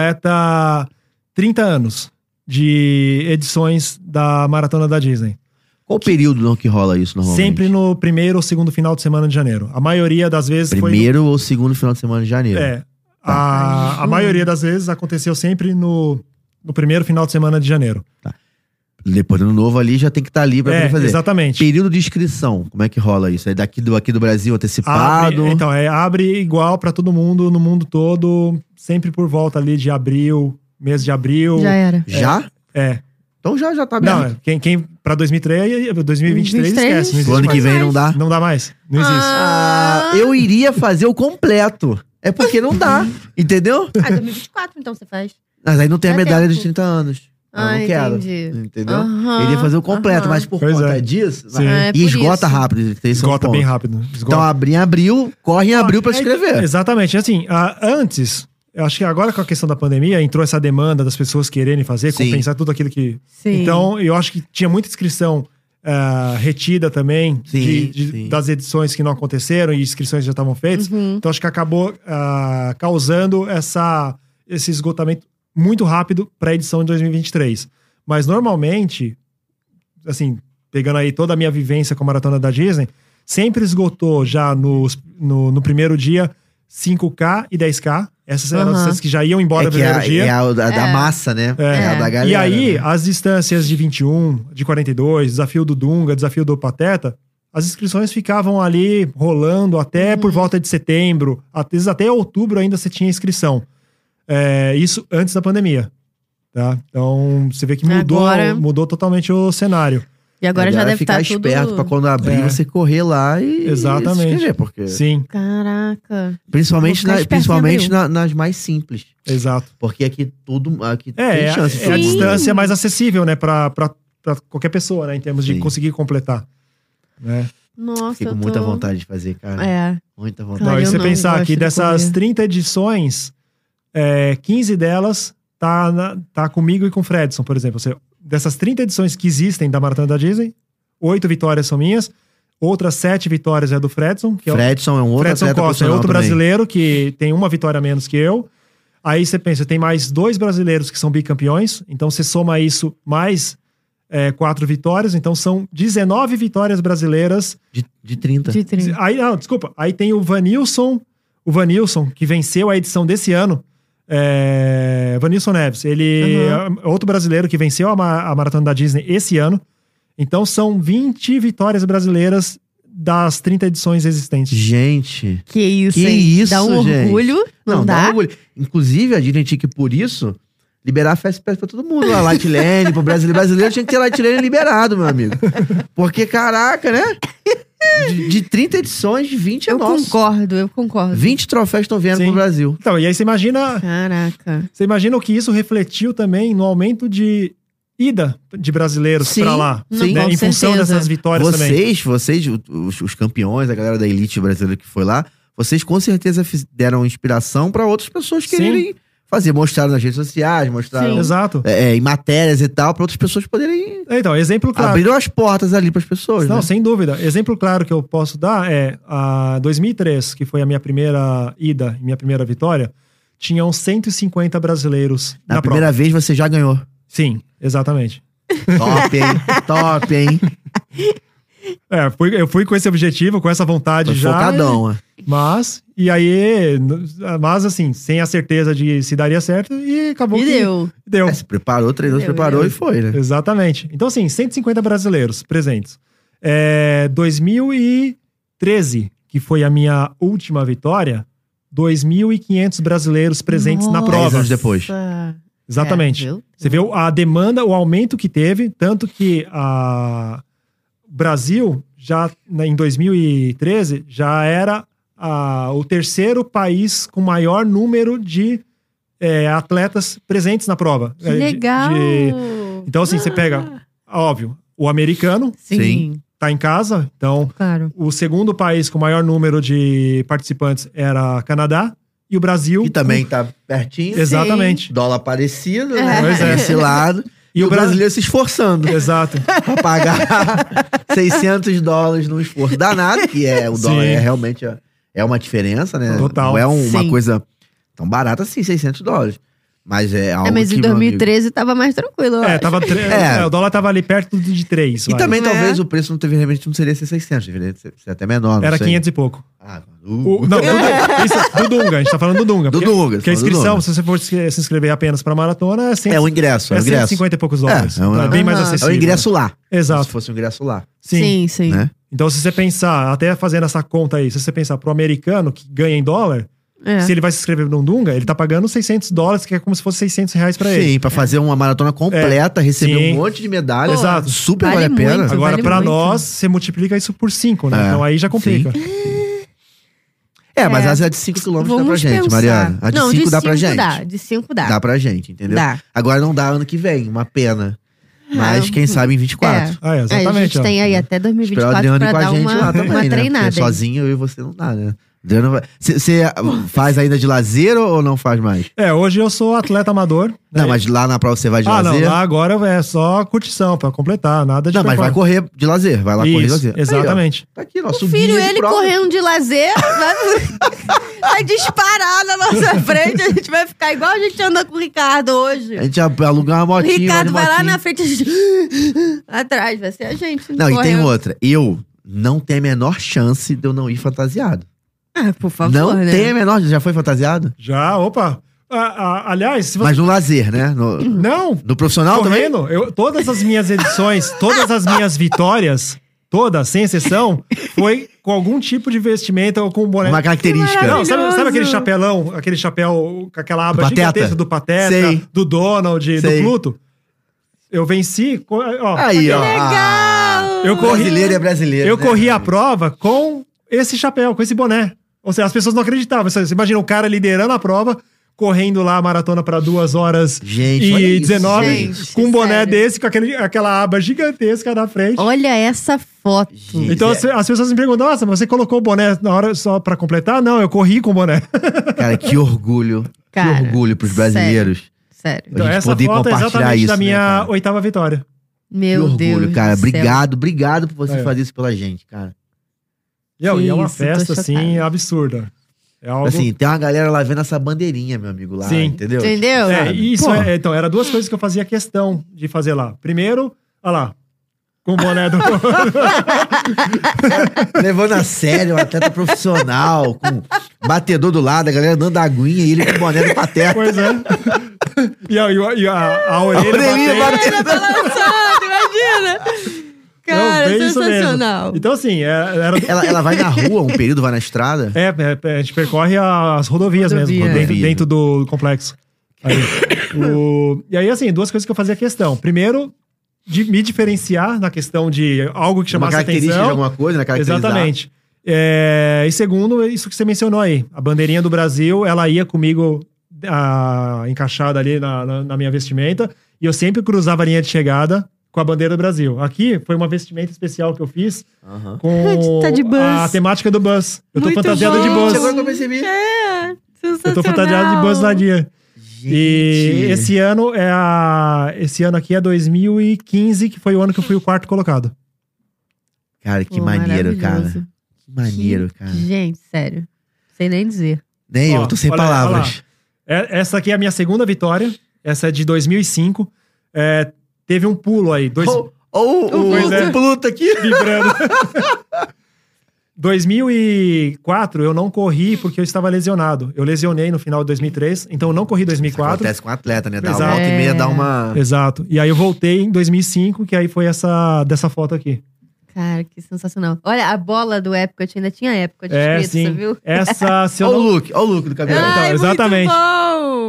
[SPEAKER 3] completa 30 anos de edições da Maratona da Disney.
[SPEAKER 2] Qual o período não que rola isso normalmente?
[SPEAKER 3] Sempre no primeiro ou segundo final de semana de janeiro. A maioria das vezes foi.
[SPEAKER 2] Primeiro ou segundo final de semana de janeiro.
[SPEAKER 3] É. A, a maioria das vezes aconteceu sempre no, no primeiro final de semana de janeiro.
[SPEAKER 2] Depois do ano novo ali já tem que estar ali pra
[SPEAKER 3] É,
[SPEAKER 2] poder fazer.
[SPEAKER 3] exatamente.
[SPEAKER 2] Período de inscrição, como é que rola isso? É daqui do, aqui do Brasil antecipado?
[SPEAKER 3] Abre, então, é, abre igual pra todo mundo, no mundo todo, sempre por volta ali de abril, mês de
[SPEAKER 2] Então,
[SPEAKER 3] abril.
[SPEAKER 1] Já era.
[SPEAKER 2] Já?
[SPEAKER 3] É.
[SPEAKER 2] Então já, já tá
[SPEAKER 3] Não,
[SPEAKER 2] aberto.
[SPEAKER 3] é, quem, quem pra 2003, 2023
[SPEAKER 1] 23,
[SPEAKER 3] esquece. Não
[SPEAKER 2] o
[SPEAKER 3] é, existe
[SPEAKER 2] ano que
[SPEAKER 3] mais.
[SPEAKER 2] vem não dá.
[SPEAKER 3] Não dá mais. Não existe.
[SPEAKER 2] Ah, eu iria fazer o completo. É porque não dá, entendeu?
[SPEAKER 1] Ah, 2024 então você faz.
[SPEAKER 2] Mas aí não tem a
[SPEAKER 1] Dá
[SPEAKER 2] medalha
[SPEAKER 1] é tempo.
[SPEAKER 2] dos 30 anos. Eu
[SPEAKER 1] Ah,
[SPEAKER 2] não quero.
[SPEAKER 1] entendi.
[SPEAKER 2] Entendeu?
[SPEAKER 1] Aham,
[SPEAKER 2] Eu iria fazer o completo,
[SPEAKER 1] aham.
[SPEAKER 2] mas por
[SPEAKER 3] Pois
[SPEAKER 2] conta
[SPEAKER 3] é.
[SPEAKER 2] disso.
[SPEAKER 3] Sim.
[SPEAKER 1] É, por
[SPEAKER 2] e esgota
[SPEAKER 1] isso.
[SPEAKER 2] rápido. esse é um
[SPEAKER 3] Esgota
[SPEAKER 2] ponto.
[SPEAKER 3] bem rápido. Esgota.
[SPEAKER 2] Então abre em abril, corre em abril pra
[SPEAKER 3] É,
[SPEAKER 2] escrever.
[SPEAKER 3] Exatamente. Assim, a- antes, eu acho que agora com a questão da pandemia, entrou essa demanda das pessoas quererem fazer,
[SPEAKER 2] Sim.
[SPEAKER 3] compensar tudo aquilo que.
[SPEAKER 1] Sim.
[SPEAKER 3] Então, eu acho que tinha muita inscrição ah, retida também
[SPEAKER 2] Sim,
[SPEAKER 3] de- de-
[SPEAKER 2] sim.
[SPEAKER 3] das edições que não aconteceram e inscrições que já estavam feitas.
[SPEAKER 1] Uhum.
[SPEAKER 3] Então, acho que acabou ah, causando essa, esse esgotamento muito rápido para a edição de 2023. Mas, normalmente, assim, pegando aí toda a minha vivência com a Maratona da Disney, sempre esgotou já nos- no, no primeiro dia 5K e 10K. Essas eram
[SPEAKER 1] Aham.
[SPEAKER 3] as que já iam embora
[SPEAKER 2] É
[SPEAKER 3] no
[SPEAKER 2] que é
[SPEAKER 3] primeiro
[SPEAKER 2] a,
[SPEAKER 3] dia.
[SPEAKER 2] é a- a da
[SPEAKER 1] É.
[SPEAKER 2] massa, né? É, a da galera.
[SPEAKER 3] E aí,
[SPEAKER 2] né?
[SPEAKER 3] as distâncias de 21, de 42, desafio do Dunga, desafio do Pateta, as inscrições ficavam ali rolando até por volta de setembro, às vezes até outubro ainda você tinha inscrição. É, isso antes da pandemia. Tá? Então, você vê que mudou,
[SPEAKER 1] Agora-
[SPEAKER 3] mudou totalmente o cenário.
[SPEAKER 1] E agora
[SPEAKER 2] A
[SPEAKER 1] já
[SPEAKER 2] galera
[SPEAKER 1] deve
[SPEAKER 2] ficar
[SPEAKER 1] estar tudo...
[SPEAKER 2] esperto pra quando abrir
[SPEAKER 3] É.
[SPEAKER 2] você correr lá e e
[SPEAKER 3] Exatamente.
[SPEAKER 2] se inscrever, porque
[SPEAKER 3] Sim,
[SPEAKER 1] Caraca. Vou
[SPEAKER 2] principalmente
[SPEAKER 1] ficar
[SPEAKER 2] na-
[SPEAKER 1] espertinha,
[SPEAKER 2] principalmente
[SPEAKER 1] viu?
[SPEAKER 2] na- nas mais simples,
[SPEAKER 3] exato.
[SPEAKER 2] porque aqui tudo aqui
[SPEAKER 3] É,
[SPEAKER 2] tem
[SPEAKER 3] é,
[SPEAKER 2] chance.
[SPEAKER 3] é a
[SPEAKER 1] Sim.
[SPEAKER 3] distância mais acessível, né, pra, pra, pra qualquer pessoa, né, em termos de
[SPEAKER 2] Sim.
[SPEAKER 3] conseguir completar. Né?
[SPEAKER 1] Nossa,
[SPEAKER 2] Fico
[SPEAKER 1] eu
[SPEAKER 2] com
[SPEAKER 1] tô...
[SPEAKER 2] muita vontade né? de fazer, cara.
[SPEAKER 1] É.
[SPEAKER 2] Muita
[SPEAKER 1] Cara,
[SPEAKER 2] vontade.
[SPEAKER 3] Não, e
[SPEAKER 1] eu
[SPEAKER 3] você
[SPEAKER 1] não
[SPEAKER 3] pensar
[SPEAKER 1] gosto
[SPEAKER 3] que
[SPEAKER 1] de
[SPEAKER 3] dessas
[SPEAKER 1] comer.
[SPEAKER 3] 30 edições, é, 15 delas tá, na- tá comigo e com o Fredson, por exemplo. Você, dessas 30 edições que existem da Maratona da Disney, oito vitórias são minhas, outras sete vitórias é do Fredson, que é o
[SPEAKER 2] Fredson é um outro
[SPEAKER 3] Fredson
[SPEAKER 2] atleta
[SPEAKER 3] Costa é
[SPEAKER 2] profissional
[SPEAKER 3] outro
[SPEAKER 2] também.
[SPEAKER 3] brasileiro que tem uma vitória a menos que eu. Aí você pensa, tem mais dois brasileiros que são bicampeões, então você soma isso mais é, quatro vitórias, então são 19 vitórias brasileiras.
[SPEAKER 2] de, de 30.
[SPEAKER 1] De 30.
[SPEAKER 3] Aí, não, desculpa, aí tem o Vanilson, o Vanilson, que venceu a edição desse ano. É, Vanilson Neves, ele é outro brasileiro que venceu a, ma- a maratona da Disney esse ano. Então são 20 vitórias brasileiras das 30 edições existentes.
[SPEAKER 2] Gente,
[SPEAKER 1] Que isso,
[SPEAKER 2] Que
[SPEAKER 1] hein? Dá
[SPEAKER 2] isso,
[SPEAKER 1] um
[SPEAKER 2] gente.
[SPEAKER 1] orgulho, não,
[SPEAKER 2] dá
[SPEAKER 1] dá?
[SPEAKER 2] orgulho. Inclusive, a Disney tinha que, por isso, liberar a Fast Pass pra todo mundo. A Light Lane, pro brasileiro. brasileiro tinha que ter Light Lane liberado, meu amigo. Porque, caraca, né? De, de 30 edições, 20 é
[SPEAKER 1] eu
[SPEAKER 2] nosso.
[SPEAKER 1] concordo, eu concordo.
[SPEAKER 2] 20 troféus estão vindo
[SPEAKER 3] Sim.
[SPEAKER 2] pro Brasil.
[SPEAKER 3] Então, e aí você imagina,
[SPEAKER 1] Caraca.
[SPEAKER 3] você imagina o que isso refletiu também no aumento de ida de brasileiros
[SPEAKER 2] Sim,
[SPEAKER 3] pra lá,
[SPEAKER 2] sim.
[SPEAKER 3] né?
[SPEAKER 1] Com
[SPEAKER 3] Em função
[SPEAKER 1] certeza.
[SPEAKER 3] dessas vitórias também.
[SPEAKER 2] Vocês, vocês, o- os, os campeões, a galera da elite brasileira que foi lá, vocês com certeza fiz- deram inspiração pra outras pessoas
[SPEAKER 3] Sim.
[SPEAKER 2] quererem fazer. Mostraram nas redes sociais, mostraram
[SPEAKER 3] Exato.
[SPEAKER 2] é, é, em matérias e tal, pra outras pessoas poderem
[SPEAKER 3] Então, exemplo claro.
[SPEAKER 2] Abriram as portas ali pras pessoas.
[SPEAKER 3] Não,
[SPEAKER 2] né?
[SPEAKER 3] sem dúvida. Exemplo claro que eu posso dar é a 2003, que foi a minha primeira ida, minha primeira vitória, tinham 150 brasileiros na,
[SPEAKER 2] Na primeira
[SPEAKER 3] prova.
[SPEAKER 2] vez você já ganhou.
[SPEAKER 3] Sim, exatamente.
[SPEAKER 2] Top, hein? Top, hein?
[SPEAKER 3] É, fui- eu fui com esse objetivo, com essa vontade
[SPEAKER 2] Tô
[SPEAKER 3] já.
[SPEAKER 2] focadão. né?
[SPEAKER 3] Mas, e aí, n- mas assim, sem a certeza de se daria certo, e acabou
[SPEAKER 1] E
[SPEAKER 3] que
[SPEAKER 1] deu.
[SPEAKER 3] deu.
[SPEAKER 2] É, se preparou, treinou, se
[SPEAKER 1] Meu
[SPEAKER 2] preparou
[SPEAKER 1] Deus.
[SPEAKER 2] e foi, né?
[SPEAKER 3] Exatamente. Então, assim, 150 brasileiros presentes. É, 2013, que foi a minha última vitória, 2.500 brasileiros presentes na
[SPEAKER 1] Nossa.
[SPEAKER 3] prova.
[SPEAKER 2] anos depois.
[SPEAKER 3] Exatamente.
[SPEAKER 1] É, viu?
[SPEAKER 3] Você viu a demanda, o aumento que teve, tanto que a o Brasil já né, em 2013 já era a- o terceiro país com maior número de é, atletas presentes na prova.
[SPEAKER 1] Que
[SPEAKER 3] É, de-
[SPEAKER 1] legal.
[SPEAKER 3] de- Então, assim, você pega- óbvio, o americano
[SPEAKER 1] Sim,
[SPEAKER 2] Sim.
[SPEAKER 3] tá em casa, então
[SPEAKER 1] claro.
[SPEAKER 3] o segundo país com maior número de participantes era Canadá e o Brasil.
[SPEAKER 2] E também tá pertinho.
[SPEAKER 3] Exatamente.
[SPEAKER 2] Dólar parecido,
[SPEAKER 1] É.
[SPEAKER 2] né?
[SPEAKER 3] Pois é.
[SPEAKER 2] Desse lado. E o
[SPEAKER 3] Bra-
[SPEAKER 2] brasileiro se esforçando
[SPEAKER 3] Exato.
[SPEAKER 2] pra pagar 600 dólares num esforço danado, que é o dólar
[SPEAKER 3] Sim.
[SPEAKER 2] é realmente é- é uma diferença, né?
[SPEAKER 3] Total.
[SPEAKER 2] Não é uma
[SPEAKER 1] Sim.
[SPEAKER 2] coisa tão barata assim, 600 dólares. Mas é algo
[SPEAKER 1] É, mas
[SPEAKER 2] que,
[SPEAKER 1] em
[SPEAKER 2] meu amigo,
[SPEAKER 1] 2013 tava mais tranquilo, eu
[SPEAKER 3] É,
[SPEAKER 1] acho.
[SPEAKER 3] tava tre-
[SPEAKER 2] É.
[SPEAKER 3] é, o dólar tava ali perto de 3.
[SPEAKER 2] E também,
[SPEAKER 1] É.
[SPEAKER 2] talvez, o preço não teve realmente não seria ser 600, deveria ser ser até menor. não
[SPEAKER 3] Era
[SPEAKER 2] sei.
[SPEAKER 3] 500 e pouco.
[SPEAKER 2] Ah,
[SPEAKER 3] O-
[SPEAKER 2] o...
[SPEAKER 3] não, do, Dunga. Isso, do Dunga, a gente tá falando do Dunga.
[SPEAKER 2] Do
[SPEAKER 3] porque,
[SPEAKER 2] Douglas.
[SPEAKER 3] porque é a
[SPEAKER 2] falando do
[SPEAKER 3] inscrição,
[SPEAKER 2] Douglas.
[SPEAKER 3] se você for se se inscrever apenas pra maratona, é, 100,
[SPEAKER 2] É o ingresso, é
[SPEAKER 3] é
[SPEAKER 2] o ingresso.
[SPEAKER 3] 150 e poucos dólares.
[SPEAKER 2] É, é um-
[SPEAKER 3] Então bem mais
[SPEAKER 1] Aham.
[SPEAKER 2] É
[SPEAKER 3] acessível.
[SPEAKER 2] o ingresso lá. Se
[SPEAKER 3] Exato.
[SPEAKER 2] fosse o ingresso lá.
[SPEAKER 3] Sim.
[SPEAKER 1] sim, sim.
[SPEAKER 2] Né?
[SPEAKER 3] Então, se você pensar, até fazendo essa conta aí, se você pensar pro americano que ganha em dólar,
[SPEAKER 1] É.
[SPEAKER 3] se ele vai se inscrever no Dunga, ele tá pagando 600 dólares, que é como se fosse 600 reais pra ele. É.
[SPEAKER 2] Sim, pra fazer uma maratona completa, receber
[SPEAKER 3] Sim.
[SPEAKER 2] um monte de medalha.
[SPEAKER 1] Pô,
[SPEAKER 3] Exato.
[SPEAKER 2] Super
[SPEAKER 1] vale
[SPEAKER 2] vale, a pena.
[SPEAKER 1] muito.
[SPEAKER 3] Agora,
[SPEAKER 1] Vale
[SPEAKER 3] pra
[SPEAKER 1] muito.
[SPEAKER 3] nós, você multiplica isso por 5, né?
[SPEAKER 2] É.
[SPEAKER 3] Então aí já complica.
[SPEAKER 2] É, mas
[SPEAKER 1] É.
[SPEAKER 2] as de 5 km dá
[SPEAKER 1] Vamos
[SPEAKER 2] pra gente,
[SPEAKER 1] pensar.
[SPEAKER 2] Mariana. A de
[SPEAKER 1] não,
[SPEAKER 2] 5 dá pra
[SPEAKER 1] cinco
[SPEAKER 2] gente.
[SPEAKER 1] Dá, de 5 dá.
[SPEAKER 2] Dá pra gente, entendeu?
[SPEAKER 1] Dá.
[SPEAKER 2] Agora não dá ano que vem, uma pena. Mas
[SPEAKER 1] Ah,
[SPEAKER 2] quem sabe em 24.
[SPEAKER 3] Ah, é,
[SPEAKER 1] É, a
[SPEAKER 3] exatamente.
[SPEAKER 1] gente
[SPEAKER 3] ó.
[SPEAKER 1] tem aí até
[SPEAKER 2] Esperar o
[SPEAKER 1] 2024
[SPEAKER 2] Adriano
[SPEAKER 1] pra
[SPEAKER 2] ir com a
[SPEAKER 1] dar
[SPEAKER 2] gente
[SPEAKER 1] uma,
[SPEAKER 2] lá também,
[SPEAKER 1] uma
[SPEAKER 2] né?
[SPEAKER 1] treinada.
[SPEAKER 2] Porque
[SPEAKER 1] hein?
[SPEAKER 2] sozinho eu e você não dá, né? Adriano vai... Você faz ainda de lazer ou ou não faz mais?
[SPEAKER 3] É, hoje eu sou atleta amador. né?
[SPEAKER 2] Não, mas lá na prova você vai de
[SPEAKER 3] ah, não,
[SPEAKER 2] lazer?
[SPEAKER 3] lá agora é só curtição, pra completar, nada de
[SPEAKER 2] Não, mas vai
[SPEAKER 3] performance.
[SPEAKER 2] correr de lazer. Vai lá correr de
[SPEAKER 3] Isso,
[SPEAKER 2] lazer. Aí, ó,
[SPEAKER 3] Exatamente.
[SPEAKER 2] tá aqui, nosso
[SPEAKER 1] O filho,
[SPEAKER 2] guia de
[SPEAKER 1] ele
[SPEAKER 2] prova.
[SPEAKER 1] correndo de lazer, vai, vai disparar na nossa frente. A gente vai ficar igual a gente anda com o Ricardo hoje.
[SPEAKER 2] A gente alugar uma
[SPEAKER 1] O
[SPEAKER 2] motinha.
[SPEAKER 1] Ricardo
[SPEAKER 2] vai
[SPEAKER 1] vai
[SPEAKER 2] de
[SPEAKER 1] lá
[SPEAKER 2] motinha.
[SPEAKER 1] na frente, a gente... Atrás, vai ser a gente.
[SPEAKER 2] Não, e tem
[SPEAKER 1] correndo.
[SPEAKER 2] outra. Eu não tenho a menor chance de eu não ir fantasiado.
[SPEAKER 1] Ah, por favor,
[SPEAKER 2] não
[SPEAKER 1] né?
[SPEAKER 2] tem a menor. Já foi fantasiado?
[SPEAKER 3] Já, opa. Ah, ah, aliás, se você.
[SPEAKER 2] Mas no lazer, né? No,
[SPEAKER 3] Não,
[SPEAKER 2] no profissional também?
[SPEAKER 3] correndo, Ah, tá eu, todas as minhas edições, todas as minhas vitórias, todas, sem exceção, foi com algum tipo de vestimenta ou com um boné.
[SPEAKER 2] Uma característica.
[SPEAKER 3] Não, sabe, sabe
[SPEAKER 1] Maravilhoso.
[SPEAKER 3] aquele chapelão, aquele chapéu com aquela aba
[SPEAKER 2] Do Pateta?
[SPEAKER 3] gigantesca do Pateta,
[SPEAKER 2] Sei.
[SPEAKER 3] do Donald,
[SPEAKER 2] Sei.
[SPEAKER 3] do Pluto? Eu venci. co- Ó,
[SPEAKER 2] Aí, ó.
[SPEAKER 1] legal!
[SPEAKER 2] Ah,
[SPEAKER 3] Eu corri-
[SPEAKER 2] Brasileiro é brasileiro.
[SPEAKER 3] Eu
[SPEAKER 2] né,
[SPEAKER 3] corri a
[SPEAKER 2] cara?
[SPEAKER 3] prova com esse chapéu, com esse boné. Ou seja, as pessoas não acreditavam. Você imagina o cara liderando a prova, correndo lá a maratona para duas horas
[SPEAKER 2] Gente, olha
[SPEAKER 3] e
[SPEAKER 2] isso,
[SPEAKER 3] 19,
[SPEAKER 1] gente,
[SPEAKER 3] com um boné
[SPEAKER 1] sério.
[SPEAKER 3] desse, com aquele, aquela aba gigantesca na frente.
[SPEAKER 1] Olha essa foto.
[SPEAKER 2] Gente.
[SPEAKER 3] Então
[SPEAKER 2] é.
[SPEAKER 3] as, as pessoas me perguntam, nossa, mas você colocou o boné na hora só pra completar? Não, eu corri com o boné.
[SPEAKER 2] Cara, que orgulho.
[SPEAKER 1] Cara,
[SPEAKER 2] que orgulho pros brasileiros.
[SPEAKER 1] Sério.
[SPEAKER 3] Então,
[SPEAKER 2] gente poder compartilhar isso,
[SPEAKER 3] é da
[SPEAKER 2] né,
[SPEAKER 3] minha
[SPEAKER 2] cara?
[SPEAKER 3] oitava vitória.
[SPEAKER 2] Que
[SPEAKER 1] Meu
[SPEAKER 2] orgulho,
[SPEAKER 1] Deus.
[SPEAKER 2] cara.
[SPEAKER 1] do céu.
[SPEAKER 2] Obrigado, obrigado por você
[SPEAKER 3] É.
[SPEAKER 2] fazer isso pela gente, cara.
[SPEAKER 3] E é-
[SPEAKER 1] Que
[SPEAKER 3] e é uma
[SPEAKER 1] isso, tô
[SPEAKER 3] festa, assim,
[SPEAKER 1] chocada.
[SPEAKER 3] absurda. É algo...
[SPEAKER 2] Assim, tem uma galera lá vendo essa bandeirinha, meu amigo, lá,
[SPEAKER 3] Sim.
[SPEAKER 2] entendeu?
[SPEAKER 1] Entendeu?
[SPEAKER 3] É,
[SPEAKER 2] sabe?
[SPEAKER 3] isso.
[SPEAKER 2] Porra.
[SPEAKER 3] é- então, era duas coisas que eu fazia questão de fazer lá. Primeiro, olha lá, com o boné do...
[SPEAKER 2] Levando a sério, um atleta profissional, com batedor do lado, a galera dando aguinha e ele com o boné do pateta.
[SPEAKER 3] pois é. E a, e a- e a- a orelha,
[SPEAKER 2] orelhinha
[SPEAKER 3] batendo.
[SPEAKER 1] Imagina balançando, imagina. Cara,
[SPEAKER 3] Não, bem isso mesmo.
[SPEAKER 1] sensacional.
[SPEAKER 3] Então, assim, é- era...
[SPEAKER 2] Ela, ela vai na rua um período, vai na estrada.
[SPEAKER 3] É, é, é, a gente percorre as rodovias mesmo,
[SPEAKER 1] Rodovia.
[SPEAKER 3] dentro,
[SPEAKER 2] Rodovia.
[SPEAKER 3] dentro do complexo. Aí, o- e aí, assim, duas coisas que eu fazia questão. Primeiro, de me diferenciar na questão de algo que
[SPEAKER 2] uma
[SPEAKER 3] chamasse
[SPEAKER 2] característica de
[SPEAKER 3] atenção.
[SPEAKER 2] alguma coisa, né? Caracterizar.
[SPEAKER 3] Exatamente. É, e segundo, isso que você mencionou aí. A bandeirinha do Brasil, ela ia comigo ah, encaixada ali na, na- na minha vestimenta. E eu sempre cruzava a linha de chegada com a bandeira do Brasil. Aqui foi uma vestimenta especial que eu fiz
[SPEAKER 2] Aham.
[SPEAKER 3] com
[SPEAKER 1] Tá de Buzz.
[SPEAKER 3] a temática do Buzz. Eu tô
[SPEAKER 1] Muito
[SPEAKER 3] fantasiado de
[SPEAKER 1] bom.
[SPEAKER 3] Buzz.
[SPEAKER 2] Gente, Agora que eu percebi.
[SPEAKER 1] É, sensacional.
[SPEAKER 3] Eu tô fantasiado de Buzz Lightyear. E
[SPEAKER 2] Gente.
[SPEAKER 3] esse ano é a... Esse ano aqui é 2015, que foi o ano que eu fui o quarto colocado.
[SPEAKER 2] Cara, que
[SPEAKER 1] Pô,
[SPEAKER 2] maneiro, cara.
[SPEAKER 1] maravilhoso.
[SPEAKER 2] Que maneiro, cara.
[SPEAKER 1] Gente, sério. Sem nem dizer.
[SPEAKER 2] Nem
[SPEAKER 3] Ó,
[SPEAKER 2] eu, tô sem
[SPEAKER 3] olha-
[SPEAKER 2] palavras.
[SPEAKER 3] É- essa aqui é a minha segunda vitória. Essa é de 2005. É, teve um pulo aí. Dois,
[SPEAKER 2] Olha o o-
[SPEAKER 3] Pois é.
[SPEAKER 2] o Pluto aqui.
[SPEAKER 3] Vibrando. 2004 eu não corri porque eu estava lesionado. Eu lesionei no final de 2003, então eu não corri em 2004.
[SPEAKER 2] Acontece com atleta, né? Dá
[SPEAKER 3] Exato.
[SPEAKER 2] uma volta e
[SPEAKER 1] É.
[SPEAKER 2] meia, dá uma.
[SPEAKER 3] Exato. E aí eu voltei em 2005, que aí foi essa dessa foto aqui.
[SPEAKER 1] Cara, que sensacional. Olha, a bola do Epcot ainda tinha Epcot
[SPEAKER 3] É,
[SPEAKER 1] escrito, você
[SPEAKER 3] sim.
[SPEAKER 1] viu?
[SPEAKER 3] Essa, se eu
[SPEAKER 2] Olha o
[SPEAKER 3] não,
[SPEAKER 2] look, olha o look do cabelo.
[SPEAKER 3] então,
[SPEAKER 1] Ai,
[SPEAKER 3] exatamente.
[SPEAKER 1] Muito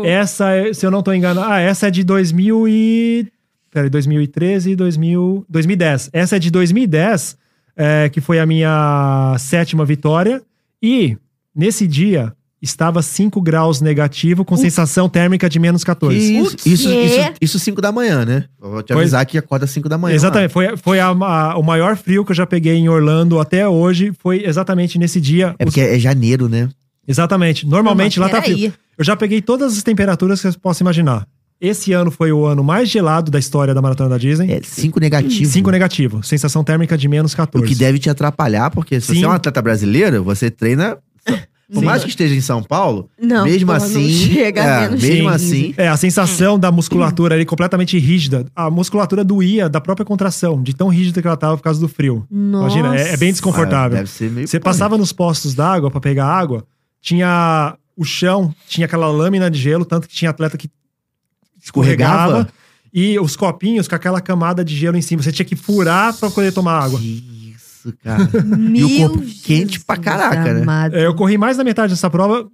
[SPEAKER 1] bom.
[SPEAKER 3] essa, é- se eu não tô enganado, ah, essa é de 2000 e peraí, 2013 e 2000, 2010. Essa é de 2010, é, que foi a minha sétima vitória e nesse dia estava 5 graus negativo com sensação térmica de menos
[SPEAKER 2] Que
[SPEAKER 3] 14.
[SPEAKER 2] isso,
[SPEAKER 1] quê?
[SPEAKER 2] isso, isso, isso 5 da manhã, né? Eu vou te
[SPEAKER 3] Pois-
[SPEAKER 2] avisar que acorda 5 da manhã.
[SPEAKER 3] Exatamente, foi, foi a- a- o maior frio que eu já peguei em Orlando até hoje, foi exatamente nesse dia.
[SPEAKER 2] É porque é janeiro, né?
[SPEAKER 3] Exatamente, normalmente
[SPEAKER 1] Não,
[SPEAKER 3] lá
[SPEAKER 1] mas
[SPEAKER 3] tá frio.
[SPEAKER 1] peraí.
[SPEAKER 3] Eu já peguei todas as temperaturas que eu posso imaginar. Esse ano foi o ano mais gelado da história da Maratona da Disney.
[SPEAKER 2] É 5 negativo.
[SPEAKER 3] 5 negativo, sensação térmica de menos
[SPEAKER 2] O
[SPEAKER 3] 14.
[SPEAKER 2] que deve te atrapalhar, porque se
[SPEAKER 3] Sim.
[SPEAKER 2] você é um atleta brasileiro, você treina. Por mais que esteja em São Paulo,
[SPEAKER 1] Não,
[SPEAKER 2] mesmo
[SPEAKER 1] porra, não
[SPEAKER 2] assim.
[SPEAKER 1] chega a
[SPEAKER 2] é,
[SPEAKER 1] menos de
[SPEAKER 2] mesmo
[SPEAKER 1] 15.
[SPEAKER 2] assim.
[SPEAKER 3] É, a sensação da musculatura ali completamente rígida. A musculatura doía da própria contração, de tão rígida que ela tava por causa do frio.
[SPEAKER 1] Nossa.
[SPEAKER 3] Imagina, é, é bem
[SPEAKER 2] ah,
[SPEAKER 3] desconfortável.
[SPEAKER 2] Deve ser meio.
[SPEAKER 3] Você passava nos postos d'água pra pegar água, tinha o chão, tinha aquela lâmina de gelo, tanto que tinha atleta que escorregava.
[SPEAKER 2] Escorregava?
[SPEAKER 3] E os copinhos com aquela camada de gelo em cima. Você tinha que furar pra poder tomar água.
[SPEAKER 2] Isso, cara.
[SPEAKER 1] Meu
[SPEAKER 2] o corpo quente pra
[SPEAKER 1] Jesus
[SPEAKER 2] caraca, né?
[SPEAKER 1] amado.
[SPEAKER 3] É, eu corri mais da metade dessa prova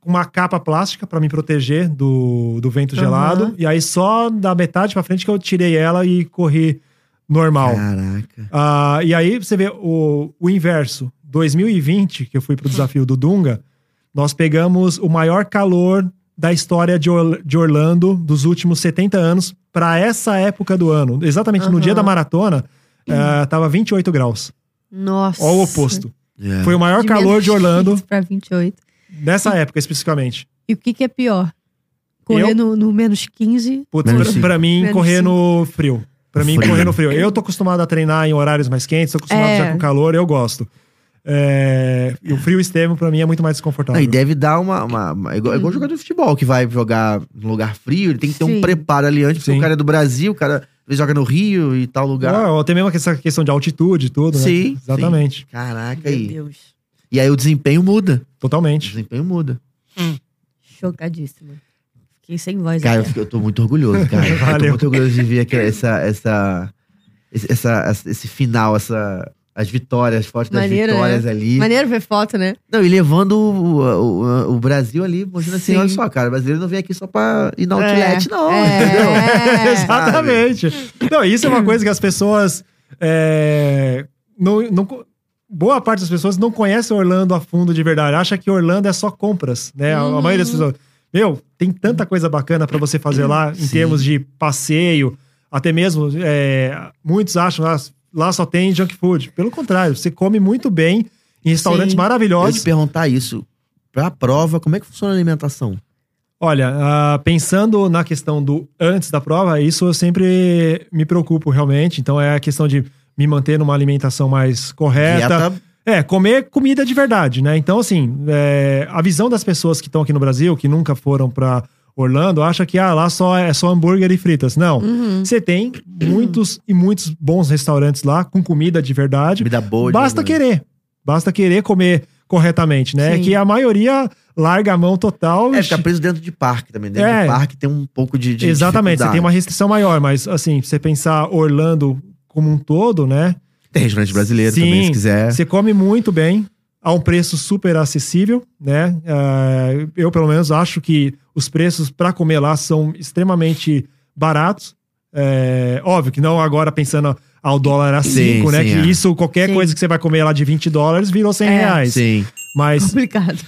[SPEAKER 3] com uma capa plástica pra me proteger do, do vento
[SPEAKER 1] Aham.
[SPEAKER 3] gelado. E aí só da metade pra frente que eu tirei ela e corri normal.
[SPEAKER 1] É.
[SPEAKER 2] Caraca.
[SPEAKER 3] Ah, e aí você vê o, o inverso. 2020, que eu fui pro desafio do Dunga, nós pegamos o maior calor da história de, Or- de Orlando dos últimos 70 anos pra essa época do ano. Exatamente no
[SPEAKER 1] Aham.
[SPEAKER 3] dia da maratona, ah, tava 28 graus.
[SPEAKER 1] Nossa.
[SPEAKER 3] Ó o oposto.
[SPEAKER 2] É.
[SPEAKER 3] Foi o maior
[SPEAKER 1] De
[SPEAKER 3] calor
[SPEAKER 1] menos
[SPEAKER 3] de Orlando
[SPEAKER 1] 15 Pra 28.
[SPEAKER 3] Nessa época, especificamente.
[SPEAKER 1] E o que, que é pior? Correr
[SPEAKER 3] Eu-
[SPEAKER 1] no, no menos 15?
[SPEAKER 3] Putz,
[SPEAKER 2] Menos
[SPEAKER 3] pra,
[SPEAKER 2] cinco.
[SPEAKER 3] pra mim,
[SPEAKER 1] Menos
[SPEAKER 3] correr
[SPEAKER 1] cinco.
[SPEAKER 3] no frio. Pra mim,
[SPEAKER 2] Frio.
[SPEAKER 3] correr no frio. Eu tô acostumado a treinar em horários mais quentes, tô acostumado
[SPEAKER 1] É.
[SPEAKER 3] já com calor, eu gosto. É, e o frio extremo, pra mim, é muito mais
[SPEAKER 2] Não,
[SPEAKER 3] desconfortável.
[SPEAKER 2] e deve dar uma. uma- uma- é igual, é igual jogador de futebol que vai jogar num lugar frio, ele tem que ter
[SPEAKER 1] Uhum. Sim.
[SPEAKER 2] um preparo ali antes, porque
[SPEAKER 3] Sim.
[SPEAKER 2] o cara é do Brasil, o cara às vezes joga no Rio e tal lugar.
[SPEAKER 3] Ou até Ah, mesmo essa questão de altitude e tudo, né?
[SPEAKER 2] Sim,
[SPEAKER 3] Exatamente.
[SPEAKER 2] Caraca,
[SPEAKER 1] Meu
[SPEAKER 2] aí.
[SPEAKER 1] Deus.
[SPEAKER 2] E aí o desempenho muda. O
[SPEAKER 3] Totalmente.
[SPEAKER 2] desempenho muda.
[SPEAKER 1] Chocadíssima. Fiquei sem voz.
[SPEAKER 2] Cara, eu,
[SPEAKER 1] aqui.
[SPEAKER 2] fico- eu tô muito orgulhoso, cara. Eu tô
[SPEAKER 3] Valeu.
[SPEAKER 2] muito orgulhoso de ver aquela- essa, essa, esse, essa- essa- esse final, essa, as vitórias, as fotos
[SPEAKER 1] Maneiro, né?
[SPEAKER 2] das vitórias ali.
[SPEAKER 1] Maneiro ver foto, né?
[SPEAKER 2] Não, e levando o, o- o Brasil ali, mostrando assim,
[SPEAKER 1] Sim.
[SPEAKER 2] olha só, cara, o brasileiro não vem aqui só pra ir na outlet,
[SPEAKER 1] É.
[SPEAKER 2] não,
[SPEAKER 1] É.
[SPEAKER 2] Oh, entendeu?
[SPEAKER 1] É.
[SPEAKER 3] Exatamente. Não, isso é uma coisa que as pessoas é, não, não co- boa parte das pessoas não conhece Orlando a fundo de verdade. Acha que Orlando é só compras, né? A- A
[SPEAKER 1] Uhum.
[SPEAKER 3] maioria das pessoas. Meu, tem tanta coisa bacana pra você fazer lá em
[SPEAKER 2] Sim.
[SPEAKER 3] termos de passeio. Até mesmo, é, muitos acham que lá só tem junk food. Pelo contrário, você come muito bem em
[SPEAKER 1] Sim.
[SPEAKER 2] Eu
[SPEAKER 3] restaurantes
[SPEAKER 2] ia te
[SPEAKER 3] maravilhosos.
[SPEAKER 2] perguntar isso. Pra prova, como é que funciona a alimentação?
[SPEAKER 3] Olha, ah, pensando na questão do antes da prova, isso eu sempre me preocupo realmente. Então é a questão de me manter numa alimentação mais correta.
[SPEAKER 2] Dieta,
[SPEAKER 3] É, comer comida de verdade, né? Então, assim, é, a visão das pessoas que estão aqui no Brasil, que nunca foram pra Orlando, acha que ah, lá só é só hambúrguer e fritas. Não.
[SPEAKER 1] Uhum.
[SPEAKER 3] Você tem muitos e muitos bons restaurantes lá com comida de verdade.
[SPEAKER 2] comida boa. de
[SPEAKER 3] Basta
[SPEAKER 2] verdade.
[SPEAKER 3] querer. Basta querer comer corretamente, né?
[SPEAKER 1] Sim.
[SPEAKER 3] Que a maioria larga a mão total.
[SPEAKER 2] É, ficar preso dentro de parque também. Dentro
[SPEAKER 3] É.
[SPEAKER 2] de parque tem um pouco de. de
[SPEAKER 3] Exatamente, você tem uma
[SPEAKER 2] dificuldade.
[SPEAKER 3] restrição maior, mas assim, você pensar Orlando como um todo, né?
[SPEAKER 2] Tem restaurante brasileiro
[SPEAKER 3] Sim.
[SPEAKER 2] também, se quiser.
[SPEAKER 3] Você come muito bem, a um preço super acessível, né? Ah, eu, pelo menos, acho que os preços para comer lá são extremamente baratos. É, óbvio que não agora pensando ao dólar a
[SPEAKER 2] Sim,
[SPEAKER 3] 5, né?
[SPEAKER 2] sim,
[SPEAKER 3] que
[SPEAKER 2] é.
[SPEAKER 3] isso, qualquer
[SPEAKER 1] Sim.
[SPEAKER 3] coisa que você vai comer lá de 20 dólares virou 100
[SPEAKER 1] É.
[SPEAKER 3] reais.
[SPEAKER 2] Sim.
[SPEAKER 3] Mas
[SPEAKER 1] Complicado.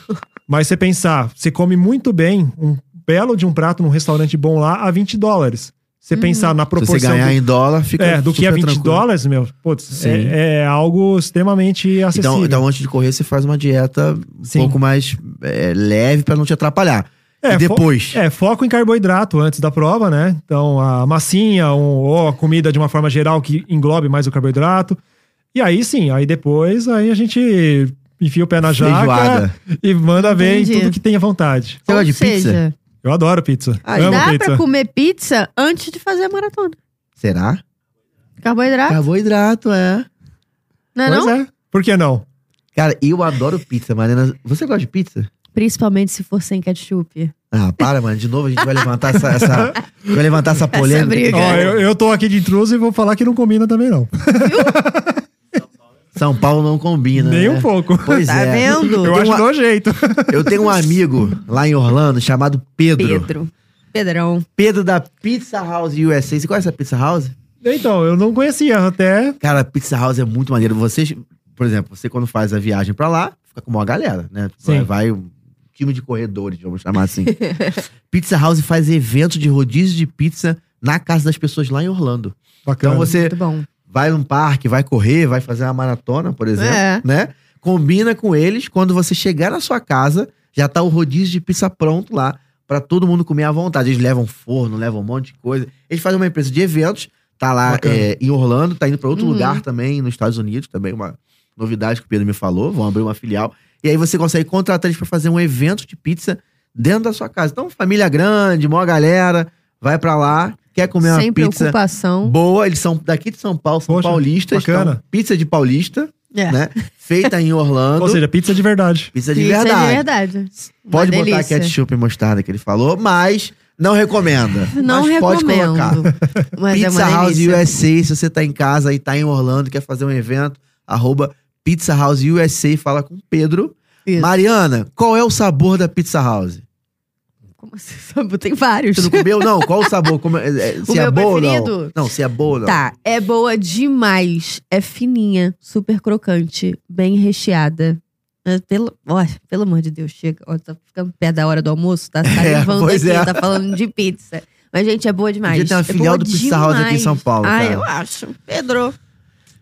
[SPEAKER 3] mas você pensar, você come muito bem um belo de um prato num restaurante bom lá a 20 dólares. Você
[SPEAKER 1] Uhum.
[SPEAKER 3] pensar na
[SPEAKER 2] Se você
[SPEAKER 3] proporção
[SPEAKER 2] ganhar
[SPEAKER 3] do,
[SPEAKER 2] em dólar, fica.
[SPEAKER 3] é, do que
[SPEAKER 2] super
[SPEAKER 3] a 20
[SPEAKER 2] tranquilo.
[SPEAKER 3] dólares, meu, putz,
[SPEAKER 2] Sim.
[SPEAKER 3] é, é algo extremamente acessível.
[SPEAKER 2] Então, então, antes de correr, você faz uma dieta um
[SPEAKER 3] Sim.
[SPEAKER 2] pouco mais é, leve pra não te atrapalhar.
[SPEAKER 3] É,
[SPEAKER 2] e depois.
[SPEAKER 3] É, foco em carboidrato antes da prova, né? Então, a massinha um- ou a comida de uma forma geral que englobe mais o carboidrato. E aí sim, aí depois aí a gente enfia o pé na jaca
[SPEAKER 2] Feijoada.
[SPEAKER 3] e manda ver em
[SPEAKER 1] Entendi.
[SPEAKER 3] tudo que tem à vontade.
[SPEAKER 2] Você gosta
[SPEAKER 1] Ou
[SPEAKER 2] de pizza? Ah,
[SPEAKER 1] seja,
[SPEAKER 3] Eu adoro pizza.
[SPEAKER 2] Aí
[SPEAKER 3] Amo
[SPEAKER 1] Ah, dá
[SPEAKER 3] pizza.
[SPEAKER 1] pra comer pizza antes de fazer a maratona.
[SPEAKER 2] Será?
[SPEAKER 1] Carboidrato,
[SPEAKER 2] Carboidrato, é.
[SPEAKER 1] não é
[SPEAKER 3] pois
[SPEAKER 1] Ah. não?
[SPEAKER 3] é. Por que não?
[SPEAKER 2] Cara, eu adoro pizza, Marina. Você gosta de pizza?
[SPEAKER 1] Principalmente se for sem ketchup.
[SPEAKER 2] Ah, para, mano. De novo a gente vai levantar essa, essa- vai levantar essa polêmica.
[SPEAKER 1] briga.
[SPEAKER 3] Ó, eu, eu tô aqui de intruso e vou falar que não combina também, não.
[SPEAKER 2] São Paulo não combina.
[SPEAKER 3] Nem
[SPEAKER 2] né?
[SPEAKER 3] um pouco.
[SPEAKER 2] Pois
[SPEAKER 1] tá
[SPEAKER 2] é.
[SPEAKER 1] vendo?
[SPEAKER 3] Eu
[SPEAKER 2] Tem
[SPEAKER 3] acho
[SPEAKER 2] uma-
[SPEAKER 3] nojento.
[SPEAKER 2] Eu tenho um amigo lá em Orlando chamado Pedro. Pedro,
[SPEAKER 1] Pedro. Pedrão.
[SPEAKER 2] da Pizza House USA. Você conhece a Pizza House?
[SPEAKER 3] Então, eu não conhecia até.
[SPEAKER 2] Cara, a Pizza House é muito maneiro. Vocês, por exemplo, você quando faz a viagem pra lá, fica com uma galera, né? Tipo,
[SPEAKER 3] Sim.
[SPEAKER 2] Vai um time de corredores, vamos chamar assim. pizza House faz evento de rodízio de pizza na casa das pessoas lá em Orlando. Então
[SPEAKER 3] Bacana.
[SPEAKER 2] você
[SPEAKER 1] Muito bom.
[SPEAKER 2] vai num parque, vai correr, vai fazer uma maratona, por exemplo,
[SPEAKER 1] É.
[SPEAKER 2] né? Combina com eles, quando você chegar na sua casa, já tá o rodízio de pizza pronto lá, pra todo mundo comer à vontade. Eles levam forno, levam um monte de coisa. Eles fazem uma empresa de eventos, tá lá
[SPEAKER 3] Bacana.
[SPEAKER 2] é, em Orlando, tá indo pra outro
[SPEAKER 1] Uhum.
[SPEAKER 2] lugar também, nos Estados Unidos, também uma novidade que o Pedro me falou, vão abrir uma filial. E aí você consegue contratar eles pra fazer um evento de pizza dentro da sua casa. Então, família grande, maior galera, vai pra lá, quer comer
[SPEAKER 1] sem
[SPEAKER 2] uma pizza
[SPEAKER 1] preocupação.
[SPEAKER 2] Boa, eles são daqui de São Paulo, são
[SPEAKER 3] Poxa,
[SPEAKER 2] paulistas.
[SPEAKER 3] bacana.
[SPEAKER 2] então, pizza de paulista,
[SPEAKER 1] É.
[SPEAKER 2] né? Feita em Orlando.
[SPEAKER 3] Ou seja, pizza de verdade.
[SPEAKER 2] pizza de
[SPEAKER 1] Pizza é
[SPEAKER 2] verdade.
[SPEAKER 1] de verdade. Uma
[SPEAKER 2] Pode botar
[SPEAKER 1] delícia.
[SPEAKER 2] ketchup e mostarda que ele falou, mas não recomenda.
[SPEAKER 1] Não
[SPEAKER 2] mas pode colocar.
[SPEAKER 1] recomendo. Mas é
[SPEAKER 2] Pizza
[SPEAKER 1] uma
[SPEAKER 2] House
[SPEAKER 1] delícia.
[SPEAKER 2] USA, se você tá em casa e tá em Orlando, quer fazer um evento, arroba Pizza House USA, fala com o Pedro.
[SPEAKER 1] Isso.
[SPEAKER 2] Mariana, qual é o sabor da Pizza House?
[SPEAKER 1] Como assim, sabe? Tem vários.
[SPEAKER 2] Você não comeu, não? Qual o sabor? Como é- é- se
[SPEAKER 1] O
[SPEAKER 2] é
[SPEAKER 1] meu
[SPEAKER 2] boa ou não?
[SPEAKER 1] preferido?
[SPEAKER 2] Não, se é boa ou não.
[SPEAKER 1] Tá, é boa demais. É fininha, super crocante, bem recheada. É, Pelo, ó, pelo amor de Deus, chega. Ó, tá ficando perto da hora do almoço, tá salivando
[SPEAKER 2] pois
[SPEAKER 1] aqui,
[SPEAKER 2] é.
[SPEAKER 1] tá falando de pizza. Mas, gente, é boa demais.
[SPEAKER 2] Podia ter uma
[SPEAKER 1] é
[SPEAKER 2] filial
[SPEAKER 1] boa
[SPEAKER 2] do Pizza House aqui em
[SPEAKER 1] demais.
[SPEAKER 2] São Paulo,
[SPEAKER 1] Ah,
[SPEAKER 2] cara.
[SPEAKER 1] eu acho. Pedro.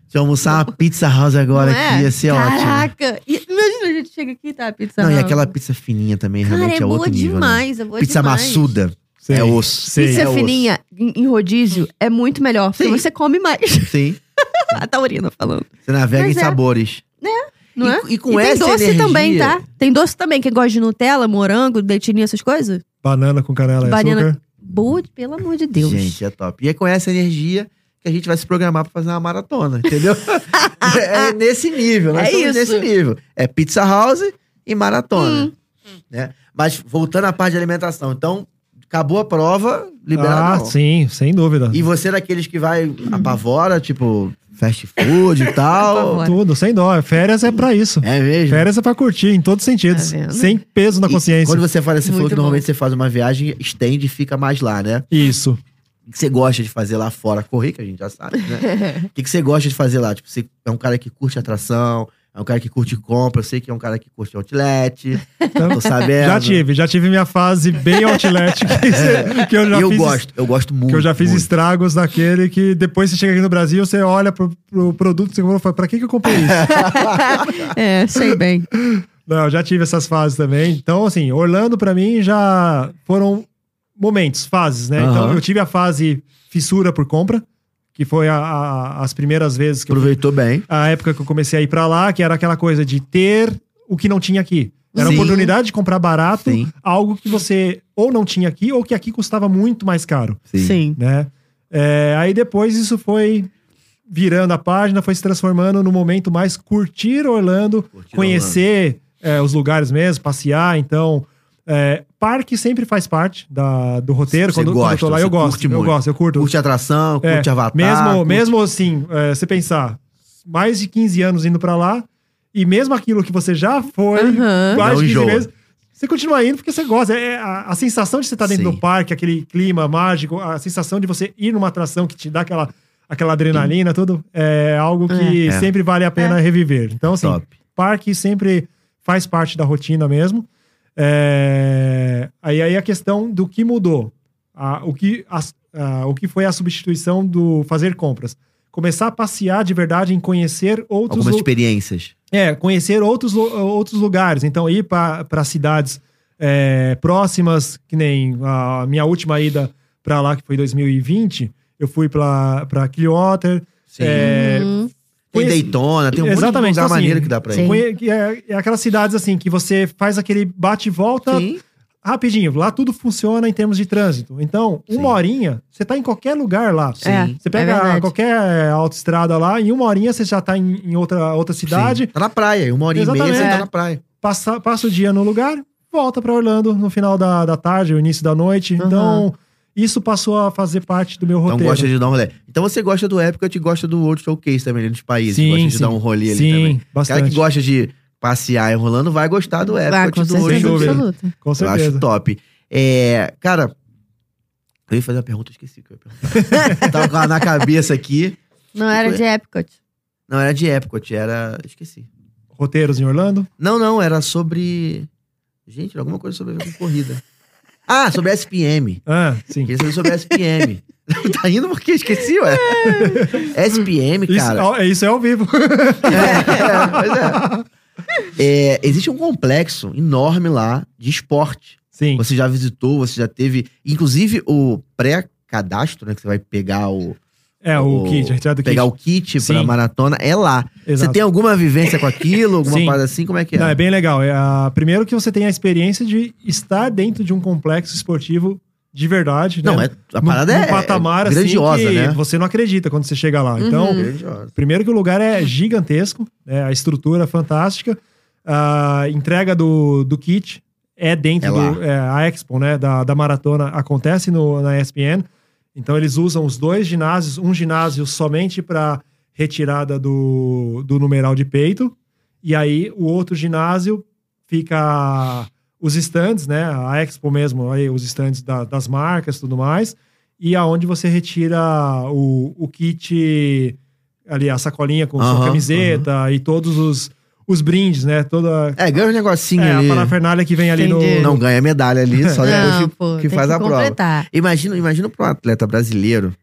[SPEAKER 2] Se eu almoçar uma Pizza House agora
[SPEAKER 1] não é?
[SPEAKER 2] aqui, ia ser ótimo.
[SPEAKER 1] Caraca. E, imagina, a gente chega aqui e tá a pizza.
[SPEAKER 2] Não, e
[SPEAKER 1] House.
[SPEAKER 2] aquela pizza fininha também
[SPEAKER 1] Cara,
[SPEAKER 2] realmente
[SPEAKER 1] é,
[SPEAKER 2] é,
[SPEAKER 1] boa
[SPEAKER 2] outro nível, né?
[SPEAKER 1] demais. É boa
[SPEAKER 2] Pizza
[SPEAKER 1] demais.
[SPEAKER 2] maçuda
[SPEAKER 3] Sei.
[SPEAKER 2] é osso.
[SPEAKER 3] Sei.
[SPEAKER 1] Pizza
[SPEAKER 2] é osso.
[SPEAKER 1] fininha em em rodízio é muito melhor, porque
[SPEAKER 2] Sim.
[SPEAKER 1] você come mais.
[SPEAKER 2] Sim.
[SPEAKER 1] a Taurina falando.
[SPEAKER 2] Você navega
[SPEAKER 1] Mas
[SPEAKER 2] em
[SPEAKER 1] é.
[SPEAKER 2] sabores.
[SPEAKER 1] Não
[SPEAKER 2] e,
[SPEAKER 1] é?
[SPEAKER 2] e com
[SPEAKER 1] e tem
[SPEAKER 2] essa
[SPEAKER 1] doce
[SPEAKER 2] energia,
[SPEAKER 1] também, tá? Tem doce também, quem gosta de Nutella, morango, leitinho, essas coisas.
[SPEAKER 3] Banana com canela
[SPEAKER 1] Banana-
[SPEAKER 3] e açúcar.
[SPEAKER 1] Boa, de- pelo amor de Deus.
[SPEAKER 2] Gente, é top. E é com essa energia que a gente vai se programar pra fazer uma maratona, entendeu? é nesse nível, nós
[SPEAKER 1] É
[SPEAKER 2] estamos
[SPEAKER 1] isso.
[SPEAKER 2] nesse nível. É Pizza House e maratona.
[SPEAKER 1] Hum.
[SPEAKER 2] Né? Mas voltando à parte de alimentação. Então, acabou a prova, liberado.
[SPEAKER 3] Ah,
[SPEAKER 2] não.
[SPEAKER 3] sim, sem dúvida.
[SPEAKER 2] E você é daqueles que
[SPEAKER 1] Hum.
[SPEAKER 2] vai apavora, tipo, fast food e tal.
[SPEAKER 1] Apavora.
[SPEAKER 3] Tudo, sem dó. Férias é pra isso.
[SPEAKER 2] é mesmo.
[SPEAKER 3] Férias é pra curtir em todos os sentidos.
[SPEAKER 1] Tá vendo?
[SPEAKER 3] sem peso na
[SPEAKER 2] E
[SPEAKER 3] consciência.
[SPEAKER 2] Quando você fala, você falou
[SPEAKER 1] Muito
[SPEAKER 2] que
[SPEAKER 1] bom.
[SPEAKER 2] normalmente você faz uma viagem, estende e fica mais lá, né?
[SPEAKER 3] Isso.
[SPEAKER 2] O que você gosta de fazer lá fora? Correr, que a gente já sabe, né? O que, que você gosta de fazer lá? Tipo, você é um cara que curte atração, é um cara que curte compra, eu sei que é um cara que curte outlet, tô sabendo.
[SPEAKER 3] Então, Já tive, já tive minha fase bem outlet, que, que eu já
[SPEAKER 2] E eu
[SPEAKER 3] fiz.
[SPEAKER 2] gosto, eu gosto muito.
[SPEAKER 3] Que eu já fiz
[SPEAKER 2] muito.
[SPEAKER 3] estragos daquele que depois você chega aqui no Brasil, você olha pro, pro produto que você comprou e fala, pra que, que eu comprei isso?
[SPEAKER 1] é, sei bem.
[SPEAKER 3] Não, eu já tive essas fases também. Então, assim, Orlando pra mim já foram momentos, fases, né?
[SPEAKER 2] Aham.
[SPEAKER 3] Então, eu tive a fase fissura por compra, que foi a- a- as primeiras vezes que eu
[SPEAKER 2] Aproveitou bem.
[SPEAKER 3] a época que eu comecei a ir pra lá, que era aquela coisa de ter o que não tinha aqui. Era a
[SPEAKER 2] Sim.
[SPEAKER 3] oportunidade de comprar barato
[SPEAKER 2] Sim.
[SPEAKER 3] algo que você ou não tinha aqui ou que aqui custava muito mais caro,
[SPEAKER 1] Sim.
[SPEAKER 3] né? É, aí depois isso foi virando a página, foi se transformando no momento mais curtir Orlando,
[SPEAKER 2] Curtir
[SPEAKER 3] conhecer é, os lugares mesmo, passear, então... é, parque sempre faz parte da- do roteiro.
[SPEAKER 2] Você
[SPEAKER 3] quando, quando eu tô
[SPEAKER 2] gosta,
[SPEAKER 3] lá, eu
[SPEAKER 2] você
[SPEAKER 3] gosto.
[SPEAKER 2] curte
[SPEAKER 3] Eu
[SPEAKER 2] muito.
[SPEAKER 3] gosto, eu curto.
[SPEAKER 2] Curte atração,
[SPEAKER 3] É,
[SPEAKER 2] curte avatar.
[SPEAKER 3] Mesmo,
[SPEAKER 2] curte-
[SPEAKER 3] mesmo assim, é, você pensar, mais de 15 anos indo pra lá, e mesmo aquilo que você já foi,
[SPEAKER 1] Aham.
[SPEAKER 3] mais
[SPEAKER 2] Não
[SPEAKER 3] de 15
[SPEAKER 2] enjoa.
[SPEAKER 3] vezes, você continua indo porque você gosta. É, é a, a sensação de você estar dentro
[SPEAKER 2] Sim.
[SPEAKER 3] do parque, aquele clima mágico, a sensação de você ir numa atração que te dá aquela, aquela adrenalina, tudo, é algo que
[SPEAKER 2] É.
[SPEAKER 3] sempre vale a pena reviver. Então, assim,
[SPEAKER 2] Top.
[SPEAKER 3] parque sempre faz parte da rotina mesmo. É, Aí, aí a questão do que mudou. A- o, que, as- a- o que foi a substituição do fazer compras. Começar a passear de verdade em conhecer outros,
[SPEAKER 2] Algumas
[SPEAKER 3] lu-
[SPEAKER 2] experiências.
[SPEAKER 3] é, conhecer outros, lu- outros lugares. Então, ir para cidades é, próximas, que nem a minha última ida para lá, que foi em 2020, eu fui para Clearwater.
[SPEAKER 2] Sim.
[SPEAKER 3] é,
[SPEAKER 1] Uhum.
[SPEAKER 2] Tem
[SPEAKER 3] conheci-
[SPEAKER 2] Daytona, tem um monte de
[SPEAKER 3] Exatamente,
[SPEAKER 2] lugar
[SPEAKER 3] então, assim,
[SPEAKER 2] maneiro que dá pra
[SPEAKER 1] Sim.
[SPEAKER 2] ir.
[SPEAKER 3] Conhe- que É, é aquelas cidades assim que você faz aquele bate e volta
[SPEAKER 2] Sim.
[SPEAKER 3] rapidinho. Lá tudo funciona em termos de trânsito. Então, uma
[SPEAKER 2] Sim.
[SPEAKER 3] horinha, você tá em qualquer lugar lá.
[SPEAKER 1] É,
[SPEAKER 3] Você
[SPEAKER 1] é
[SPEAKER 3] pega
[SPEAKER 1] verdade.
[SPEAKER 3] qualquer autoestrada lá, em uma horinha você já tá em, em outra, outra cidade,
[SPEAKER 2] Sim. Tá na praia, uma hora e
[SPEAKER 3] Exatamente.
[SPEAKER 2] meia você
[SPEAKER 1] É.
[SPEAKER 2] tá na praia.
[SPEAKER 3] passa, passa o dia no lugar, volta pra Orlando no final da, da tarde, o início da noite.
[SPEAKER 1] Uhum.
[SPEAKER 3] Então, isso passou a fazer parte do meu
[SPEAKER 2] Então
[SPEAKER 3] roteiro.
[SPEAKER 2] gosta de dar um rolê. Então você gosta do Epcot e gosta do World Showcase também ali nos países.
[SPEAKER 3] Sim,
[SPEAKER 2] gosta de
[SPEAKER 3] sim.
[SPEAKER 2] dar um rolê ali
[SPEAKER 3] Sim,
[SPEAKER 2] também.
[SPEAKER 3] bastante.
[SPEAKER 2] O cara que gosta de passear enrolando vai gostar do
[SPEAKER 1] Ah,
[SPEAKER 2] Epcot
[SPEAKER 1] com
[SPEAKER 2] e do World
[SPEAKER 1] certeza
[SPEAKER 3] dúvida.
[SPEAKER 2] Showcase.
[SPEAKER 1] absoluta.
[SPEAKER 3] Com
[SPEAKER 2] Eu acho
[SPEAKER 3] certeza.
[SPEAKER 2] top. É, cara, eu ia fazer uma pergunta, eu esqueci o que eu ia perguntar. Tava com ela na cabeça aqui.
[SPEAKER 1] Não era de Epcot.
[SPEAKER 2] Não, era de Epcot, era. Esqueci.
[SPEAKER 3] Roteiros em Orlando?
[SPEAKER 2] Não, não, era sobre. Gente, era alguma coisa sobre a ver com corrida. Ah, sobre SPM.
[SPEAKER 3] Ah, sim.
[SPEAKER 2] Queria saber sobre SPM. tá indo porque eu esqueci, ué. SPM,
[SPEAKER 3] Isso,
[SPEAKER 2] cara.
[SPEAKER 3] ó, isso é ao vivo.
[SPEAKER 2] É, pois é. É, existe um complexo enorme lá de esporte.
[SPEAKER 3] sim.
[SPEAKER 2] Você já visitou, você já teve. Inclusive, o pré-cadastro, né? Que você vai pegar o.
[SPEAKER 3] É, o, kit, a retirada do kit.
[SPEAKER 2] Pegar o kit pra
[SPEAKER 3] Sim.
[SPEAKER 2] maratona é lá. Você
[SPEAKER 3] Exato.
[SPEAKER 2] tem alguma vivência com aquilo, alguma
[SPEAKER 3] Sim.
[SPEAKER 2] parada assim? Como é que é?
[SPEAKER 3] Não, é bem legal. É a- Primeiro que você tem a experiência de estar dentro de um complexo esportivo de verdade, né?
[SPEAKER 2] Não, é, a parada
[SPEAKER 3] num,
[SPEAKER 2] é,
[SPEAKER 3] num patamar,
[SPEAKER 2] é grandiosa,
[SPEAKER 3] assim, que
[SPEAKER 2] né? Uhum.
[SPEAKER 3] você não acredita quando você chega lá. Então,
[SPEAKER 2] Grandiosa.
[SPEAKER 3] primeiro que o lugar é gigantesco, né? a estrutura é fantástica, a entrega do, do kit é dentro
[SPEAKER 2] É lá.
[SPEAKER 3] do... é, a Expo, né, da, da maratona, acontece no, na ESPN. Então, eles usam os dois ginásios, um ginásio somente para retirada do, do numeral de peito, e aí o outro ginásio fica os stands, né? A Expo mesmo, aí os stands da- das marcas e tudo mais. E aonde você retira o, o kit, ali a sacolinha com sua
[SPEAKER 2] Aham,
[SPEAKER 3] camiseta e todos os, os brindes, né? Toda
[SPEAKER 2] É, ganha um negocinho
[SPEAKER 3] é, a
[SPEAKER 2] ali.
[SPEAKER 3] parafernália que vem ali no...
[SPEAKER 1] Entendi.
[SPEAKER 2] Não ganha medalha ali, só depois
[SPEAKER 1] Não,
[SPEAKER 2] que-
[SPEAKER 1] pô,
[SPEAKER 2] que
[SPEAKER 1] tem
[SPEAKER 2] faz a prova.
[SPEAKER 1] completar.
[SPEAKER 2] Imagina, imagina para um atleta brasileiro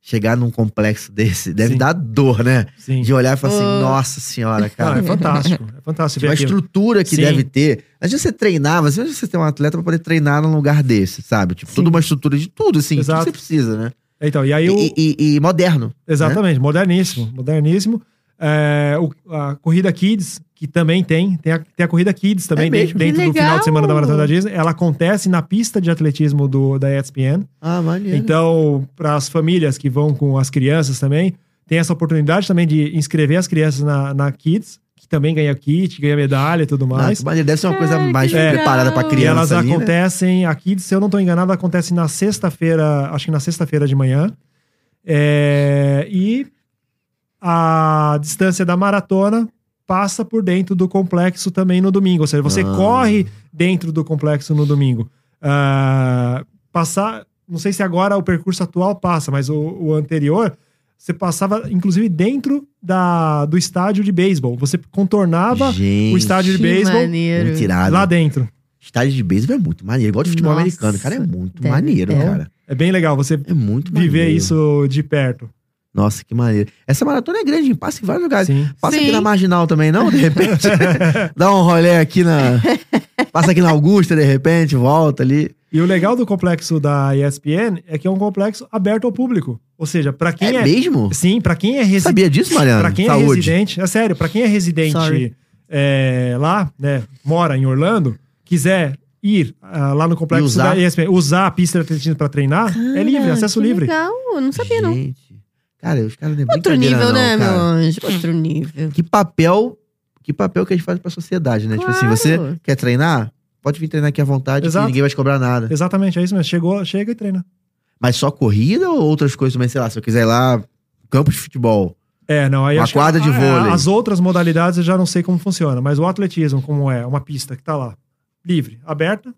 [SPEAKER 2] chegar num complexo desse, deve
[SPEAKER 3] Sim.
[SPEAKER 2] dar dor, né?
[SPEAKER 3] Sim.
[SPEAKER 2] De olhar e falar
[SPEAKER 1] Pô.
[SPEAKER 2] assim, nossa senhora,
[SPEAKER 3] Não,
[SPEAKER 2] cara.
[SPEAKER 3] é fantástico. É fantástico ver
[SPEAKER 2] a
[SPEAKER 3] aquilo.
[SPEAKER 2] estrutura que
[SPEAKER 3] Sim.
[SPEAKER 2] deve ter. Imagina você treinar, mas imagina você ter um atleta pra poder treinar num lugar desse, sabe? Tipo,
[SPEAKER 1] Sim.
[SPEAKER 2] toda uma estrutura de tudo, assim, tudo que
[SPEAKER 3] Exato.
[SPEAKER 2] você precisa, né?
[SPEAKER 3] Então, e aí o...
[SPEAKER 2] E, e- e moderno.
[SPEAKER 3] Exatamente, moderníssimo, moderníssimo. É, o- a Corrida Kids, que também tem, tem a, tem a Corrida Kids também
[SPEAKER 2] É mesmo?
[SPEAKER 3] dentro
[SPEAKER 1] Que
[SPEAKER 3] do final
[SPEAKER 1] legal!
[SPEAKER 3] de semana da Maratona da Disney. Ela acontece na pista de atletismo do, da ESPN.
[SPEAKER 2] Ah, maneiro.
[SPEAKER 3] Então, para as famílias que vão com as crianças também, tem essa oportunidade também de inscrever as crianças na, na Kids, que também ganha kit, ganha medalha e tudo
[SPEAKER 2] Ah,
[SPEAKER 3] mais.
[SPEAKER 2] que maneiro. Deve ser uma coisa
[SPEAKER 1] Ai,
[SPEAKER 2] mais
[SPEAKER 1] que legal.
[SPEAKER 2] preparada pra
[SPEAKER 3] E
[SPEAKER 2] criança.
[SPEAKER 3] elas
[SPEAKER 2] ali, né?
[SPEAKER 3] acontecem aqui, se eu não tô enganado, acontece na sexta-feira, acho que na sexta-feira de manhã. É, e a distância da maratona passa por dentro do complexo também no domingo. Ou seja, você
[SPEAKER 2] Ah.
[SPEAKER 3] corre dentro do complexo no domingo. Ah, passar Não sei se agora o percurso atual passa, mas o, o anterior, você passava, inclusive, dentro da, do estádio de beisebol. Você contornava
[SPEAKER 2] Gente,
[SPEAKER 3] o estádio de
[SPEAKER 1] Que
[SPEAKER 3] beisebol
[SPEAKER 1] maneiro.
[SPEAKER 2] muito irado.
[SPEAKER 3] lá dentro.
[SPEAKER 2] Estádio de beisebol é muito maneiro. Igual de futebol
[SPEAKER 1] Nossa,
[SPEAKER 2] americano, cara. É muito
[SPEAKER 1] deve-
[SPEAKER 2] maneiro,
[SPEAKER 1] é.
[SPEAKER 2] cara.
[SPEAKER 3] É bem legal você
[SPEAKER 2] É muito maneiro.
[SPEAKER 3] viver isso de perto.
[SPEAKER 2] Nossa, que maneiro. Essa maratona é grande, passa em vários lugares.
[SPEAKER 3] Sim.
[SPEAKER 2] Passa
[SPEAKER 1] Sim.
[SPEAKER 2] aqui na Marginal também, não? De repente. Dá um rolê aqui na. Passa aqui na Augusta, de repente, volta ali.
[SPEAKER 3] E o legal do complexo da ESPN é que é um complexo aberto ao público. Ou seja, para
[SPEAKER 2] É,
[SPEAKER 3] quem é,
[SPEAKER 2] mesmo?
[SPEAKER 3] sim, para quem é residente
[SPEAKER 2] Sabia disso, Mariana?
[SPEAKER 3] Pra quem é
[SPEAKER 2] Saúde.
[SPEAKER 3] residente, é sério, pra quem é
[SPEAKER 1] Sorry.
[SPEAKER 3] residente é, lá, né, mora em Orlando, quiser ir ah, lá no complexo
[SPEAKER 2] E usar?
[SPEAKER 3] da ESPN, usar a pista de atletismo pra treinar, é livre,
[SPEAKER 1] Cara,
[SPEAKER 3] acesso
[SPEAKER 1] que
[SPEAKER 3] livre.
[SPEAKER 1] Legal, eu não sabia, não.
[SPEAKER 2] Gente, Cara, os caras não é
[SPEAKER 1] Outro
[SPEAKER 2] brincadeira
[SPEAKER 1] nível,
[SPEAKER 2] não,
[SPEAKER 1] né,
[SPEAKER 2] cara.
[SPEAKER 1] meu anjo? Outro nível.
[SPEAKER 2] Que papel. Que papel que a gente faz pra sociedade, né? Tipo assim,
[SPEAKER 1] Claro.
[SPEAKER 2] você quer treinar? Pode vir treinar aqui à vontade, que
[SPEAKER 3] Exato.
[SPEAKER 2] ninguém vai te cobrar nada.
[SPEAKER 3] Exatamente, é isso mesmo. Chegou, chega e treina.
[SPEAKER 2] Mas só corrida ou outras coisas também, sei lá, se eu quiser ir lá, campo de futebol.
[SPEAKER 3] É, não, aí
[SPEAKER 2] Uma
[SPEAKER 3] acho que-
[SPEAKER 2] quadra de
[SPEAKER 3] ah,
[SPEAKER 2] vôlei.
[SPEAKER 3] As outras modalidades eu já não sei como funciona, mas o atletismo, como é, uma pista que tá lá, livre, aberta,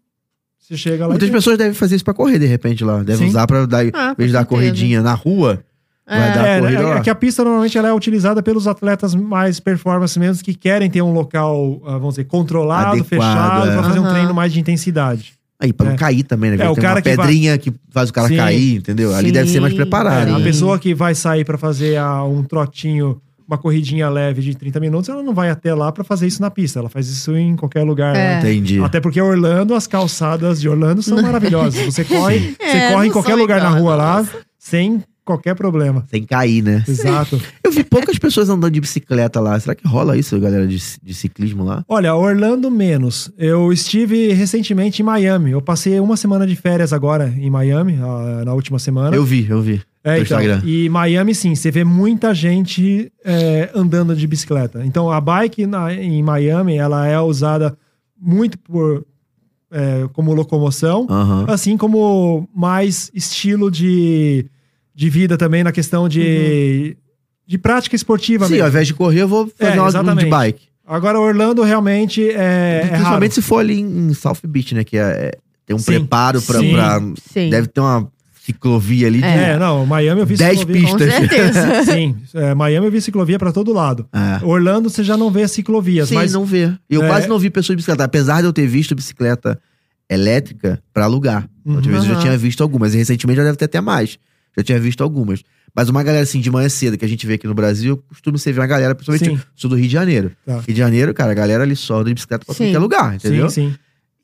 [SPEAKER 3] você chega lá. e
[SPEAKER 2] Muitas
[SPEAKER 3] treina.
[SPEAKER 2] pessoas devem fazer isso pra correr, de repente, lá. Devem
[SPEAKER 3] Sim.
[SPEAKER 2] usar pra dar. Em
[SPEAKER 1] Ah, com
[SPEAKER 2] vez de dar
[SPEAKER 1] certeza.
[SPEAKER 2] corridinha na rua, vai
[SPEAKER 1] É.
[SPEAKER 2] dar
[SPEAKER 3] É,
[SPEAKER 2] tipo corrida
[SPEAKER 3] né, é,
[SPEAKER 2] lá.
[SPEAKER 3] que a pista normalmente ela é utilizada pelos atletas mais performance mesmo, que querem ter um local, ah, vamos dizer, controlado,
[SPEAKER 2] Adequado,
[SPEAKER 3] fechado,
[SPEAKER 2] é.
[SPEAKER 3] pra fazer um
[SPEAKER 1] Aham.
[SPEAKER 3] treino mais de intensidade.
[SPEAKER 2] Aí, pra não
[SPEAKER 3] É.
[SPEAKER 2] cair também, né?
[SPEAKER 3] É, o
[SPEAKER 2] Tem
[SPEAKER 3] cara
[SPEAKER 2] uma
[SPEAKER 3] que vai-
[SPEAKER 2] pedrinha que, faz o cara
[SPEAKER 3] Sim.
[SPEAKER 2] cair, entendeu? Ali deve ser mais
[SPEAKER 1] Sim.
[SPEAKER 2] preparado.
[SPEAKER 3] É,
[SPEAKER 1] Sim.
[SPEAKER 3] a
[SPEAKER 2] né?
[SPEAKER 3] pessoa que vai sair pra fazer ah, um trotinho, uma corridinha leve de 30 minutos, ela não vai até lá pra fazer isso na pista, ela faz isso em qualquer lugar.
[SPEAKER 1] É.
[SPEAKER 3] né?
[SPEAKER 2] Entendi.
[SPEAKER 3] Até porque Orlando, as calçadas de Orlando são maravilhosas. Você corre,
[SPEAKER 1] É,
[SPEAKER 3] você corre em
[SPEAKER 1] não
[SPEAKER 3] qualquer
[SPEAKER 1] são
[SPEAKER 3] lugar na
[SPEAKER 1] igual,
[SPEAKER 3] rua lá,
[SPEAKER 1] nossa.
[SPEAKER 3] sem qualquer problema.
[SPEAKER 2] Sem cair, né?
[SPEAKER 3] Exato.
[SPEAKER 2] Eu vi poucas pessoas andando de bicicleta lá. Será que rola isso, galera, de, de ciclismo lá?
[SPEAKER 3] Olha, Orlando menos. Eu estive recentemente em Miami. Eu passei uma semana de férias agora em Miami, ah, na última semana.
[SPEAKER 2] Eu vi, eu vi.
[SPEAKER 3] É,
[SPEAKER 2] no
[SPEAKER 3] então,
[SPEAKER 2] Instagram.
[SPEAKER 3] E Miami, sim, você vê muita gente é, andando de bicicleta. Então, a bike na- em Miami, ela é usada muito por, é, como locomoção,
[SPEAKER 2] Aham.
[SPEAKER 3] assim como mais estilo de, de vida também na questão de, de prática esportiva
[SPEAKER 2] Sim,
[SPEAKER 3] mesmo.
[SPEAKER 2] ao invés de correr, eu vou fazer uma
[SPEAKER 3] É,
[SPEAKER 2] um
[SPEAKER 3] exatamente.
[SPEAKER 2] de bike.
[SPEAKER 3] Agora, Orlando realmente é, é raro.
[SPEAKER 2] Principalmente se for ali em South Beach, né? Que é, é- tem um
[SPEAKER 3] Sim.
[SPEAKER 2] preparo pra,
[SPEAKER 3] Sim.
[SPEAKER 2] pra-
[SPEAKER 1] Sim.
[SPEAKER 2] Deve ter uma ciclovia ali. de-
[SPEAKER 3] É, não, Miami eu vi
[SPEAKER 2] 10
[SPEAKER 3] ciclovia.
[SPEAKER 1] Com
[SPEAKER 2] pistas.
[SPEAKER 1] certeza.
[SPEAKER 3] Sim, é, Miami eu vi ciclovia pra todo lado.
[SPEAKER 2] É.
[SPEAKER 3] Orlando você já não vê as ciclovias,
[SPEAKER 2] Sim,
[SPEAKER 3] mas
[SPEAKER 2] não vê. Eu
[SPEAKER 3] É.
[SPEAKER 2] quase não vi pessoas de bicicleta. Apesar de eu ter visto bicicleta elétrica pra alugar.
[SPEAKER 3] Uhum.
[SPEAKER 2] Outra vez eu já
[SPEAKER 1] Aham.
[SPEAKER 2] tinha visto algumas. E recentemente já deve ter até mais. Já tinha visto algumas. Mas uma galera assim, de manhã cedo, que a gente vê aqui no Brasil, costuma você ver uma galera, principalmente
[SPEAKER 3] Sim.
[SPEAKER 2] sul do Rio de Janeiro.
[SPEAKER 3] Tá.
[SPEAKER 2] Rio de Janeiro, cara, a galera ali só anda de bicicleta pra
[SPEAKER 1] Sim.
[SPEAKER 2] qualquer lugar, entendeu?
[SPEAKER 3] sim, sim.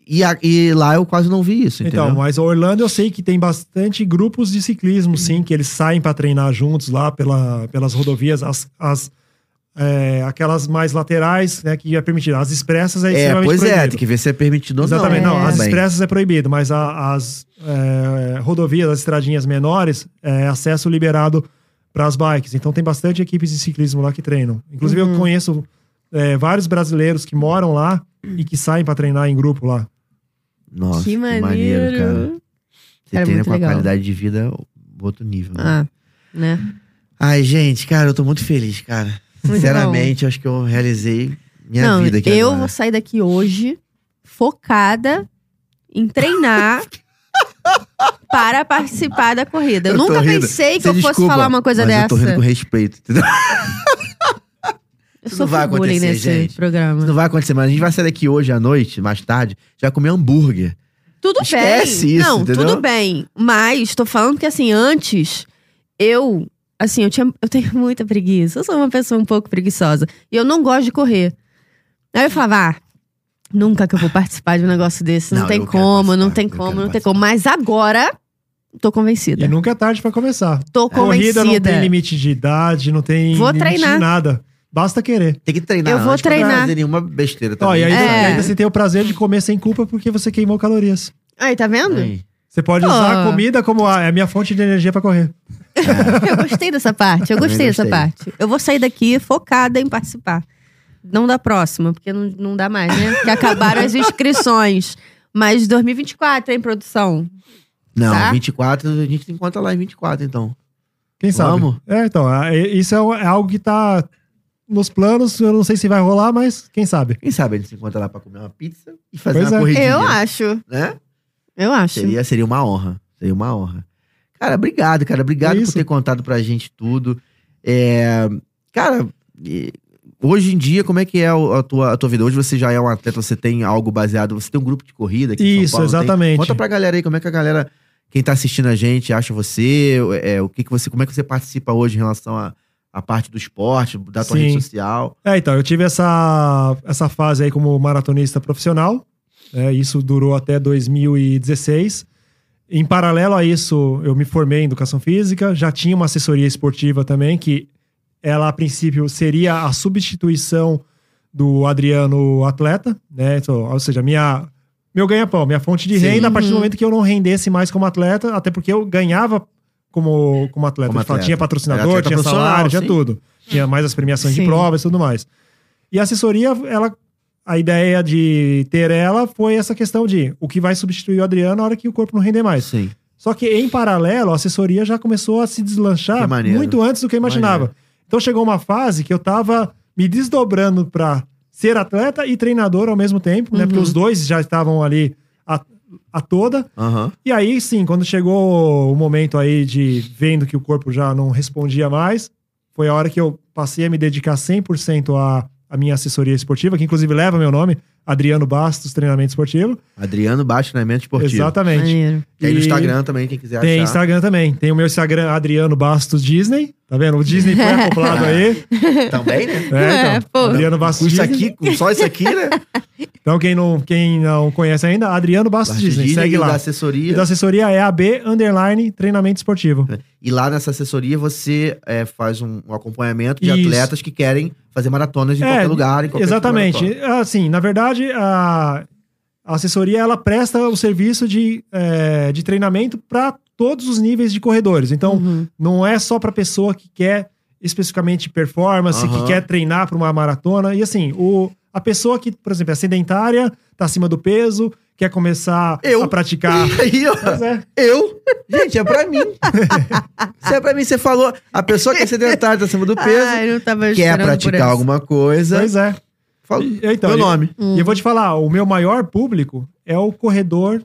[SPEAKER 2] E, a- e lá eu quase não vi isso, entendeu?
[SPEAKER 3] Então, mas Orlando eu sei que tem bastante grupos de ciclismo, sim, que eles saem pra treinar juntos lá pela, pelas rodovias, as, as, é, aquelas mais laterais, né, que é permitido. As expressas é
[SPEAKER 2] é,
[SPEAKER 3] extremamente
[SPEAKER 2] pois é,
[SPEAKER 3] proibido.
[SPEAKER 2] tem que ver se é permitido ou não.
[SPEAKER 3] Exatamente, não.
[SPEAKER 1] É.
[SPEAKER 3] As
[SPEAKER 2] Bem,
[SPEAKER 3] expressas é proibido, mas a- as é, rodovias, as estradinhas menores, é acesso liberado para as bikes. Então tem bastante equipes de ciclismo lá que treinam. Inclusive
[SPEAKER 1] Uhum.
[SPEAKER 3] eu conheço é, vários brasileiros que moram lá e que saem para treinar em grupo lá.
[SPEAKER 2] Nossa,
[SPEAKER 1] que
[SPEAKER 2] que maneiro,
[SPEAKER 1] maneiro.
[SPEAKER 2] cara. Você
[SPEAKER 1] Cara,
[SPEAKER 2] treina
[SPEAKER 1] muito
[SPEAKER 2] com a
[SPEAKER 1] legal.
[SPEAKER 2] qualidade de vida outro nível. né?
[SPEAKER 1] Ah, né?
[SPEAKER 2] Ai, gente, cara, eu tô muito feliz, cara.
[SPEAKER 1] Muito
[SPEAKER 2] Sinceramente, eu acho que eu realizei minha
[SPEAKER 1] não,
[SPEAKER 2] vida aqui
[SPEAKER 1] eu
[SPEAKER 2] agora.
[SPEAKER 1] vou sair daqui hoje focada em treinar para participar da corrida. Eu,
[SPEAKER 2] Eu tô
[SPEAKER 1] nunca
[SPEAKER 2] rindo.
[SPEAKER 1] pensei que
[SPEAKER 2] Você
[SPEAKER 1] eu fosse
[SPEAKER 2] desculpa,
[SPEAKER 1] falar uma coisa
[SPEAKER 2] mas
[SPEAKER 1] dessa.
[SPEAKER 2] Eu tô rindo com respeito, entendeu?
[SPEAKER 1] Eu
[SPEAKER 2] Isso
[SPEAKER 1] sou
[SPEAKER 2] não vai
[SPEAKER 1] bullying
[SPEAKER 2] acontecer,
[SPEAKER 1] nesse
[SPEAKER 2] gente.
[SPEAKER 1] programa.
[SPEAKER 2] Isso não vai acontecer, mas a gente vai sair daqui hoje à noite, mais tarde, já comer hambúrguer.
[SPEAKER 1] Tudo
[SPEAKER 2] Esquece
[SPEAKER 1] bem.
[SPEAKER 2] isso,
[SPEAKER 1] não,
[SPEAKER 2] entendeu?
[SPEAKER 1] tudo bem. Mas tô falando que assim, antes eu, assim, eu tinha eu tenho muita preguiça. Eu sou uma pessoa um pouco preguiçosa e eu não gosto de correr. Aí eu falava, ah, nunca que eu vou participar de um negócio desse, não,
[SPEAKER 2] Não,
[SPEAKER 1] tem
[SPEAKER 2] eu quero
[SPEAKER 1] como, não
[SPEAKER 2] participar,
[SPEAKER 1] tem
[SPEAKER 2] eu quero
[SPEAKER 1] como, não tem como. Mas agora tô
[SPEAKER 3] E
[SPEAKER 1] convencida.
[SPEAKER 3] nunca é tarde para começar.
[SPEAKER 1] Tô
[SPEAKER 3] Corrida não tem
[SPEAKER 1] convencida.
[SPEAKER 3] limite de idade, não tem
[SPEAKER 1] Vou
[SPEAKER 3] limite
[SPEAKER 1] treinar.
[SPEAKER 3] de nada. Basta querer.
[SPEAKER 2] Tem que treinar.
[SPEAKER 1] Eu vou
[SPEAKER 2] antes pra
[SPEAKER 1] treinar.
[SPEAKER 2] Não fazer nenhuma besteira
[SPEAKER 3] Ó,
[SPEAKER 2] também.
[SPEAKER 3] e ainda,
[SPEAKER 1] É.
[SPEAKER 3] e ainda você tem o prazer de comer sem culpa porque você queimou calorias.
[SPEAKER 1] Aí, tá vendo?
[SPEAKER 2] Aí.
[SPEAKER 3] Você pode
[SPEAKER 1] Pô.
[SPEAKER 3] usar a comida como a, é a minha fonte de energia para correr.
[SPEAKER 1] Eu gostei dessa parte, eu
[SPEAKER 2] Também
[SPEAKER 1] gostei dessa
[SPEAKER 2] gostei.
[SPEAKER 1] parte. Eu vou sair daqui focada em participar. Não da próxima, porque não, não dá mais, né? Porque acabaram as inscrições. Mas 2024, hein, produção?
[SPEAKER 2] Não,
[SPEAKER 1] Tá?
[SPEAKER 2] 24, a gente se encontra lá em 24, então.
[SPEAKER 3] Quem sabe?
[SPEAKER 2] Vamos?
[SPEAKER 3] É, então, a- e- isso é, um- é algo que tá nos planos, eu não sei se vai rolar, mas quem sabe?
[SPEAKER 2] Quem sabe a gente se encontra lá pra comer uma pizza e fazer
[SPEAKER 3] Pois
[SPEAKER 2] uma
[SPEAKER 3] é.
[SPEAKER 2] corridinha.
[SPEAKER 1] Eu acho,
[SPEAKER 2] Né?
[SPEAKER 1] eu acho.
[SPEAKER 2] Seria, seria uma honra. Foi uma honra. Cara, obrigado, cara. Obrigado
[SPEAKER 3] É
[SPEAKER 2] por
[SPEAKER 3] isso.
[SPEAKER 2] ter contado pra gente tudo. É, Cara, e- hoje em dia, como é que é o- a tua, a tua vida? Hoje você já é um atleta, você tem algo baseado, você tem um grupo de corrida aqui em
[SPEAKER 3] Isso,
[SPEAKER 2] São Paulo, não tem?
[SPEAKER 3] exatamente.
[SPEAKER 2] Conta pra galera aí como é que a galera, quem tá assistindo a gente, acha você, é, o que que você, como é que você participa hoje em relação à à parte do esporte, da tua
[SPEAKER 3] Sim.
[SPEAKER 2] rede social.
[SPEAKER 3] É, então, eu tive essa, essa fase aí como maratonista profissional. né, isso durou até 2016. Em paralelo a isso, eu me formei em educação física, já tinha uma assessoria esportiva também, que ela, a princípio, seria a substituição do Adriano atleta, né? Então, ou seja, minha, meu ganha-pão, minha fonte de
[SPEAKER 2] Sim.
[SPEAKER 3] renda, a partir do
[SPEAKER 1] Uhum.
[SPEAKER 3] momento que eu não rendesse mais como atleta, até porque eu ganhava como, como atleta.
[SPEAKER 2] Como
[SPEAKER 3] de fato,
[SPEAKER 2] atleta.
[SPEAKER 3] Tinha patrocinador,
[SPEAKER 2] atleta
[SPEAKER 3] tinha
[SPEAKER 2] profissional,
[SPEAKER 3] salário, tinha
[SPEAKER 2] sim.
[SPEAKER 3] tudo. Tinha mais as premiações
[SPEAKER 1] Sim.
[SPEAKER 3] de provas e tudo mais. E a assessoria, ela. A ideia de ter ela foi essa questão de o que vai substituir o Adriano na hora que o corpo não render mais.
[SPEAKER 2] Sim.
[SPEAKER 3] Só que, em paralelo, a assessoria já começou a se deslanchar
[SPEAKER 2] Que maneiro.
[SPEAKER 3] muito antes do que eu imaginava. Então chegou uma fase que eu tava me desdobrando pra ser atleta e treinador ao mesmo tempo, né? Porque os dois já estavam ali a, a toda.
[SPEAKER 2] Aham.
[SPEAKER 3] E aí, sim, quando chegou o momento aí de vendo que o corpo já não respondia mais, foi a hora que eu passei a me dedicar 100% à, à minha assessoria esportiva, que inclusive leva meu nome, Adriano Bastos, treinamento esportivo.
[SPEAKER 2] Adriano Baixo Treinamento Esportivo.
[SPEAKER 3] Exatamente.
[SPEAKER 1] Maneiro.
[SPEAKER 2] Tem no
[SPEAKER 3] E
[SPEAKER 2] Instagram também, quem quiser
[SPEAKER 3] Tem
[SPEAKER 2] achar.
[SPEAKER 3] Instagram também. Tem o meu Instagram, Adriano Bastos Disney. Tá vendo? O Disney foi acoplado aí.
[SPEAKER 2] Também, né?
[SPEAKER 1] É,
[SPEAKER 3] É, então,
[SPEAKER 1] pô.
[SPEAKER 3] Adriano Bastos
[SPEAKER 2] Isso
[SPEAKER 3] Disney.
[SPEAKER 2] aqui, com só isso aqui, né?
[SPEAKER 3] Então, quem não, quem não conhece ainda, Adriano Bastos
[SPEAKER 2] Bastos
[SPEAKER 3] Disney.
[SPEAKER 2] Disney,
[SPEAKER 3] Segue
[SPEAKER 2] né, da
[SPEAKER 3] lá. E
[SPEAKER 2] assessoria.
[SPEAKER 3] da assessoria é AB Underline Treinamento Esportivo.
[SPEAKER 2] E lá nessa assessoria você é, faz um, um acompanhamento de
[SPEAKER 3] Isso.
[SPEAKER 2] atletas que querem fazer maratonas em
[SPEAKER 3] É,
[SPEAKER 2] qualquer lugar, em qualquer tipo
[SPEAKER 3] Exatamente.
[SPEAKER 2] maratona.
[SPEAKER 3] Assim, na verdade, a, a assessoria ela presta o serviço de, eh, de treinamento para todos os níveis de corredores. Então,
[SPEAKER 1] Uhum.
[SPEAKER 3] não é só para pessoa que quer especificamente performance,
[SPEAKER 2] Aham.
[SPEAKER 3] que quer treinar para uma maratona. E assim, o, a pessoa que, por exemplo, é sedentária, tá acima do peso, quer começar
[SPEAKER 2] Eu.
[SPEAKER 3] a praticar.
[SPEAKER 2] Aí, ó,
[SPEAKER 3] Pois é.
[SPEAKER 2] eu. Gente, é pra mim. Isso é pra mim. Você falou, a pessoa que é sedentária, tá acima do peso,
[SPEAKER 1] Ai, não tava
[SPEAKER 2] quer
[SPEAKER 1] esperando por
[SPEAKER 2] praticar
[SPEAKER 1] essa.
[SPEAKER 2] alguma coisa.
[SPEAKER 3] Pois é.
[SPEAKER 2] Fala
[SPEAKER 3] Então,
[SPEAKER 2] meu
[SPEAKER 3] eu-
[SPEAKER 2] nome.
[SPEAKER 3] E eu vou te falar, o meu maior público é o corredor,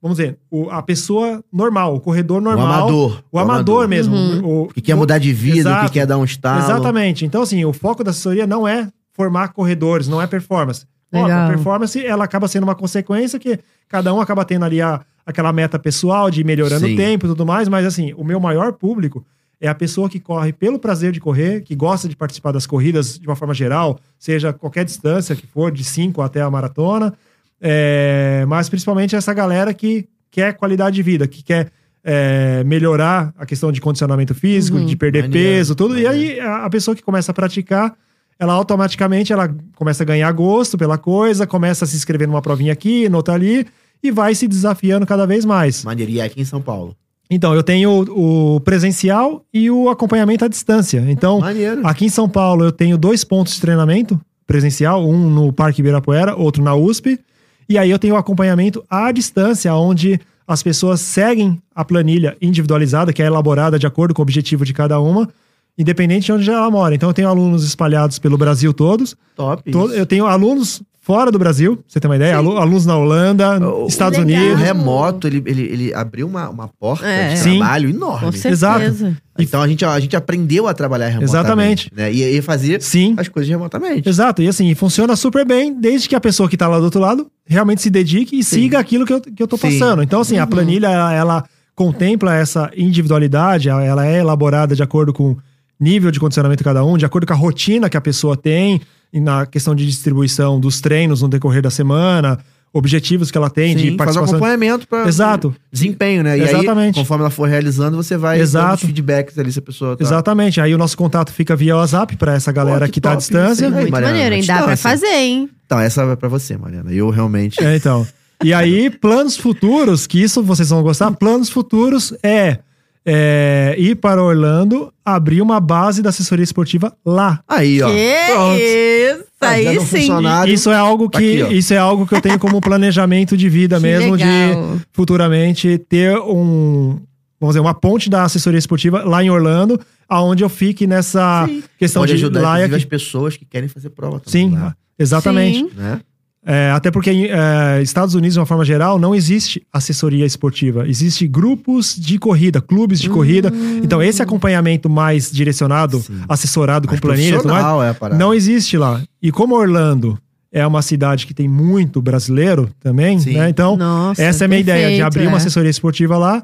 [SPEAKER 3] vamos dizer, o- a pessoa normal, o corredor normal.
[SPEAKER 2] o amador.
[SPEAKER 3] O amador mesmo.
[SPEAKER 1] Uhum.
[SPEAKER 3] O,
[SPEAKER 2] Que quer mudar de vida,
[SPEAKER 3] Exato.
[SPEAKER 2] que quer dar um estalo.
[SPEAKER 3] Exatamente. Então, assim, o foco da assessoria não é formar corredores, não é performance. Ó,
[SPEAKER 1] Legal.
[SPEAKER 3] a performance, ela acaba sendo uma consequência que cada um acaba tendo ali a, aquela meta pessoal de ir melhorando
[SPEAKER 2] Sim.
[SPEAKER 3] o tempo e tudo mais, mas assim, o meu maior público é a pessoa que corre pelo prazer de correr, que gosta de participar das corridas de uma forma geral, seja qualquer distância que for, de 5 até a maratona, é, mas principalmente essa galera que quer qualidade de vida, que quer é, melhorar a questão de condicionamento físico,
[SPEAKER 1] Uhum.
[SPEAKER 3] de perder
[SPEAKER 2] Maneiro,
[SPEAKER 3] peso, tudo.
[SPEAKER 2] maneiro.
[SPEAKER 3] E aí a a pessoa que começa a praticar, ela automaticamente ela começa a ganhar gosto pela coisa, começa a se inscrever numa provinha aqui, nota ali, e vai se desafiando cada vez mais.
[SPEAKER 2] Maneiro. E é aqui em São Paulo.
[SPEAKER 3] Então, eu tenho o o presencial e o acompanhamento à distância. Então,
[SPEAKER 2] Maneiro.
[SPEAKER 3] aqui em São Paulo eu tenho dois pontos de treinamento presencial, um no Parque Ibirapuera, outro na USP. E aí eu tenho o acompanhamento à distância, onde as pessoas seguem a planilha individualizada, que é elaborada de acordo com o objetivo de cada uma, independente de onde ela mora. Então eu tenho alunos espalhados pelo Brasil todos.
[SPEAKER 2] Top.
[SPEAKER 3] To-
[SPEAKER 2] isso.
[SPEAKER 3] eu tenho alunos fora do Brasil, pra você tem uma ideia? Alu- alunos na Holanda,
[SPEAKER 2] Oh,
[SPEAKER 3] Estados
[SPEAKER 1] legal.
[SPEAKER 2] O
[SPEAKER 3] Unidos.
[SPEAKER 2] remoto, ele, ele, ele abriu uma, uma porta
[SPEAKER 1] É.
[SPEAKER 2] de
[SPEAKER 3] Sim.
[SPEAKER 2] trabalho
[SPEAKER 1] Com
[SPEAKER 2] enorme.
[SPEAKER 1] certeza.
[SPEAKER 2] Então a gente, a gente aprendeu a trabalhar remotamente.
[SPEAKER 3] Exatamente.
[SPEAKER 2] Né? E, e fazer
[SPEAKER 3] Sim.
[SPEAKER 2] as coisas remotamente.
[SPEAKER 3] Exato, e assim, funciona super bem, desde que a pessoa que tá lá do outro lado realmente se dedique e siga aquilo que eu, que eu tô
[SPEAKER 2] Sim. Uhum.
[SPEAKER 3] passando. Então, assim, a planilha, ela, ela contempla essa individualidade, ela- ela é elaborada de acordo com o nível de condicionamento de cada um, de acordo com a rotina que a pessoa tem, e na questão de distribuição dos treinos no decorrer da semana, objetivos que ela tem de
[SPEAKER 2] Sim, faz um
[SPEAKER 3] participação.
[SPEAKER 2] acompanhamento para
[SPEAKER 3] Exato.
[SPEAKER 2] desempenho, né? E
[SPEAKER 3] Exatamente.
[SPEAKER 2] aí, conforme ela for realizando, você vai
[SPEAKER 3] Exato.
[SPEAKER 2] dando os feedbacks ali se a pessoa tá...
[SPEAKER 3] Exatamente, aí o nosso contato fica via WhatsApp para essa galera
[SPEAKER 2] que
[SPEAKER 3] que, tá à
[SPEAKER 2] top,
[SPEAKER 3] distância.
[SPEAKER 2] isso aí.
[SPEAKER 1] Muito
[SPEAKER 2] Mariana,
[SPEAKER 1] maneiro, hein? Dá pra
[SPEAKER 2] distância.
[SPEAKER 1] fazer, hein?
[SPEAKER 2] Então, essa é pra você, Mariana. Eu realmente...
[SPEAKER 3] É, então. E aí, planos futuros, que isso vocês vão gostar, planos futuros é, é, ir para Orlando, abrir uma base da assessoria esportiva lá.
[SPEAKER 2] Aí, ó.
[SPEAKER 1] que
[SPEAKER 2] Pronto.
[SPEAKER 1] isso,
[SPEAKER 2] Ah, já
[SPEAKER 1] aí
[SPEAKER 2] não
[SPEAKER 1] sim.
[SPEAKER 2] funcionava. Claro.
[SPEAKER 3] Isso é algo que
[SPEAKER 2] Aqui, ó.
[SPEAKER 3] isso é algo que eu tenho como planejamento de vida
[SPEAKER 1] Que
[SPEAKER 3] mesmo de
[SPEAKER 1] legal.
[SPEAKER 3] futuramente ter um vamos dizer uma ponte da assessoria esportiva lá em Orlando, aonde eu fique nessa questão
[SPEAKER 2] Pode
[SPEAKER 3] de
[SPEAKER 2] ajudar,
[SPEAKER 3] lá e
[SPEAKER 2] inclusive, as
[SPEAKER 3] aqui.
[SPEAKER 2] pessoas que querem fazer prova também
[SPEAKER 3] Sim,
[SPEAKER 2] lá,
[SPEAKER 3] exatamente.
[SPEAKER 1] Sim.
[SPEAKER 2] né?
[SPEAKER 3] É, até porque em é, Estados Unidos, de uma forma geral, não existe assessoria esportiva. Existem grupos de corrida, clubes de corrida. Então, esse acompanhamento mais direcionado,
[SPEAKER 2] Sim.
[SPEAKER 3] assessorado com
[SPEAKER 2] Mas
[SPEAKER 3] planilha, e tudo mais,
[SPEAKER 2] profissional é a parada.
[SPEAKER 3] não existe lá. E como Orlando é uma cidade que tem muito brasileiro também,
[SPEAKER 2] Sim.
[SPEAKER 3] né? Então,
[SPEAKER 1] Nossa,
[SPEAKER 3] essa é a minha ideia, de
[SPEAKER 1] perfeito,
[SPEAKER 3] abrir uma
[SPEAKER 1] é.
[SPEAKER 3] assessoria esportiva lá.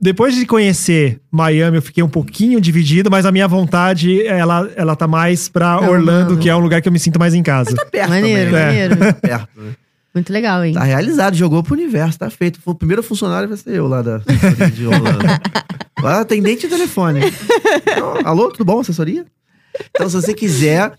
[SPEAKER 3] Depois de conhecer Miami, eu fiquei um pouquinho dividido, mas a minha vontade, ela, ela tá mais pra
[SPEAKER 1] Tá
[SPEAKER 3] Orlando,
[SPEAKER 1] amando.
[SPEAKER 3] que é um lugar que eu me sinto mais em casa.
[SPEAKER 2] Tá perto
[SPEAKER 1] Maneiro,
[SPEAKER 2] também, né?
[SPEAKER 1] maneiro.
[SPEAKER 2] Tá
[SPEAKER 3] É.
[SPEAKER 2] perto, né?
[SPEAKER 1] Muito legal, hein?
[SPEAKER 2] Tá realizado, jogou pro universo, tá feito. Foi O primeiro funcionário vai ser eu lá da assessoria de Orlando. Lá, atendente e telefone. Então, alô, tudo bom, assessoria? Então, se você quiser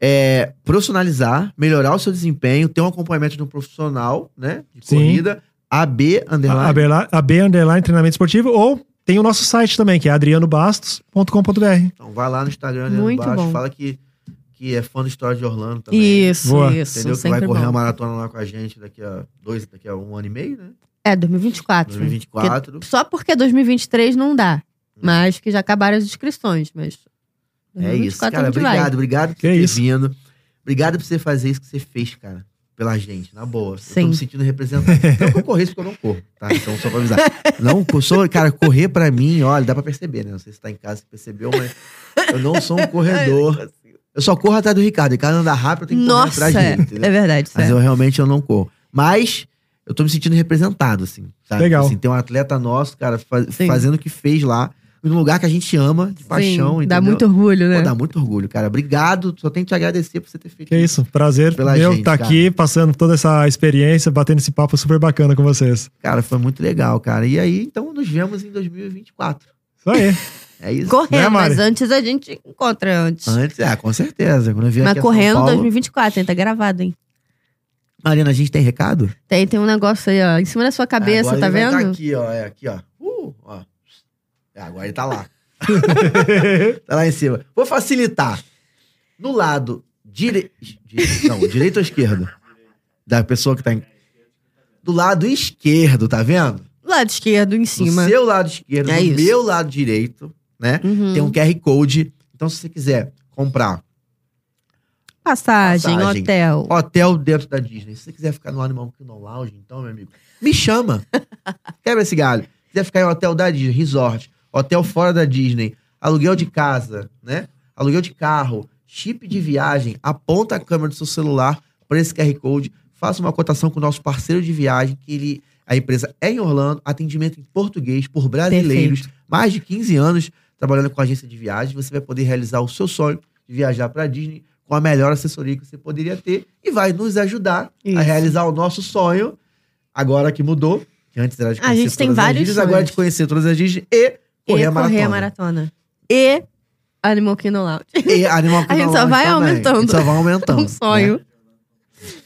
[SPEAKER 2] é, profissionalizar, melhorar o seu desempenho, ter um acompanhamento de um profissional, né? De
[SPEAKER 3] Sim.
[SPEAKER 2] corrida, AB
[SPEAKER 3] A, a
[SPEAKER 2] underline.
[SPEAKER 3] B lá- a B Underline Treinamento Esportivo, ou tem o nosso site também, que é adrianobastos.com.br.
[SPEAKER 2] Então, vai lá no Instagram, ali
[SPEAKER 1] Muito
[SPEAKER 2] embaixo,
[SPEAKER 1] bom.
[SPEAKER 2] fala que, que é fã do História de Orlando também.
[SPEAKER 1] Isso,
[SPEAKER 3] Boa.
[SPEAKER 1] isso.
[SPEAKER 2] Entendeu? Que
[SPEAKER 1] Sempre
[SPEAKER 2] vai correr
[SPEAKER 1] bom.
[SPEAKER 2] a maratona lá com a gente daqui a dois, daqui a um ano e meio, né?
[SPEAKER 1] É, 2024.
[SPEAKER 2] 2024.
[SPEAKER 1] Porque- só porque 2023 não dá. Mas que já acabaram as inscrições, mas.
[SPEAKER 2] É isso,
[SPEAKER 1] 2024
[SPEAKER 2] cara.
[SPEAKER 1] a gente
[SPEAKER 2] Obrigado, obrigado por
[SPEAKER 3] Que
[SPEAKER 2] ter
[SPEAKER 3] isso.
[SPEAKER 2] vindo. Obrigado por você fazer isso que você fez, cara. Pela gente, na boa. Eu
[SPEAKER 1] Sim.
[SPEAKER 2] tô me sentindo representado. Não que eu corresse, porque eu não corro, tá? Então, só pra avisar. Não, eu sou, cara, correr pra mim, olha, dá pra perceber, né? Não sei se tá em casa, se percebeu, mas eu não sou um corredor. Eu só corro atrás do Ricardo. O Ricardo anda rápido, eu tenho que correr
[SPEAKER 1] Nossa,
[SPEAKER 2] atrás dele,
[SPEAKER 1] é
[SPEAKER 2] entendeu?
[SPEAKER 1] verdade.
[SPEAKER 2] Mas
[SPEAKER 1] sério.
[SPEAKER 2] eu realmente eu não corro. Mas eu tô me sentindo representado, assim. Sabe?
[SPEAKER 3] Legal.
[SPEAKER 2] Assim, tem um atleta nosso, cara, fa-
[SPEAKER 1] Sim.
[SPEAKER 2] fazendo o que fez lá, num lugar que a gente ama, de paixão,
[SPEAKER 1] Sim,
[SPEAKER 2] entendeu?
[SPEAKER 1] dá muito orgulho, né?
[SPEAKER 2] Pô, dá muito orgulho, cara. Obrigado. Só tenho que te agradecer por você ter feito
[SPEAKER 3] Que é isso, prazer
[SPEAKER 2] Pela
[SPEAKER 3] meu
[SPEAKER 2] gente,
[SPEAKER 3] estar
[SPEAKER 2] cara.
[SPEAKER 3] aqui, passando toda essa experiência, batendo esse papo super bacana com vocês.
[SPEAKER 2] Cara, foi muito legal, cara. E aí, então, nos vemos em 2024.
[SPEAKER 3] Isso aí.
[SPEAKER 2] É isso.
[SPEAKER 1] Correndo,
[SPEAKER 3] Né, Mari?
[SPEAKER 1] mas antes a gente encontra antes.
[SPEAKER 2] Antes, ah, com certeza. Quando eu vier
[SPEAKER 1] mas
[SPEAKER 2] aqui a São
[SPEAKER 1] correndo
[SPEAKER 2] Paulo-
[SPEAKER 1] 2024, hein? Tá gravado, hein?
[SPEAKER 2] Marina, a gente tem recado?
[SPEAKER 1] Tem, tem um negócio aí, ó, em cima da sua cabeça,
[SPEAKER 2] Ah, Agora
[SPEAKER 1] tá
[SPEAKER 2] ele vai
[SPEAKER 1] vendo?
[SPEAKER 2] tá aqui, ó. É aqui, ó. Uh, ó. É, agora ele tá lá. Tá lá em cima. Vou facilitar. No lado dire... dire- Não, direito ou esquerdo? Da pessoa que tá em... Do lado esquerdo, tá vendo?
[SPEAKER 1] Lado esquerdo, em cima.
[SPEAKER 2] Do seu lado esquerdo,
[SPEAKER 1] É
[SPEAKER 2] do
[SPEAKER 1] isso.
[SPEAKER 2] meu lado direito, né?
[SPEAKER 1] Uhum.
[SPEAKER 2] Tem um QR Code. Então, se você quiser comprar
[SPEAKER 1] Passagem,
[SPEAKER 2] Passagem.
[SPEAKER 1] hotel.
[SPEAKER 2] hotel dentro da Disney, se você quiser ficar no Animal Kingdom Lounge, então, meu amigo, me chama. Quebra esse galho. Se quiser ficar em hotel da Disney, resort, hotel fora da Disney, aluguel de casa, né? Aluguel de carro, chip de viagem, aponta a câmera do seu celular para esse QR Code, faça uma cotação com o nosso parceiro de viagem, que ele, a empresa é em Orlando, atendimento em português por brasileiros, mais de 15 anos trabalhando com agência de viagens, você vai poder realizar o seu sonho de viajar para Disney com a melhor assessoria que você poderia ter e vai nos ajudar
[SPEAKER 1] Isso.
[SPEAKER 2] a realizar o nosso sonho, agora que mudou, que antes era de
[SPEAKER 1] A
[SPEAKER 2] conhecer
[SPEAKER 1] gente tem
[SPEAKER 2] todas as
[SPEAKER 1] vários
[SPEAKER 2] Disneys, agora é de
[SPEAKER 1] sonhos.
[SPEAKER 2] conhecer todas as Disney e correr
[SPEAKER 1] e
[SPEAKER 2] a maratona.
[SPEAKER 1] correr a maratona. E Animal Kingdom Lounge.
[SPEAKER 2] E Animal
[SPEAKER 1] A gente
[SPEAKER 2] Kingdom
[SPEAKER 1] só
[SPEAKER 2] Lounge
[SPEAKER 1] vai
[SPEAKER 2] também.
[SPEAKER 1] aumentando.
[SPEAKER 2] A gente só vai
[SPEAKER 1] É
[SPEAKER 2] aumentando.
[SPEAKER 1] um sonho.
[SPEAKER 2] né?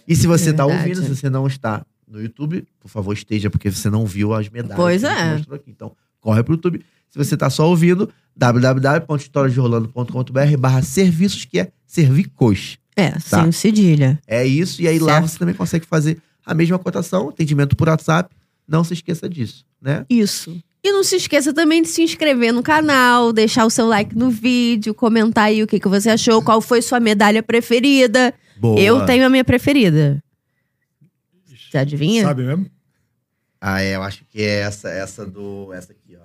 [SPEAKER 2] E se você está
[SPEAKER 1] Verdade.
[SPEAKER 2] ouvindo, se você não está no YouTube, por favor, esteja, porque você não viu as medalhas
[SPEAKER 1] Pois
[SPEAKER 2] que a gente
[SPEAKER 1] é.
[SPEAKER 2] mostrou aqui. Então, corre pro YouTube. Se você está só ouvindo, www.historiasdeorlando.com.br barra serviços, que é servicos.
[SPEAKER 1] É, sem o cedilha.
[SPEAKER 2] É isso, e aí lá
[SPEAKER 1] Certo.
[SPEAKER 2] você também consegue fazer a mesma cotação, atendimento por WhatsApp. Não se esqueça disso, né?
[SPEAKER 1] Isso. E não se esqueça também de se inscrever no canal, deixar o seu like no vídeo, comentar aí o que, que você achou, qual foi sua medalha preferida.
[SPEAKER 2] Boa.
[SPEAKER 1] Eu tenho a minha preferida. Você adivinha?
[SPEAKER 3] Sabe mesmo?
[SPEAKER 2] Ah, é, eu acho que é essa, essa do. Essa aqui, ó.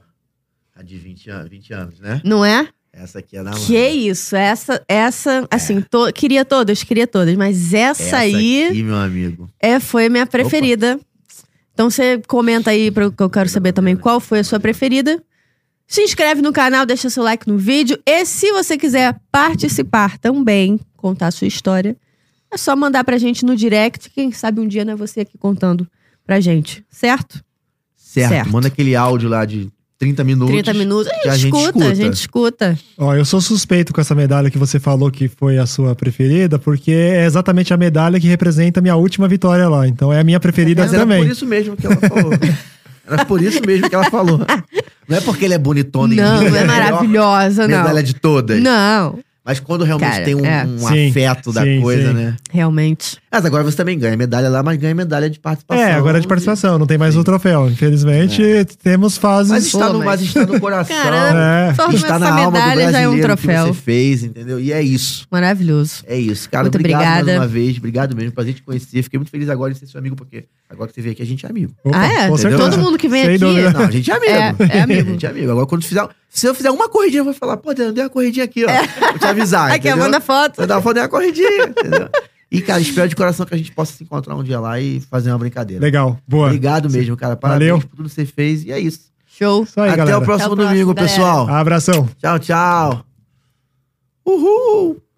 [SPEAKER 2] A de 20 anos, 20 anos né?
[SPEAKER 1] Não é?
[SPEAKER 2] Essa aqui é da
[SPEAKER 1] que
[SPEAKER 2] Lana.
[SPEAKER 1] isso, essa, essa, assim, to- queria todas, queria todas, mas essa,
[SPEAKER 2] Essa
[SPEAKER 1] aí
[SPEAKER 2] aqui, meu amigo.
[SPEAKER 1] é, foi a minha preferida. Então você comenta aí, pra, que eu quero saber também qual foi a sua preferida. Se inscreve no canal, deixa seu like no vídeo. E se você quiser participar também, contar a sua história, é só mandar pra gente no direct. Quem sabe um dia não é você aqui contando pra gente, certo?
[SPEAKER 2] Certo.
[SPEAKER 1] Certo.
[SPEAKER 2] Manda aquele áudio lá de 30 minutos.
[SPEAKER 1] 30 minutos.
[SPEAKER 2] que
[SPEAKER 1] A gente, escuta, a gente escuta.
[SPEAKER 3] Ó, eu sou suspeito com essa medalha que você falou que foi a sua preferida, porque é exatamente a medalha que representa a minha última vitória lá. Então é a minha preferida
[SPEAKER 2] Mas era
[SPEAKER 3] também.
[SPEAKER 2] por isso mesmo que ela falou. era por isso mesmo que ela falou. Não é porque ele é bonitona e
[SPEAKER 1] Não,
[SPEAKER 2] linda,
[SPEAKER 1] não é
[SPEAKER 2] a melhor
[SPEAKER 1] maravilhosa, não.
[SPEAKER 2] Medalha de todas.
[SPEAKER 1] Não.
[SPEAKER 2] Mas quando realmente
[SPEAKER 1] Cara,
[SPEAKER 2] tem um,
[SPEAKER 1] é.
[SPEAKER 2] um
[SPEAKER 3] Sim,
[SPEAKER 2] afeto da
[SPEAKER 3] sim,
[SPEAKER 2] coisa,
[SPEAKER 3] sim.
[SPEAKER 2] né?
[SPEAKER 1] Realmente.
[SPEAKER 2] Mas agora você também ganha medalha lá, mas ganha medalha de participação.
[SPEAKER 3] É, agora é de participação, não tem mais o troféu. Infelizmente, temos fases.
[SPEAKER 2] Mas está,
[SPEAKER 1] Pô,
[SPEAKER 2] no,
[SPEAKER 1] mas-
[SPEAKER 2] mas está no coração.
[SPEAKER 1] Caramba,
[SPEAKER 3] É.
[SPEAKER 1] só
[SPEAKER 2] Está na
[SPEAKER 1] essa
[SPEAKER 2] alma do
[SPEAKER 1] medalha já é um
[SPEAKER 2] brasileiro
[SPEAKER 1] troféu.
[SPEAKER 2] que você fez, entendeu? E é isso.
[SPEAKER 1] Maravilhoso.
[SPEAKER 2] É isso, cara.
[SPEAKER 1] Muito
[SPEAKER 2] obrigado mais
[SPEAKER 1] obrigada.
[SPEAKER 2] uma vez. Obrigado mesmo. Prazer te conhecer. Fiquei muito feliz agora de ser seu amigo, porque agora que você veio aqui, a gente é amigo.
[SPEAKER 3] Opa,
[SPEAKER 1] ah, é?
[SPEAKER 3] com certeza.
[SPEAKER 1] Todo mundo que vem
[SPEAKER 3] Sem
[SPEAKER 1] aqui.
[SPEAKER 3] dúvida.
[SPEAKER 2] Não, a gente é amigo.
[SPEAKER 1] É, é amigo.
[SPEAKER 2] A gente é amigo. Agora, quando fizer. Se eu fizer uma corridinha, eu vou falar, pô, Deus, dei uma corridinha aqui, ó. Vou te avisar.
[SPEAKER 1] É. Aqui, ó,
[SPEAKER 2] Ah, entendeu?
[SPEAKER 1] manda foto.
[SPEAKER 2] Você dá uma foto, dei uma corridinha, entendeu? E, cara, espero de coração que a gente possa se encontrar um dia lá e fazer uma brincadeira.
[SPEAKER 3] Legal, boa.
[SPEAKER 2] Obrigado mesmo, cara. Parabéns
[SPEAKER 3] Valeu.
[SPEAKER 2] por tudo que você fez. E é isso.
[SPEAKER 1] Show.
[SPEAKER 3] Isso aí,
[SPEAKER 2] Até
[SPEAKER 3] galera.
[SPEAKER 2] o
[SPEAKER 1] Até
[SPEAKER 2] próximo
[SPEAKER 1] o próximo,
[SPEAKER 2] domingo,
[SPEAKER 1] galera.
[SPEAKER 2] pessoal.
[SPEAKER 3] Abração.
[SPEAKER 2] Tchau, tchau. Uhul!